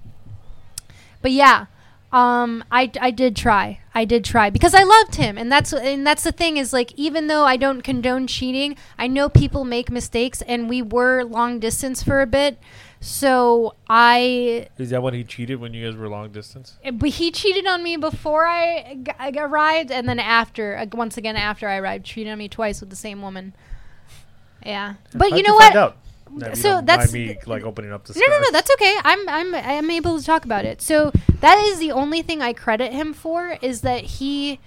S4: But yeah, um, I I did try. I did try because I loved him, and that's and that's the thing is like even though I don't condone cheating, I know people make mistakes, and we were long distance for a bit, so I
S2: Is that when he cheated when you guys were long distance?
S4: but he cheated on me before I g- I arrived, and then after, uh, once again after I arrived, cheated on me twice with the same woman. Yeah, but
S2: How'd
S4: you know
S2: find
S4: what?
S2: out? Now, if you
S4: so
S2: don't mind
S4: that's
S2: me
S4: th-
S2: like opening up the.
S4: No, no, no. That's okay. I'm, I'm, I'm able to talk about it. So that is the only thing I credit him for is that he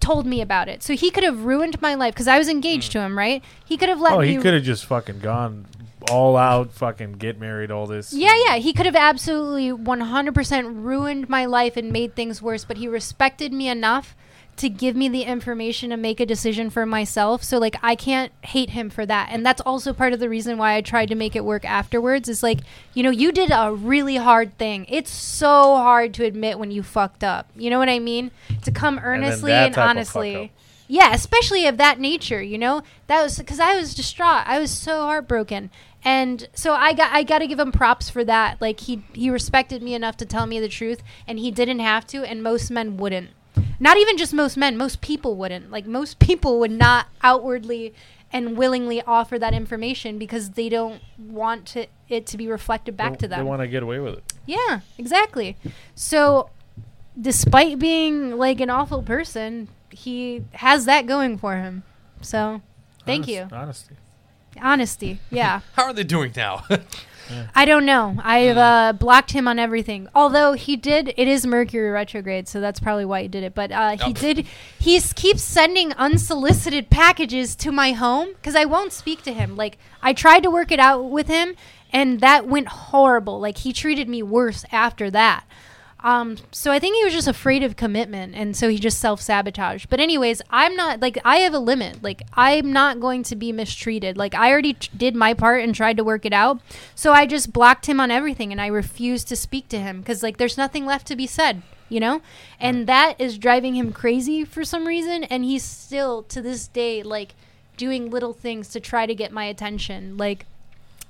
S4: told me about it. So he could have ruined my life because I was engaged to him, right? He could have let
S2: Mm. Oh,
S4: me.
S2: he could have just fucking gone all out, fucking get married, all this.
S4: Yeah, yeah. He could have absolutely 100% ruined my life and made things worse, but he respected me enough to give me the information to make a decision for myself. So, like, I can't hate him for that. And that's also part of the reason why I tried to make it work afterwards is like, you know, you did a really hard thing. It's so hard to admit when you fucked up. You know what I mean? To come earnestly
S2: that
S4: and
S2: type of fuck
S4: honestly.
S2: up.
S4: Yeah, especially of that nature, you know? That was because I was distraught. I was so heartbroken. And so I got I got to give him props for that. Like he he respected me enough to tell me the truth, and he didn't have to, and most men wouldn't. Not even just most men, most people wouldn't. Like most people would not outwardly and willingly offer that information because they don't want to, it to be reflected back
S2: they,
S4: to them.
S2: They want to get away with it.
S4: Yeah, exactly. So, despite being like an awful person, he has that going for him. So, thank
S2: Honest-
S4: you.
S2: Honesty.
S4: Honesty. Yeah.
S3: How are they doing now?
S4: I don't know. I've uh, blocked him on everything. Although he did, it is Mercury retrograde, so that's probably why he did it. But uh, he
S3: Oh.
S4: did. He s- keeps sending unsolicited packages to my home because I won't speak to him. Like I tried to work it out with him, and that went horrible. Like he treated me worse after that. Um, so I think he was just afraid of commitment, and so he just self sabotaged. But anyways, I'm not like I have a limit. Like I'm not going to be mistreated. Like I already t- did my part and tried to work it out. So I just blocked him on everything, and I refused to speak to him because like there's nothing left to be said, you know. And that is driving him crazy for some reason, and he's still to this day like doing little things to try to get my attention, like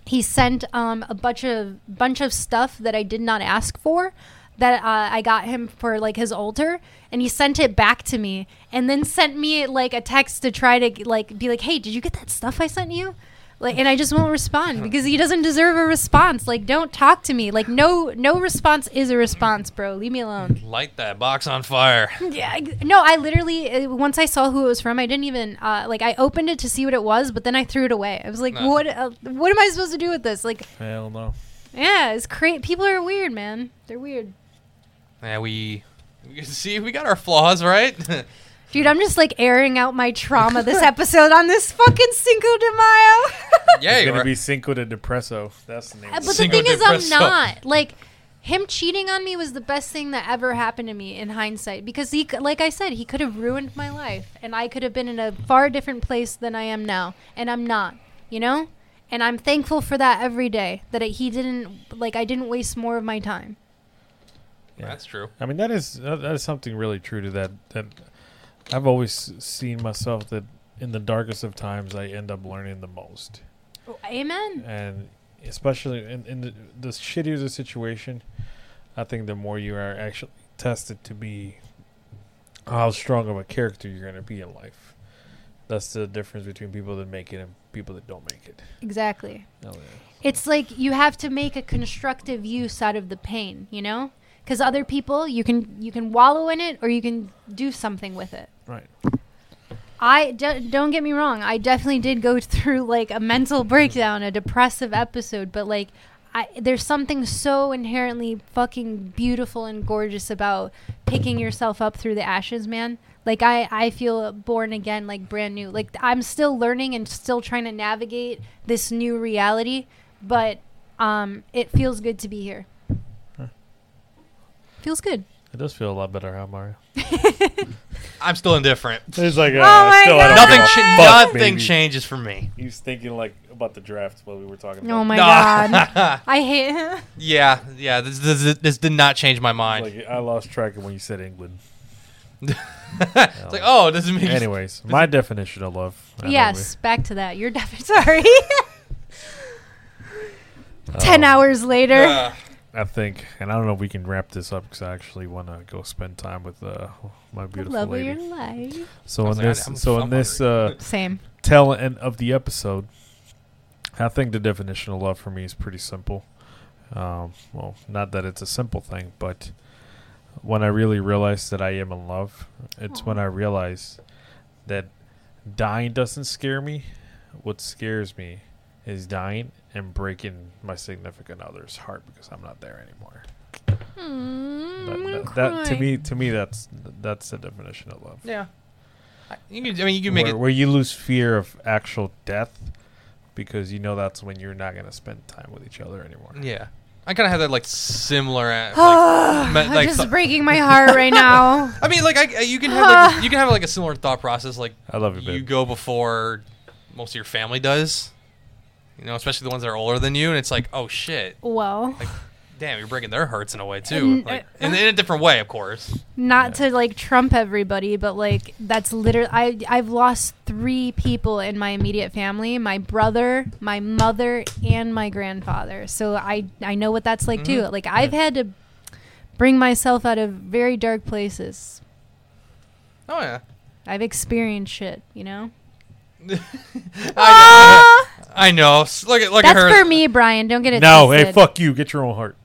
S4: he sent um, a bunch of bunch of stuff that I did not ask for that uh, I got him for like his altar and he sent it back to me and then sent me like a text to try to like be like hey did you get that stuff I sent you like and I just won't respond because he doesn't deserve a response like don't talk to me like no no response is a response bro leave me alone
S3: Light that box on fire.
S4: yeah, I- no, I literally uh, once I saw who it was from, I didn't even uh, like. I opened it to see what it was, but then I threw it away. I was like,
S3: No.
S4: "What? Uh, what am I supposed to do with this?" Like,
S2: Hell no.
S4: yeah, it's crazy. People are weird, man. They're weird,
S3: Yeah, we, we see we got our flaws, right?
S4: dude. I'm just like airing out my trauma this episode on this fucking Cinco de Mayo.
S3: Yay,
S2: it's going
S3: we're-
S2: to be Cinco de Depresso. That's the name.
S4: Uh,
S2: of
S4: but
S2: it.
S4: the
S3: Cinco
S4: thing
S3: de
S4: is, I'm
S3: Preso.
S4: not like him cheating on me was the best thing that ever happened to me in hindsight because he, c- like I said, he could have ruined my life and I could have been in a far different place than I am now, and I'm not, you know. And I'm thankful for that every day that it, he didn't like I didn't waste more of my time.
S2: Yeah.
S3: That's true.
S2: I mean, that is that that is something really true to that. That I've always seen myself that in the darkest of times, I end up learning the most.
S4: Amen.
S2: and especially in, in the, the shittier the situation, I think the more you are actually tested to be how strong of a character you're going to be in life. That's the difference between people that make it and people that don't make it.
S4: Exactly.
S2: Oh,
S4: it's like you have to make a constructive use out of the pain you know because other people you can you can wallow in it or you can do something with it
S2: Right.
S4: i d- don't get me wrong i definitely did go through like a mental breakdown a depressive episode but like I, there's something so inherently fucking beautiful and gorgeous about picking yourself up through the ashes man like I, I feel born again like brand new like i'm still learning and still trying to navigate this new reality but um it feels good to be here
S2: Huh.
S4: feels good
S2: It does feel a lot better, huh, Mario?
S3: I'm still indifferent.
S2: It's like, uh,
S4: Oh my
S2: still I don't
S4: God.
S3: Nothing,
S2: give a
S3: cha-
S2: fuck,
S3: nothing
S2: baby.
S3: changes for me.
S2: He's thinking like about the draft while we were talking.
S4: oh
S2: about
S4: my
S3: No.
S4: god i hate
S3: yeah, yeah. This, this, this did not change my
S2: it.
S3: mind.
S2: Like, I lost track of when you said England.
S3: it's like, oh, it doesn't make anyway.
S2: Anyways, my definition of love. I know
S4: yes back to that you're definitely sorry
S2: we-
S4: 10
S2: um,
S4: hours later
S3: Uh,
S2: I think, and I don't know if we can wrap this up because I actually want to go spend time with uh, my
S4: The
S2: beautiful
S4: love of
S2: lady.
S4: your life
S2: So
S3: I
S2: in
S3: was like, I-
S2: this,
S3: I'm-
S2: so in
S3: I'm
S2: this uh,
S4: same
S2: tail end of the episode, I think the definition of love for me is pretty simple. Um, well, not that it's a simple thing, but when I really realize that I am in love, it's when
S4: Aw.
S2: I realize that dying doesn't scare me. What scares me is dying and breaking my significant other's heart because I'm not there anymore.
S4: Mm,
S2: That-
S4: I'm gonna
S2: that, that- to
S4: cry.
S2: me, to me, that's that's the definition of love.
S3: yeah. I- You can, I mean, you can make
S2: where, where you lose fear of actual death because you know that's when you're not going to spend time with each other anymore.
S3: it. Yeah, I kind of have that like similar. uh, Like,
S4: Ugh,
S3: me- like
S4: I'm just
S3: so-
S4: breaking my heart right now.
S3: I mean, like I, I- you can have like, you can have like a similar thought process. Like
S2: I love you,
S3: you
S2: babe.
S3: go before most of your family does. You know, especially the ones that are older than you, and it's like, oh shit,
S4: Well,
S3: damn, you're breaking their hearts in a way too,
S4: And, uh,
S3: like, in, in a different way, of course.
S4: Not to like trump everybody, but like that's literally I I've lost 3 people in my immediate family, my brother, my mother, and my grandfather. So I I know what that's like
S2: Mm-hmm.
S4: too. Like I've had to bring myself out of very dark places.
S3: Oh yeah,
S4: I've experienced shit, you know?
S3: I know. I know. S- Look at look
S4: Ah! That's
S3: at her.
S4: for me, Brian. Don't get it
S2: No, hey,
S4: twisted.
S2: fuck you. Get your own heart.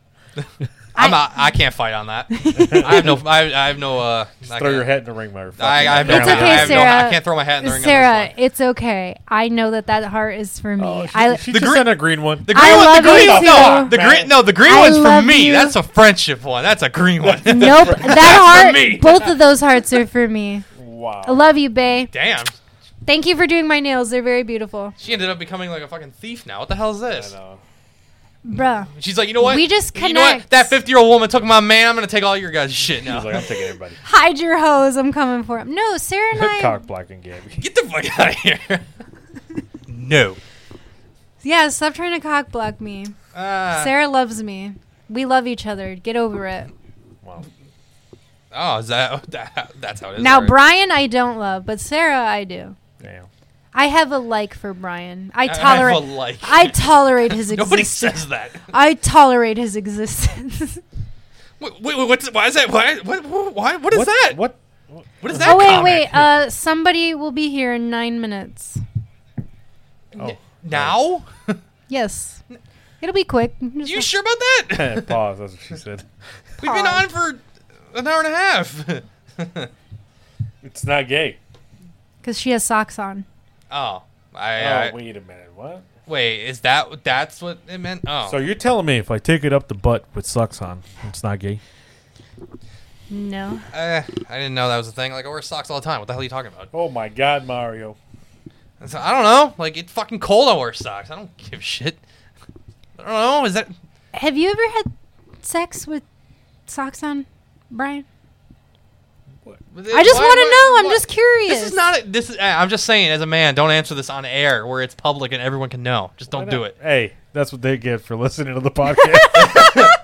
S3: I'm not, I can't fight on that. I have no. I, I have no. Uh,
S2: Just
S3: I
S2: throw
S3: can't-
S2: your hat in the ring, my
S3: I, I have no.
S4: It's
S3: I
S4: okay,
S3: have no- I
S4: Sarah.
S3: can't throw my hat in the ring. on this
S4: Sarah,
S3: one.
S4: it's okay. I know that that heart is for me.
S2: Oh, she,
S4: I
S2: she
S3: The
S2: just
S3: gre-
S2: sent a green one.
S3: The
S4: I
S3: green one, the
S4: love
S3: green
S4: you
S3: one,
S4: too.
S3: no, the green, no, the green
S4: I
S3: one's for
S4: love
S3: me.
S4: you.
S3: That's a friendship one. That's a green one.
S4: nope.
S3: That's for
S4: That
S3: me.
S4: heart. Both of those hearts are for me. I
S2: wow.
S4: love you, Bay.
S3: Damn,
S4: Thank you for doing my nails. They're very beautiful,
S3: she ended up becoming like a fucking thief now. What the hell is this?
S4: bruh.
S3: She's like, you know what?
S4: We just
S3: You know what?
S4: connect.
S3: That fifty-year-old woman took my man. I'm gonna take all your guys' shit now.
S2: She's like, I'm taking everybody.
S4: Hide your hose. I'm coming for him. No, Sarah and I.
S2: Cock blocking, Gabby.
S3: Get the fuck out of here. no.
S4: Yeah, stop trying to cock block me.
S3: Uh,
S4: Sarah loves me. We love each other. Get over it.
S2: Wow.
S3: Oh, is that, that that's how it is?
S4: Now,
S3: alright.
S4: Brian, I don't love, but Sarah, I do.
S2: Damn.
S4: I have a like for Brian. I
S3: I have a
S4: tolerate.
S3: like.
S4: I tolerate his
S3: Nobody
S4: existence.
S3: says that.
S4: I tolerate his existence.
S3: Wait, wait, wait, what's why is that? Why? What? What? Why, what is
S2: what,
S3: that?
S2: What?
S3: What is that?
S4: oh wait,
S3: comment?
S4: wait. Uh, somebody will be here in nine minutes.
S2: Oh.
S3: Now?
S4: Yes, it'll be quick. Just
S3: You
S4: like-
S3: sure about that?
S2: Pause. That's what she said.
S3: We've been
S4: Pause.
S3: on for an hour and a half.
S2: It's not gay.
S4: Because she has socks on.
S3: oh, I,
S2: oh,
S3: I
S2: wait a minute. What?
S3: wait. Is that that's what it meant? Oh,
S2: So you're telling me if I take it up the butt with socks on, it's not gay?
S4: No.
S3: eh, I didn't know that was a thing. Like I wear socks all the time. What the hell are you talking about?
S2: Oh my God, Mario.
S3: So, I don't know. Like it's fucking cold. I wear socks. I don't give a shit. I don't know. Is that?
S4: Have you ever had sex with socks on, Brian? I just
S3: why-
S4: want to
S3: why-
S4: know. I'm
S3: why-
S4: just curious.
S3: This is not. A, this is. eh, I'm just saying, as a man, don't answer this on air where it's public and everyone can know. Just don't do it.
S2: Hey, that's what they get for listening to the podcast.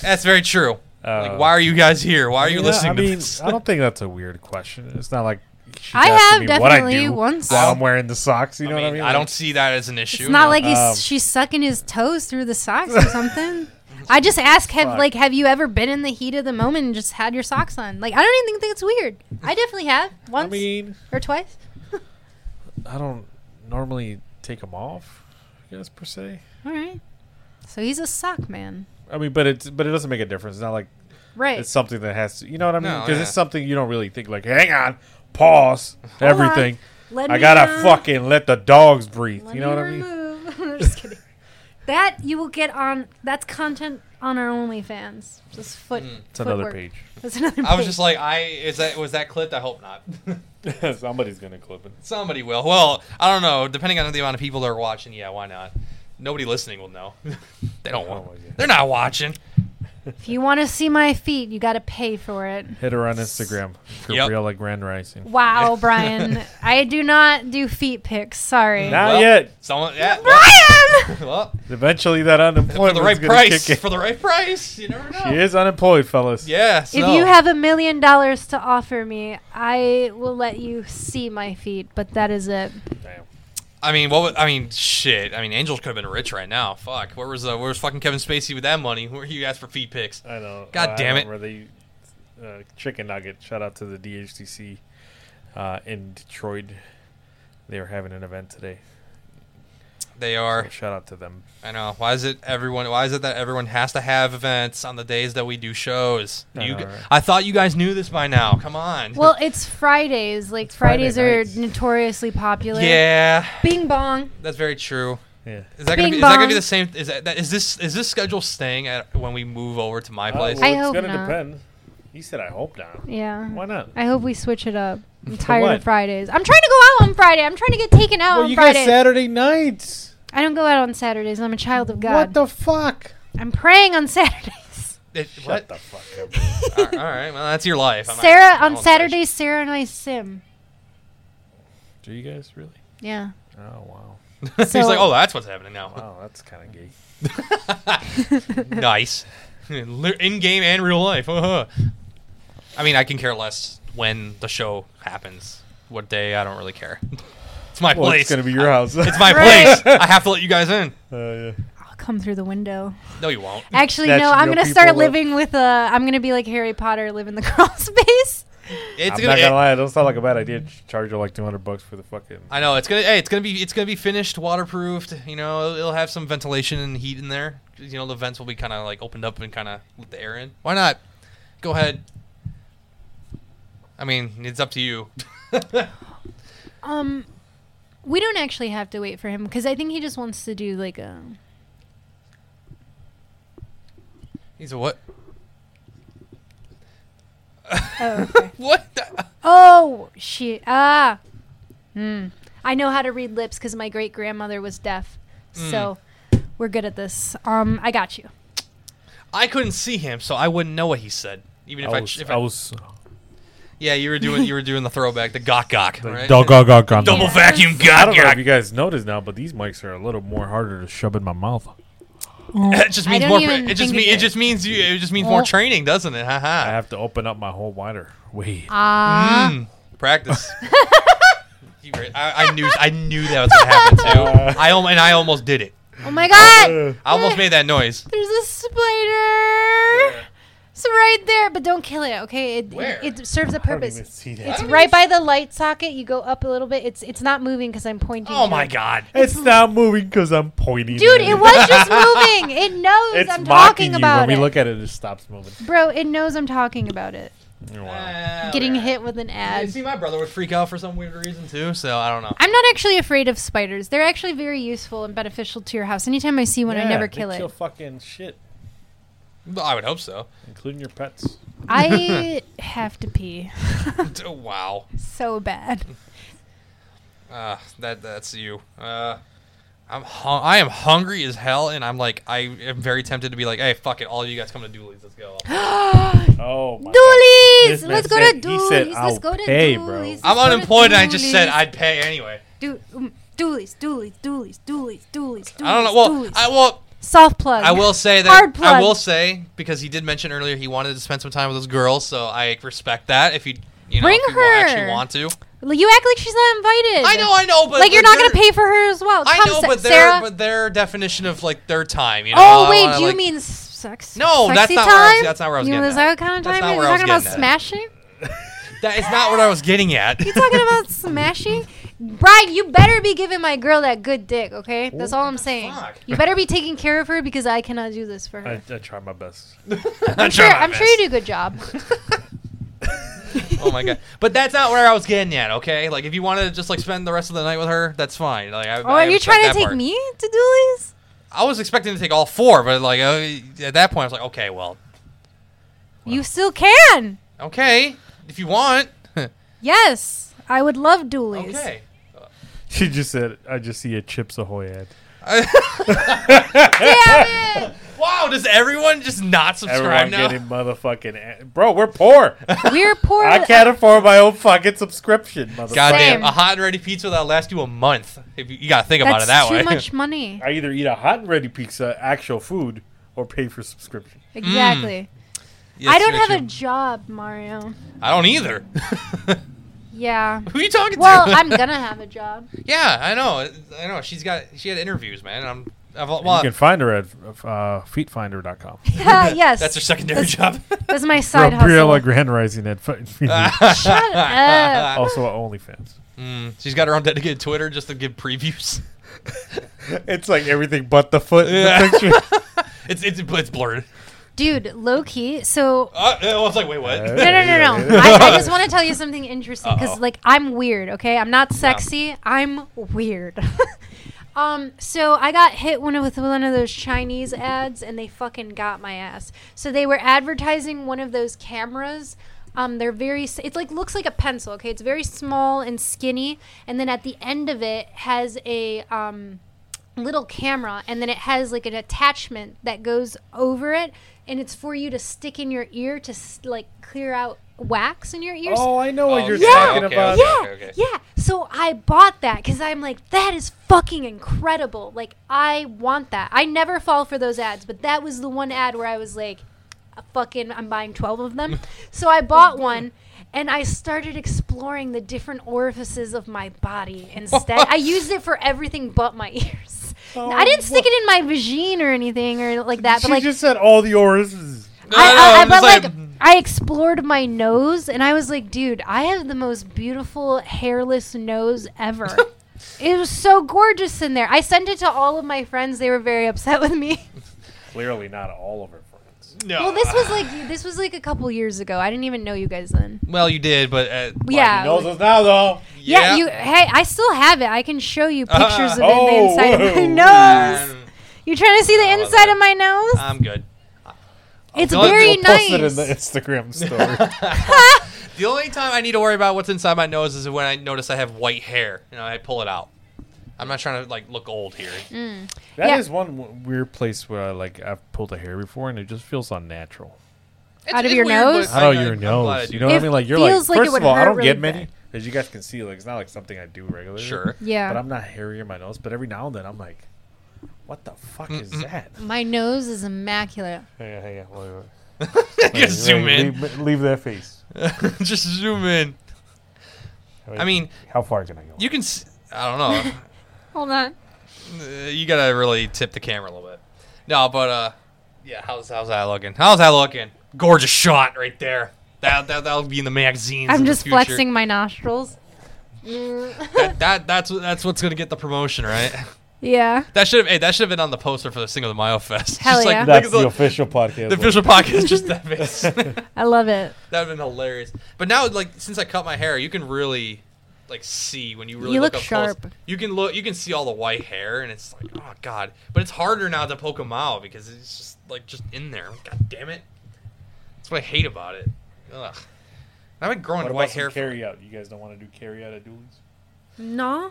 S3: That's very true.
S2: Uh,
S3: like, why are you guys here? Why are you
S2: Yeah,
S3: listening
S2: I mean,
S3: to this?
S2: I don't think that's a weird question. It's not like she's
S4: I
S2: asking
S4: have
S2: me what I
S4: definitely
S2: do
S4: once-
S2: while I'm wearing the socks. You
S3: I
S2: know
S3: mean,
S2: what I mean?
S3: I don't see that as an issue.
S4: It's not
S3: no.
S4: like he's
S2: Um,
S4: she's sucking his toes through the socks or something. I just ask, have
S2: Fuck.
S4: like, have you ever been in the heat of the moment and just had your socks on? Like, I don't even think that's weird. I definitely have
S2: I
S4: once
S2: mean,
S4: or twice.
S2: I don't normally take them off. I guess per se.
S4: All right. So he's a sock man,
S2: I mean, but it's but it doesn't make a difference. It's not like
S4: right?
S2: it's something that has to. You know what I mean?
S3: No,
S2: Because
S3: yeah.
S2: it's something you don't really think like. Hang on, pause everything.
S4: Let
S2: I
S4: me,
S2: gotta
S4: uh,
S2: fucking let the dogs breathe.
S4: Let
S2: you know what I
S4: me
S2: mean?
S4: remove- Just kidding. That you will get on. That's content on our OnlyFans. Just foot.
S2: It's another
S4: footwork.
S2: page.
S4: That's another page.
S3: I was just like, I is that was that clipped? I hope not.
S2: Somebody's gonna clip it.
S3: Somebody will. Well, I don't know. Depending on the amount of people that are watching, yeah, why not? Nobody listening will know. they don't
S2: Oh
S3: want.
S2: my God.
S3: They're not watching.
S4: if you want to see my feet, you gotta pay for it.
S2: Hit her on Instagram.
S3: Yep.
S2: Gabriella Grand Rising.
S4: Wow, Brian. I do not do feet pics. Sorry.
S2: Not
S3: Well,
S2: yet.
S3: Someone, yeah. Well,
S4: Brian!
S3: well,
S2: Eventually, that
S3: for
S2: unemployment
S3: the right
S2: gonna
S3: price.
S2: kick in.
S3: For the right price, you never know.
S2: She is unemployed, fellas.
S3: Yeah. So.
S4: If you have a million dollars to offer me, I will let you see my feet, but that is it.
S2: Damn.
S3: I mean, what? wa- I mean, shit. I mean, Angels could have been rich right now. Fuck. Where was uh, where was fucking Kevin Spacey with that money? Where he asked for feed picks?
S2: I know.
S3: God
S2: I
S3: damn it.
S2: Remember the uh, chicken nugget? Shout out to the DHCC uh, in Detroit. They were having an event today.
S3: They are.
S2: Shout out to them.
S3: I know. Why is it everyone? Why is it that everyone has to have events on the days that we do shows?
S2: I
S3: You,
S2: know,
S3: g-
S2: right?
S3: I thought you guys knew this by now. Come on.
S4: Well, it's Fridays. Like,
S2: Friday
S4: Fridays are
S2: nights.
S4: notoriously popular.
S3: yeah,
S4: Bing bong.
S3: that's very true.
S2: Yeah.
S3: Is that gonna
S4: Bing
S3: be, is that gonna be
S4: bong.
S3: the same? Is that, that is this is this schedule staying at when we move over to my place?
S4: I
S2: Uh, it's
S4: hope
S2: gonna
S4: not.
S2: depend. He said, "I hope not."
S4: Yeah.
S2: Why not?
S4: I hope we switch it up. I'm tired
S2: what?
S4: of Fridays. I'm trying to go out on Friday. I'm trying to get taken out
S2: well,
S4: on
S2: you
S4: Oh, Friday.
S2: got Saturday nights.
S4: I don't go out on Saturdays. I'm a child of
S2: What
S4: God.
S2: the fuck?
S4: I'm praying on Saturdays.
S3: It-
S2: Shut
S3: what?
S2: the fuck up.
S3: all all right, well that's your life. I'm not- I
S4: Sarah on
S3: won't judge.
S4: Saturdays. Sarah and I sim.
S2: Do you guys really?
S4: Yeah.
S2: Oh wow.
S4: So,
S3: He's like, oh, that's what's happening now.
S2: Wow, that's kind of gay.
S3: nice. In game and real life. Uh-huh. I mean, I can care less when the show happens. What day, I don't really care. it's my
S2: Well,
S3: place.
S2: it's gonna be your house.
S3: It's my
S4: Right.
S3: place. I have to let you guys in.
S2: Uh,
S4: I'll come through the window.
S3: No, you won't.
S4: Actually,
S2: That's
S4: no. I'm
S2: real
S4: gonna start
S2: people that-
S4: living with a. I'm gonna be like Harry Potter, live in the crawl space.
S3: It's
S2: I'm
S3: gonna,
S2: not
S3: it-
S2: gonna lie, it don't sound like a bad idea. to ch- Charge her like 200 bucks for the fucking.
S3: I know it's gonna. Hey, it's gonna be. It's gonna be finished, waterproofed. You know, it'll have some ventilation and heat in there. You know, the vents will be kind of like opened up and kind of let the air in. Why not? Go ahead. I mean, it's up to you.
S4: Um, we don't actually have to wait for him because I think he just wants to do like a.
S3: He's a what?
S4: Oh, okay.
S3: What? The?
S4: oh shit! Ah, hmm. I know how to read lips because my great grandmother was deaf, so we're good at this. Um, I got you.
S3: I couldn't see him, so I wouldn't know what he said. Even if I,
S2: I
S3: ch-
S2: was,
S3: if
S2: I was
S3: yeah, you were doing you were doing the throwback, the gok gok, right?
S2: dog, dog, dog, dog.
S3: Double
S4: Yes.
S3: vacuum
S2: I
S3: gok
S2: don't know if
S3: gok.
S2: you guys noticed now, but these mics are a little more harder to shove in my mouth.
S3: It just
S4: I
S3: means
S4: don't
S3: more.
S4: even
S3: It just
S4: think
S3: mean,
S4: it
S3: it
S4: is.
S3: just means you. It just means more
S4: Oh.
S3: training, doesn't it? Haha.
S2: I have to open up my whole wider. Wait,
S4: Ah,
S3: Mm, practice. You were- I, I knew I knew that was gonna happen too. I al- and I almost did it.
S4: oh my god!
S2: Uh,
S3: I almost made that noise.
S4: There's a spider. It's right there, but don't kill it. Okay, it
S3: Where?
S4: it, it serves a
S2: I don't even
S4: purpose.
S2: see that.
S4: It's right by the light socket. You go up a little bit. It's it's not moving because I'm pointing.
S3: Oh
S4: to
S3: my
S4: it.
S3: god!
S2: It's not moving because I'm pointing.
S4: Dude,
S2: at
S4: it was just moving. It knows
S2: It's
S4: I'm
S2: mocking
S4: talking
S2: you
S4: about
S2: when
S4: it.
S2: we look at it. It stops moving.
S4: Bro, it knows I'm talking about it.
S3: Oh,
S4: Getting hit with an
S3: I
S4: ad.
S3: see, my brother would freak out for some weird reason too. So I don't know.
S4: I'm not actually afraid of spiders. They're actually very useful and beneficial to your house. Anytime I see one, I
S2: Yeah,
S4: never
S2: they
S4: kill it.
S2: Kill fucking shit,
S3: Well, I would hope so.
S2: including your pets.
S4: I have to pee
S3: D- Wow,
S4: so bad.
S3: uh, that that's you. Uh, I'm hung- I am hungry as hell, and I'm like I am very tempted to be like, hey, fuck it, all you guys come to Dooley's, let's go.
S2: Oh my.
S4: Doolies!
S2: This man
S4: Let's go
S2: said-
S4: to
S2: he
S4: Doolies!
S2: said,
S4: Let's
S2: "I'll
S4: go to
S2: pay, bro."
S4: Doolies!
S3: I'm
S4: Let's go to
S3: unemployed, and I just said
S4: Doolies.
S3: I'd pay anyway.
S4: Do- um, Doolies, Doolies, Doolies, Doolies, Doolies,
S3: I don't know. Well,
S4: Doolies.
S3: I well.
S4: Soft plug.
S3: I will say that
S4: Hard plug.
S3: I will say because he did mention earlier he wanted to spend some time with his girl, so I respect that. If you you know
S4: Bring
S3: if you wa-
S4: her.
S3: actually want to,
S4: You act like she's not invited.
S3: I know, I know, but
S4: like you're
S3: but
S4: not gonna
S3: their-
S4: pay for her as well.
S3: I
S4: Come,
S3: know,
S4: Sa-
S3: but their
S4: Sarah.
S3: but their definition of like their time, you know.
S4: oh
S3: I
S4: wait,
S3: wanna,
S4: do you
S3: like-
S4: mean s- sex?
S3: No, that's
S4: sexy
S3: not
S4: time?
S3: where I was- that's not where I was
S4: You know,
S3: getting
S4: is
S3: at.
S4: that kind of
S3: That's
S4: time?
S3: not
S4: Are you
S3: where I was
S4: talking about
S3: getting at.
S4: smashing?
S3: that is not what I was getting at?
S4: You talking about smashing? Brian, you better be giving my girl that good dick, okay? That's all I'm saying.
S3: fuck?
S4: You better be taking care of her because I cannot do this for her.
S2: I, I try my best.
S4: I'm sure. I'm sure you do a good job.
S3: oh my god! But that's not where I was getting at. Okay, like if you want to just like spend the rest of the night with her, that's fine. Like, I,
S4: Oh, are you trying to take
S3: me?
S4: me to Dooley's?
S3: I was expecting to take all four, but like uh, at that point, I was like, okay, well,
S4: You still can.
S3: okay, if you want,
S4: Yes, I would love Dooley's.
S3: okay.
S2: She just said, "I just see a Chips Ahoy ad."
S4: Damn it!
S3: Wow, does everyone just not subscribe
S2: Everyone
S3: now?
S2: getting motherfucking ad. bro. We're poor.
S4: We're poor.
S2: I can't afford my own fucking subscription, motherfucker.
S3: Goddamn,
S4: Same.
S3: a hot and ready pizza that'll last you a month. If you, you gotta think about
S4: That's
S3: it that
S4: too
S3: way.
S4: much money.
S2: I either eat a hot and ready pizza, actual food, or pay for subscription.
S4: Exactly.
S3: Mm. Yes,
S4: I don't
S3: yes,
S4: have a
S3: you-
S4: job, Mario.
S3: I don't either.
S4: Yeah.
S3: Who are you talking
S4: Well,
S3: to?
S4: I'm gonna have a job.
S3: yeah, I know. I know. She's got. She had interviews, man. and I'm. I've, well,
S2: you can find her at uh, feetfinder.com.
S4: Uh, yes.
S3: that's her secondary job.
S4: That's my side hustle.
S2: Gabriella Grand Rising at fi-
S3: Ah.
S4: Shut up.
S2: also at OnlyFans.
S3: Mm, she's got her own dedicated Twitter just to give previews.
S2: It's like everything but the foot in
S3: Yeah.
S2: the picture.
S3: It's it's it's blurred.
S4: Dude, low key. So
S3: Uh, I was like, wait, what?
S2: Uh,
S4: no, no, no, no. I, I just want to tell you something interesting because,
S3: Uh-oh.
S4: like, I'm weird. Okay, I'm not sexy. I'm weird. um, so I got hit one of, with one of those Chinese ads, and they fucking got my ass. So they were advertising one of those cameras. Um, they're very. s- It's like looks like a pencil. Okay, it's very small and skinny, and then at the end of it has a um little camera and then it has like an attachment that goes over it and it's for you to stick in your ear to s- like clear out wax in your ears.
S2: Oh, I know what
S3: Oh,
S2: you're
S4: okay,
S2: talking
S3: okay,
S2: about.
S3: okay.
S4: yeah, yeah. So I bought that because I'm like, that is fucking incredible. Like, I want that. I never fall for those ads, but that was the one ad where I was like, "A fucking, I'm buying 12 of them. so I bought one. And I started exploring the different orifices of my body instead. I used it for everything but my ears. I didn't stick it in my vagine or anything or like that.
S2: She
S4: but like,
S2: just said all the orifices.
S3: No,
S4: I,
S3: no,
S4: I, I,
S3: I'm
S4: but
S3: just
S4: like,
S3: like-
S2: mm.
S4: I explored my nose and I was like, dude, I have the most beautiful hairless nose ever. it was so gorgeous in there. I sent it to all of my friends. They were very upset with me.
S2: Clearly not all of her friends.
S3: No.
S4: well, this was like this was like a couple years ago. I didn't even know you guys then.
S3: Well, you did, but uh,
S4: yeah.
S2: Knows
S4: like-
S2: us now though.
S4: yeah, you hey, I still have it. I can show you pictures of it,
S2: Oh,
S4: the inside of
S2: whoa.
S4: my nose.
S3: Um,
S4: You trying to see the
S3: I love
S4: inside
S3: it.
S4: of my nose?
S3: I'm good.
S4: it's
S3: don't-
S4: very
S2: We'll post it in
S4: nice.
S2: the Instagram story.
S3: The only time I need to worry about what's inside my nose is when I notice I have white hair. You know, I pull it out. I'm not trying to like look old here.
S2: That is
S4: Yeah.
S2: one w- weird place where I, like I've pulled a hair before and it just feels unnatural.
S3: It's-
S4: Out of
S3: it's
S4: your
S3: weird,
S4: nose?
S3: but
S2: Out
S3: I-
S2: of Oh, your
S3: I'm glad I
S2: nose,
S3: do
S2: you know
S3: that.
S2: what I
S4: It
S2: mean? Like you're
S4: feels
S2: like,
S4: like it
S2: first
S4: would
S2: of all, I
S4: hurt
S2: don't
S4: really
S2: get many,
S4: bad.
S2: as you guys can see. Like it's not like something I do regularly.
S3: Sure.
S4: yeah.
S2: But I'm not hairy in my nose. But every now and then I'm like, what the fuck is that?
S4: my nose is immaculate.
S2: Hang on, hang on. Wait, wait,
S3: Just zoom in.
S2: Leave, leave that face.
S3: Just zoom in. I mean,
S2: how far can I go?
S3: You can. s I don't know.
S4: Hold on.
S3: Uh, you gotta really tip the camera a little bit. No, but uh, yeah. How's how's that looking? How's that looking? Gorgeous shot right there. That that that'll be in the magazines. in
S4: I'm
S3: the
S4: just
S3: future. Mm.
S4: flexing my nostrils.
S3: That, that that's what- that's what's gonna get the promotion, right?
S4: Yeah.
S3: That should have hey, that should have been on the poster for the Single de Mayo Fest.
S4: Hell
S3: just
S4: yeah.
S3: like, look
S2: That's
S3: at
S2: the,
S3: the,
S2: official podcast.
S3: the official podcast. Just that face. that
S4: I love it.
S3: would have been hilarious. But now, like since I cut my hair, you can really like see when you really
S4: You
S3: look,
S4: look
S3: up close.
S4: sharp.
S3: You can look. You can see all the white hair, and it's like oh god. But it's harder now to poke them out because it's just like just in there. God damn it. That's what I hate about it. Ugh. I've been growing
S2: What about
S3: white
S2: some
S3: hair. for-
S2: carry out? You guys don't want to do carry out at Dooley's?
S4: No.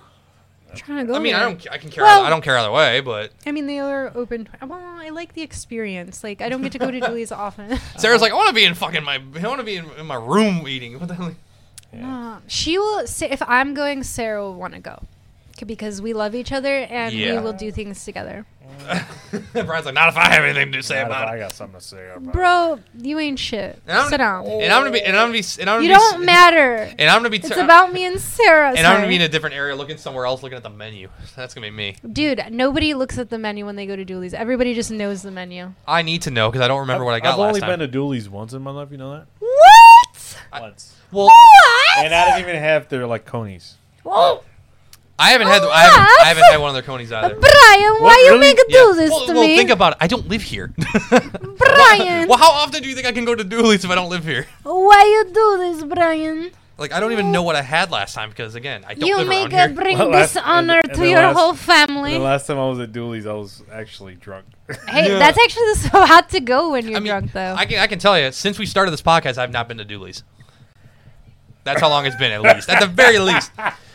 S4: I'm trying to go.
S3: I mean, I
S4: there.
S3: don't. I can care.
S4: Well-
S3: I don't care either way. But
S4: I mean, they are open. Well, I like the experience. Like, I don't get to go to Julie's often.
S3: Sarah's like, I want to be in fucking my. I want to be in, in my room eating. What the hell?
S4: Uh, she will. Say, if I'm going, Sarah will want to go, C- because we love each other and
S3: Yeah.
S4: we will do things together.
S3: Brian's like, not if I have anything to say
S2: Not if
S3: about
S2: I
S3: it.
S2: got something to say about it.
S4: Bro, you ain't shit.
S3: And I'm,
S4: Sit down.
S3: And I'm gonna be. And I'm gonna be. And I'm gonna
S4: you
S3: be,
S4: don't matter.
S3: And I'm gonna be. uh,
S4: It's
S3: ter-
S4: about me and Sarah.
S3: And I'm gonna
S4: sorry.
S3: be in a different area, looking somewhere else, looking at the menu. That's gonna be me.
S4: Dude, nobody looks at the menu when they go to Julie's. Everybody just knows the menu.
S3: I need to know because I don't remember what I got
S2: I've
S3: last
S2: only
S3: time.
S2: been to Dooley's once in my life. You know that?
S4: What?
S2: once.
S3: well,
S2: And I didn't even Oh, have their like conies.
S4: Whoa.
S3: I haven't had. I haven't, I
S4: What?
S3: haven't had one of their conies either.
S4: Brian, why
S2: What,
S4: you
S2: really?
S4: make
S3: Yeah.
S4: do this
S3: well,
S4: to
S3: well,
S4: me?
S3: think about it. I don't live here.
S4: Brian,
S3: well, how often do you think I can go to Dooley's if I don't live here?
S4: why you do this, Brian?
S3: Like I don't even know what I had last time because again, I don't
S4: You
S3: live around
S4: make a
S3: here.
S4: bring
S2: Well, last-
S4: dishonor
S2: and- and
S4: to
S2: the
S4: your
S2: last-
S4: whole
S2: The
S4: family.
S2: last time I was at Dooley's, I was actually drunk.
S4: hey,
S3: Yeah.
S4: that's actually so hot to go when you're
S3: I mean,
S4: drunk, though.
S3: I can I can tell you since we started this podcast, I've not been to Dooley's. That's how long it's been, at least. At the very least,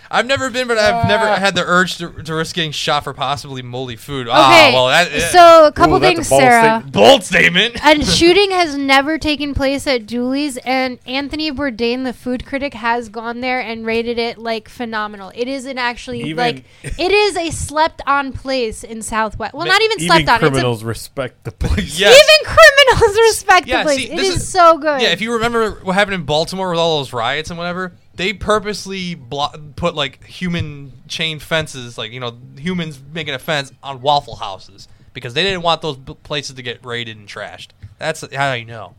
S3: I've never been, but I've never had the urge to, to risk getting shot for possibly moldy food. Ah,
S4: okay,
S3: well, that, eh,
S4: so a couple
S2: Ooh, that's a
S4: things,
S2: bold
S4: Sarah.
S2: statement.
S3: bold statement.
S4: And shooting has never taken place at Julie's, and Anthony Bourdain, the food critic, has gone there and rated it like phenomenal. It is an actually
S2: Even-
S4: like it is a slept on place in Southwest. Well, not even slept
S2: Even
S4: on. It's a
S2: criminals respect the place.
S3: Yes.
S4: Even criminals respect
S3: Yeah,
S4: the place.
S3: see,
S4: it
S3: this
S4: is,
S3: is-
S4: so good.
S3: Yeah, if you remember what happened in Baltimore with all those riots and whatever, they purposely blo- put like human chain fences, like you know, humans making a fence on Waffle Houses because they didn't want those b- places to get raided and trashed. That's how you know.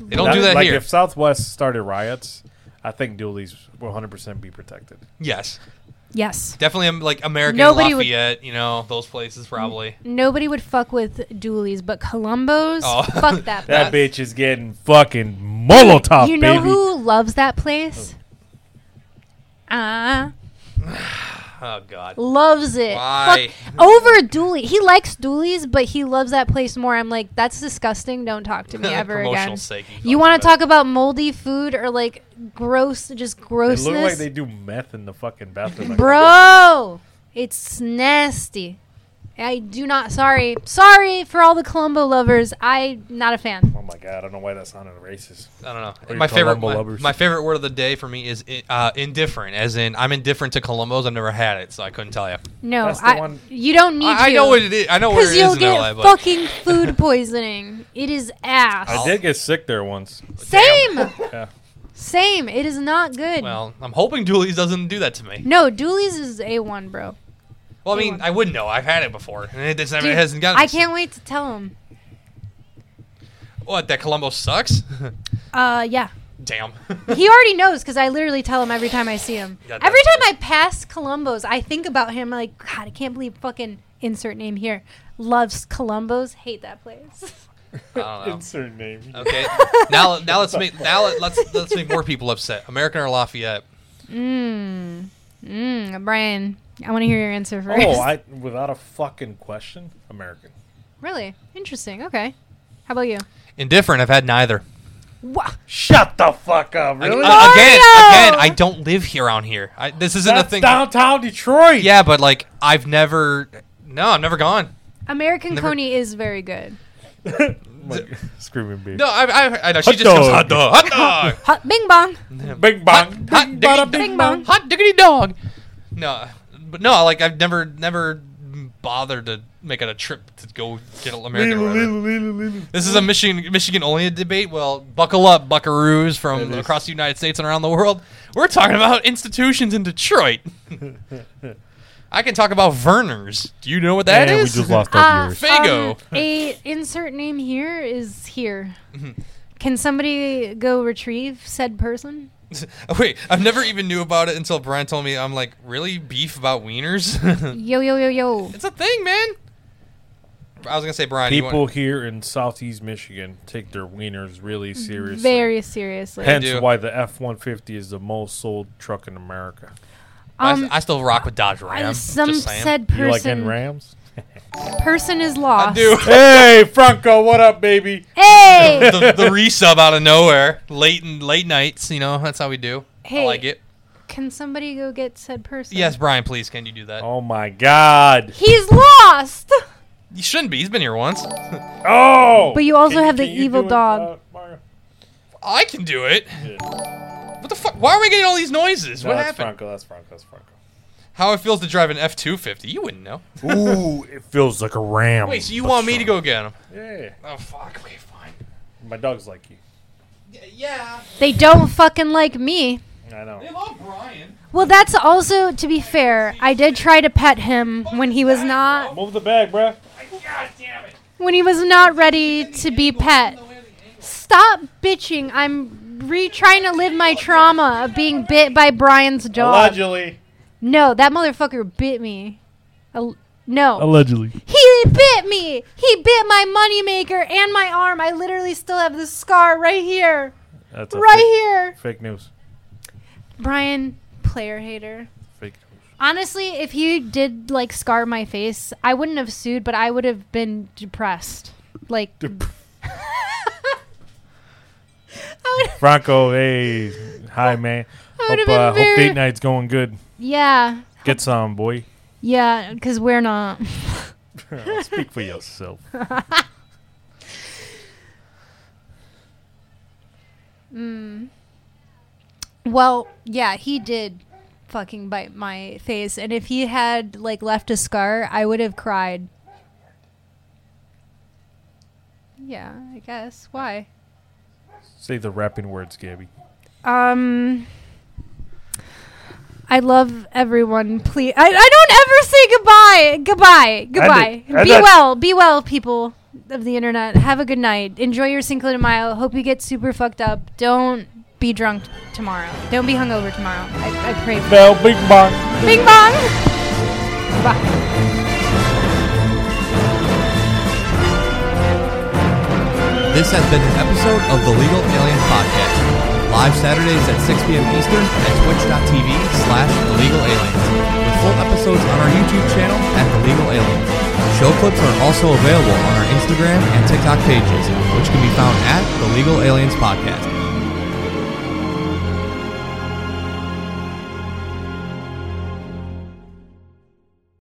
S3: They don't
S2: Not-
S3: do that
S2: like
S3: here.
S2: if Southwest started riots, I think Dooley's will 100% be protected.
S3: yes,
S4: yes.
S3: definitely um, like American
S4: Nobody would-
S3: Lafayette, you know, those places probably.
S4: Nobody would fuck with Dooley's, but Columbo's,
S3: Oh.
S4: fuck that place.
S2: That bitch is getting fucking Molotov,
S4: you know
S2: baby.
S4: who loves that place? Ah,
S3: Oh God.
S4: loves it.
S3: Why?
S4: Fuck- over Dooley. He likes Dooley's, but he loves that place more. I'm like, that's disgusting. Don't talk to me ever
S3: Promotional
S4: again.
S3: sake, you
S4: you want to
S3: fucking
S4: talk about moldy food or like gross, just
S2: They
S4: grossness?
S2: look like they do meth in the fucking bathroom.
S4: Bro, it's nasty. I do not. Sorry, sorry for all the Columbo lovers. I'm not a fan.
S2: Oh my god, I don't know why that sounded racist.
S3: I don't know.
S2: Or
S3: My
S2: your
S3: favorite,
S2: Columbo
S3: my,
S2: lovers.
S3: my favorite word of the day for me is i- uh, indifferent, as in I'm indifferent to Columbos. I've never had it, so I couldn't tell you.
S4: No,
S2: That's the
S4: I,
S2: one-
S4: you don't need to.
S3: I, I know what it is. I know where it
S4: Because
S3: is
S4: you'll
S3: in
S4: get
S3: LA, but
S4: fucking food poisoning. It is ass.
S2: I did get sick there once.
S4: Same.
S2: Yeah.
S4: Same. It is not good.
S3: well, I'm hoping Dooley's doesn't do that to me.
S4: no, Dooley's is a one, bro.
S3: Well, I mean, I wouldn't know. I've had it before, and it, doesn't,
S4: Dude,
S3: it hasn't gotten.
S4: I
S3: me.
S4: can't wait to tell him.
S3: What that Columbo sucks?
S4: Uh, yeah.
S3: Damn.
S4: He already knows because I literally tell him every time I see him.
S3: Yeah,
S4: every time
S3: that's-
S4: I pass Columbo's, I think about him like, God, I can't believe fucking insert name here loves Columbo's. Hate that place.
S3: I don't know.
S2: Insert name.
S3: Okay. Now, now let's make now let, let's let's make more people upset. American or Lafayette?
S4: Mmm. Mmm. Brian, I want to hear your answer first.
S2: Oh, I without a fucking question, American.
S4: really interesting. Okay. How about you?
S3: Indifferent. I've had neither.
S4: Wha-
S2: Shut the fuck up,
S3: Like,
S2: really?
S3: uh, again,
S4: Mario!
S3: again, I don't live here around here. I, this isn't
S2: That's
S3: a thing.
S2: downtown Detroit.
S3: Yeah, but like I've never. No, I've never gone.
S4: American
S3: Never-
S4: Coney is very good.
S2: Like, screaming beef.
S3: No, I. I, I know she
S2: Hot
S3: just goes
S2: dog.
S3: hot dog, hot dog,
S4: Hot bing bong.
S2: Bing
S3: hot,
S2: bong.
S3: hot, diggity,
S4: bing bong.
S3: hot diggity dog. No, but no, like I've never, never bothered to make it a trip to go get an American.
S2: Leelu,
S3: Roadie.
S2: leelu, leelu, leelu.
S3: This is a Michigan, Michigan only debate. Well, buckle up, Buckaroos
S2: It
S3: from
S2: is.
S3: across the United States and around the world. We're talking about institutions in Detroit. I can talk about Verner's. Do you know what that is?
S2: And we just lost
S4: Ah,
S2: our viewers.
S3: Fago.
S4: um, a insert name here is here. Can somebody go retrieve said person?
S3: Wait, I've never even knew about it until Brian told me. I'm like, really beef about wieners?
S4: Yo yo yo yo.
S3: it's a thing, man. I was gonna say Brian. you
S2: People
S3: want-
S2: here in Southeast Michigan take their wieners really seriously.
S4: Mm-hmm. Very seriously.
S2: Hence
S3: do.
S2: why the F one fifty is the most sold truck in America.
S3: I s-
S4: Um,
S3: I, still rock with Dodge
S4: I-
S3: Ram.
S4: some
S3: just saying.
S4: said
S2: You like in
S4: person.
S2: Rams?
S4: person is lost.
S3: I do.
S2: hey, Franco, what up, baby?
S4: Hey,
S3: the, the resub out of nowhere, late and late nights. You know, that's how we do. I
S4: Hey.
S3: like it.
S4: can somebody go get said person?
S3: Yes, Brian, please, can you do that?
S2: Oh my God!
S4: He's lost.
S3: You shouldn't be. He's been here once.
S2: Oh,
S4: But you also
S2: Can-
S4: have the
S2: can you
S4: evil
S2: do it,
S4: dog.
S2: uh, Mario?
S3: I can do it. What the fuck? Why are we getting all these noises?
S2: No,
S3: what
S2: that's
S3: happened?
S2: Franco. That's Franco. That's Franco.
S3: How it feels to drive an F two fifty? You wouldn't know.
S2: Mm, Ooh, it feels like a ram.
S3: Wait, so you want me to go get him?
S2: Yeah,
S3: Oh fuck. Okay, fine.
S2: my dog's like you.
S3: Yeah,
S4: They don't fucking like me.
S2: I know.
S3: they love Brian.
S4: Well, that's also to be fair. I did try to pet him when he was not
S2: Move the bag, bruh.
S3: God damn it.
S4: when he was not ready to be pet. Stop bitching. I'm re trying to live my trauma of being bit by Brian's dog.
S2: Allegedly.
S4: No, that motherfucker bit me. Al- no.
S2: Allegedly.
S4: He bit me. He bit my moneymaker and my arm. I literally still have the scar right here.
S2: That's a fake,
S4: Right here.
S2: Fake news.
S4: Brian, player hater.
S2: Fake news.
S4: Honestly, if he did like scar my face, I wouldn't have sued, but I would have been depressed. Like I would-
S2: Franco, hey, hi man. Hope,
S4: would've been
S2: uh, hope
S4: very-
S2: date night's going good.
S4: yeah.
S2: Get some, boy.
S4: Yeah, cuz we're not.
S2: Speak for yourself.
S4: Well, yeah, he did fucking bite my face, and if he had like left a scar, I would have cried. Yeah, I guess. Why?
S2: Say the rapping words, Gabby.
S4: Um I love everyone. Please I, I don't ever say goodbye. Goodbye. Goodbye.
S2: it. End
S4: Be
S2: it.
S4: well. Be well, people of the internet. Have a good night. Enjoy your Cinco de Mayo. Hope you get super fucked up. Don't be drunk tomorrow. Don't be hungover tomorrow. I, I pray for
S2: Bell, big bong.
S4: Bing bong. Bye.
S1: This has been an episode of the Legal Alien Podcast. Live Saturdays at 6 p.m. Eastern at twitch.tv slash Illegal Aliens. With full episodes on our YouTube channel at The Legal Aliens. Show clips are also available on our Instagram and TikTok pages, which can be found at The Legal Aliens Podcast.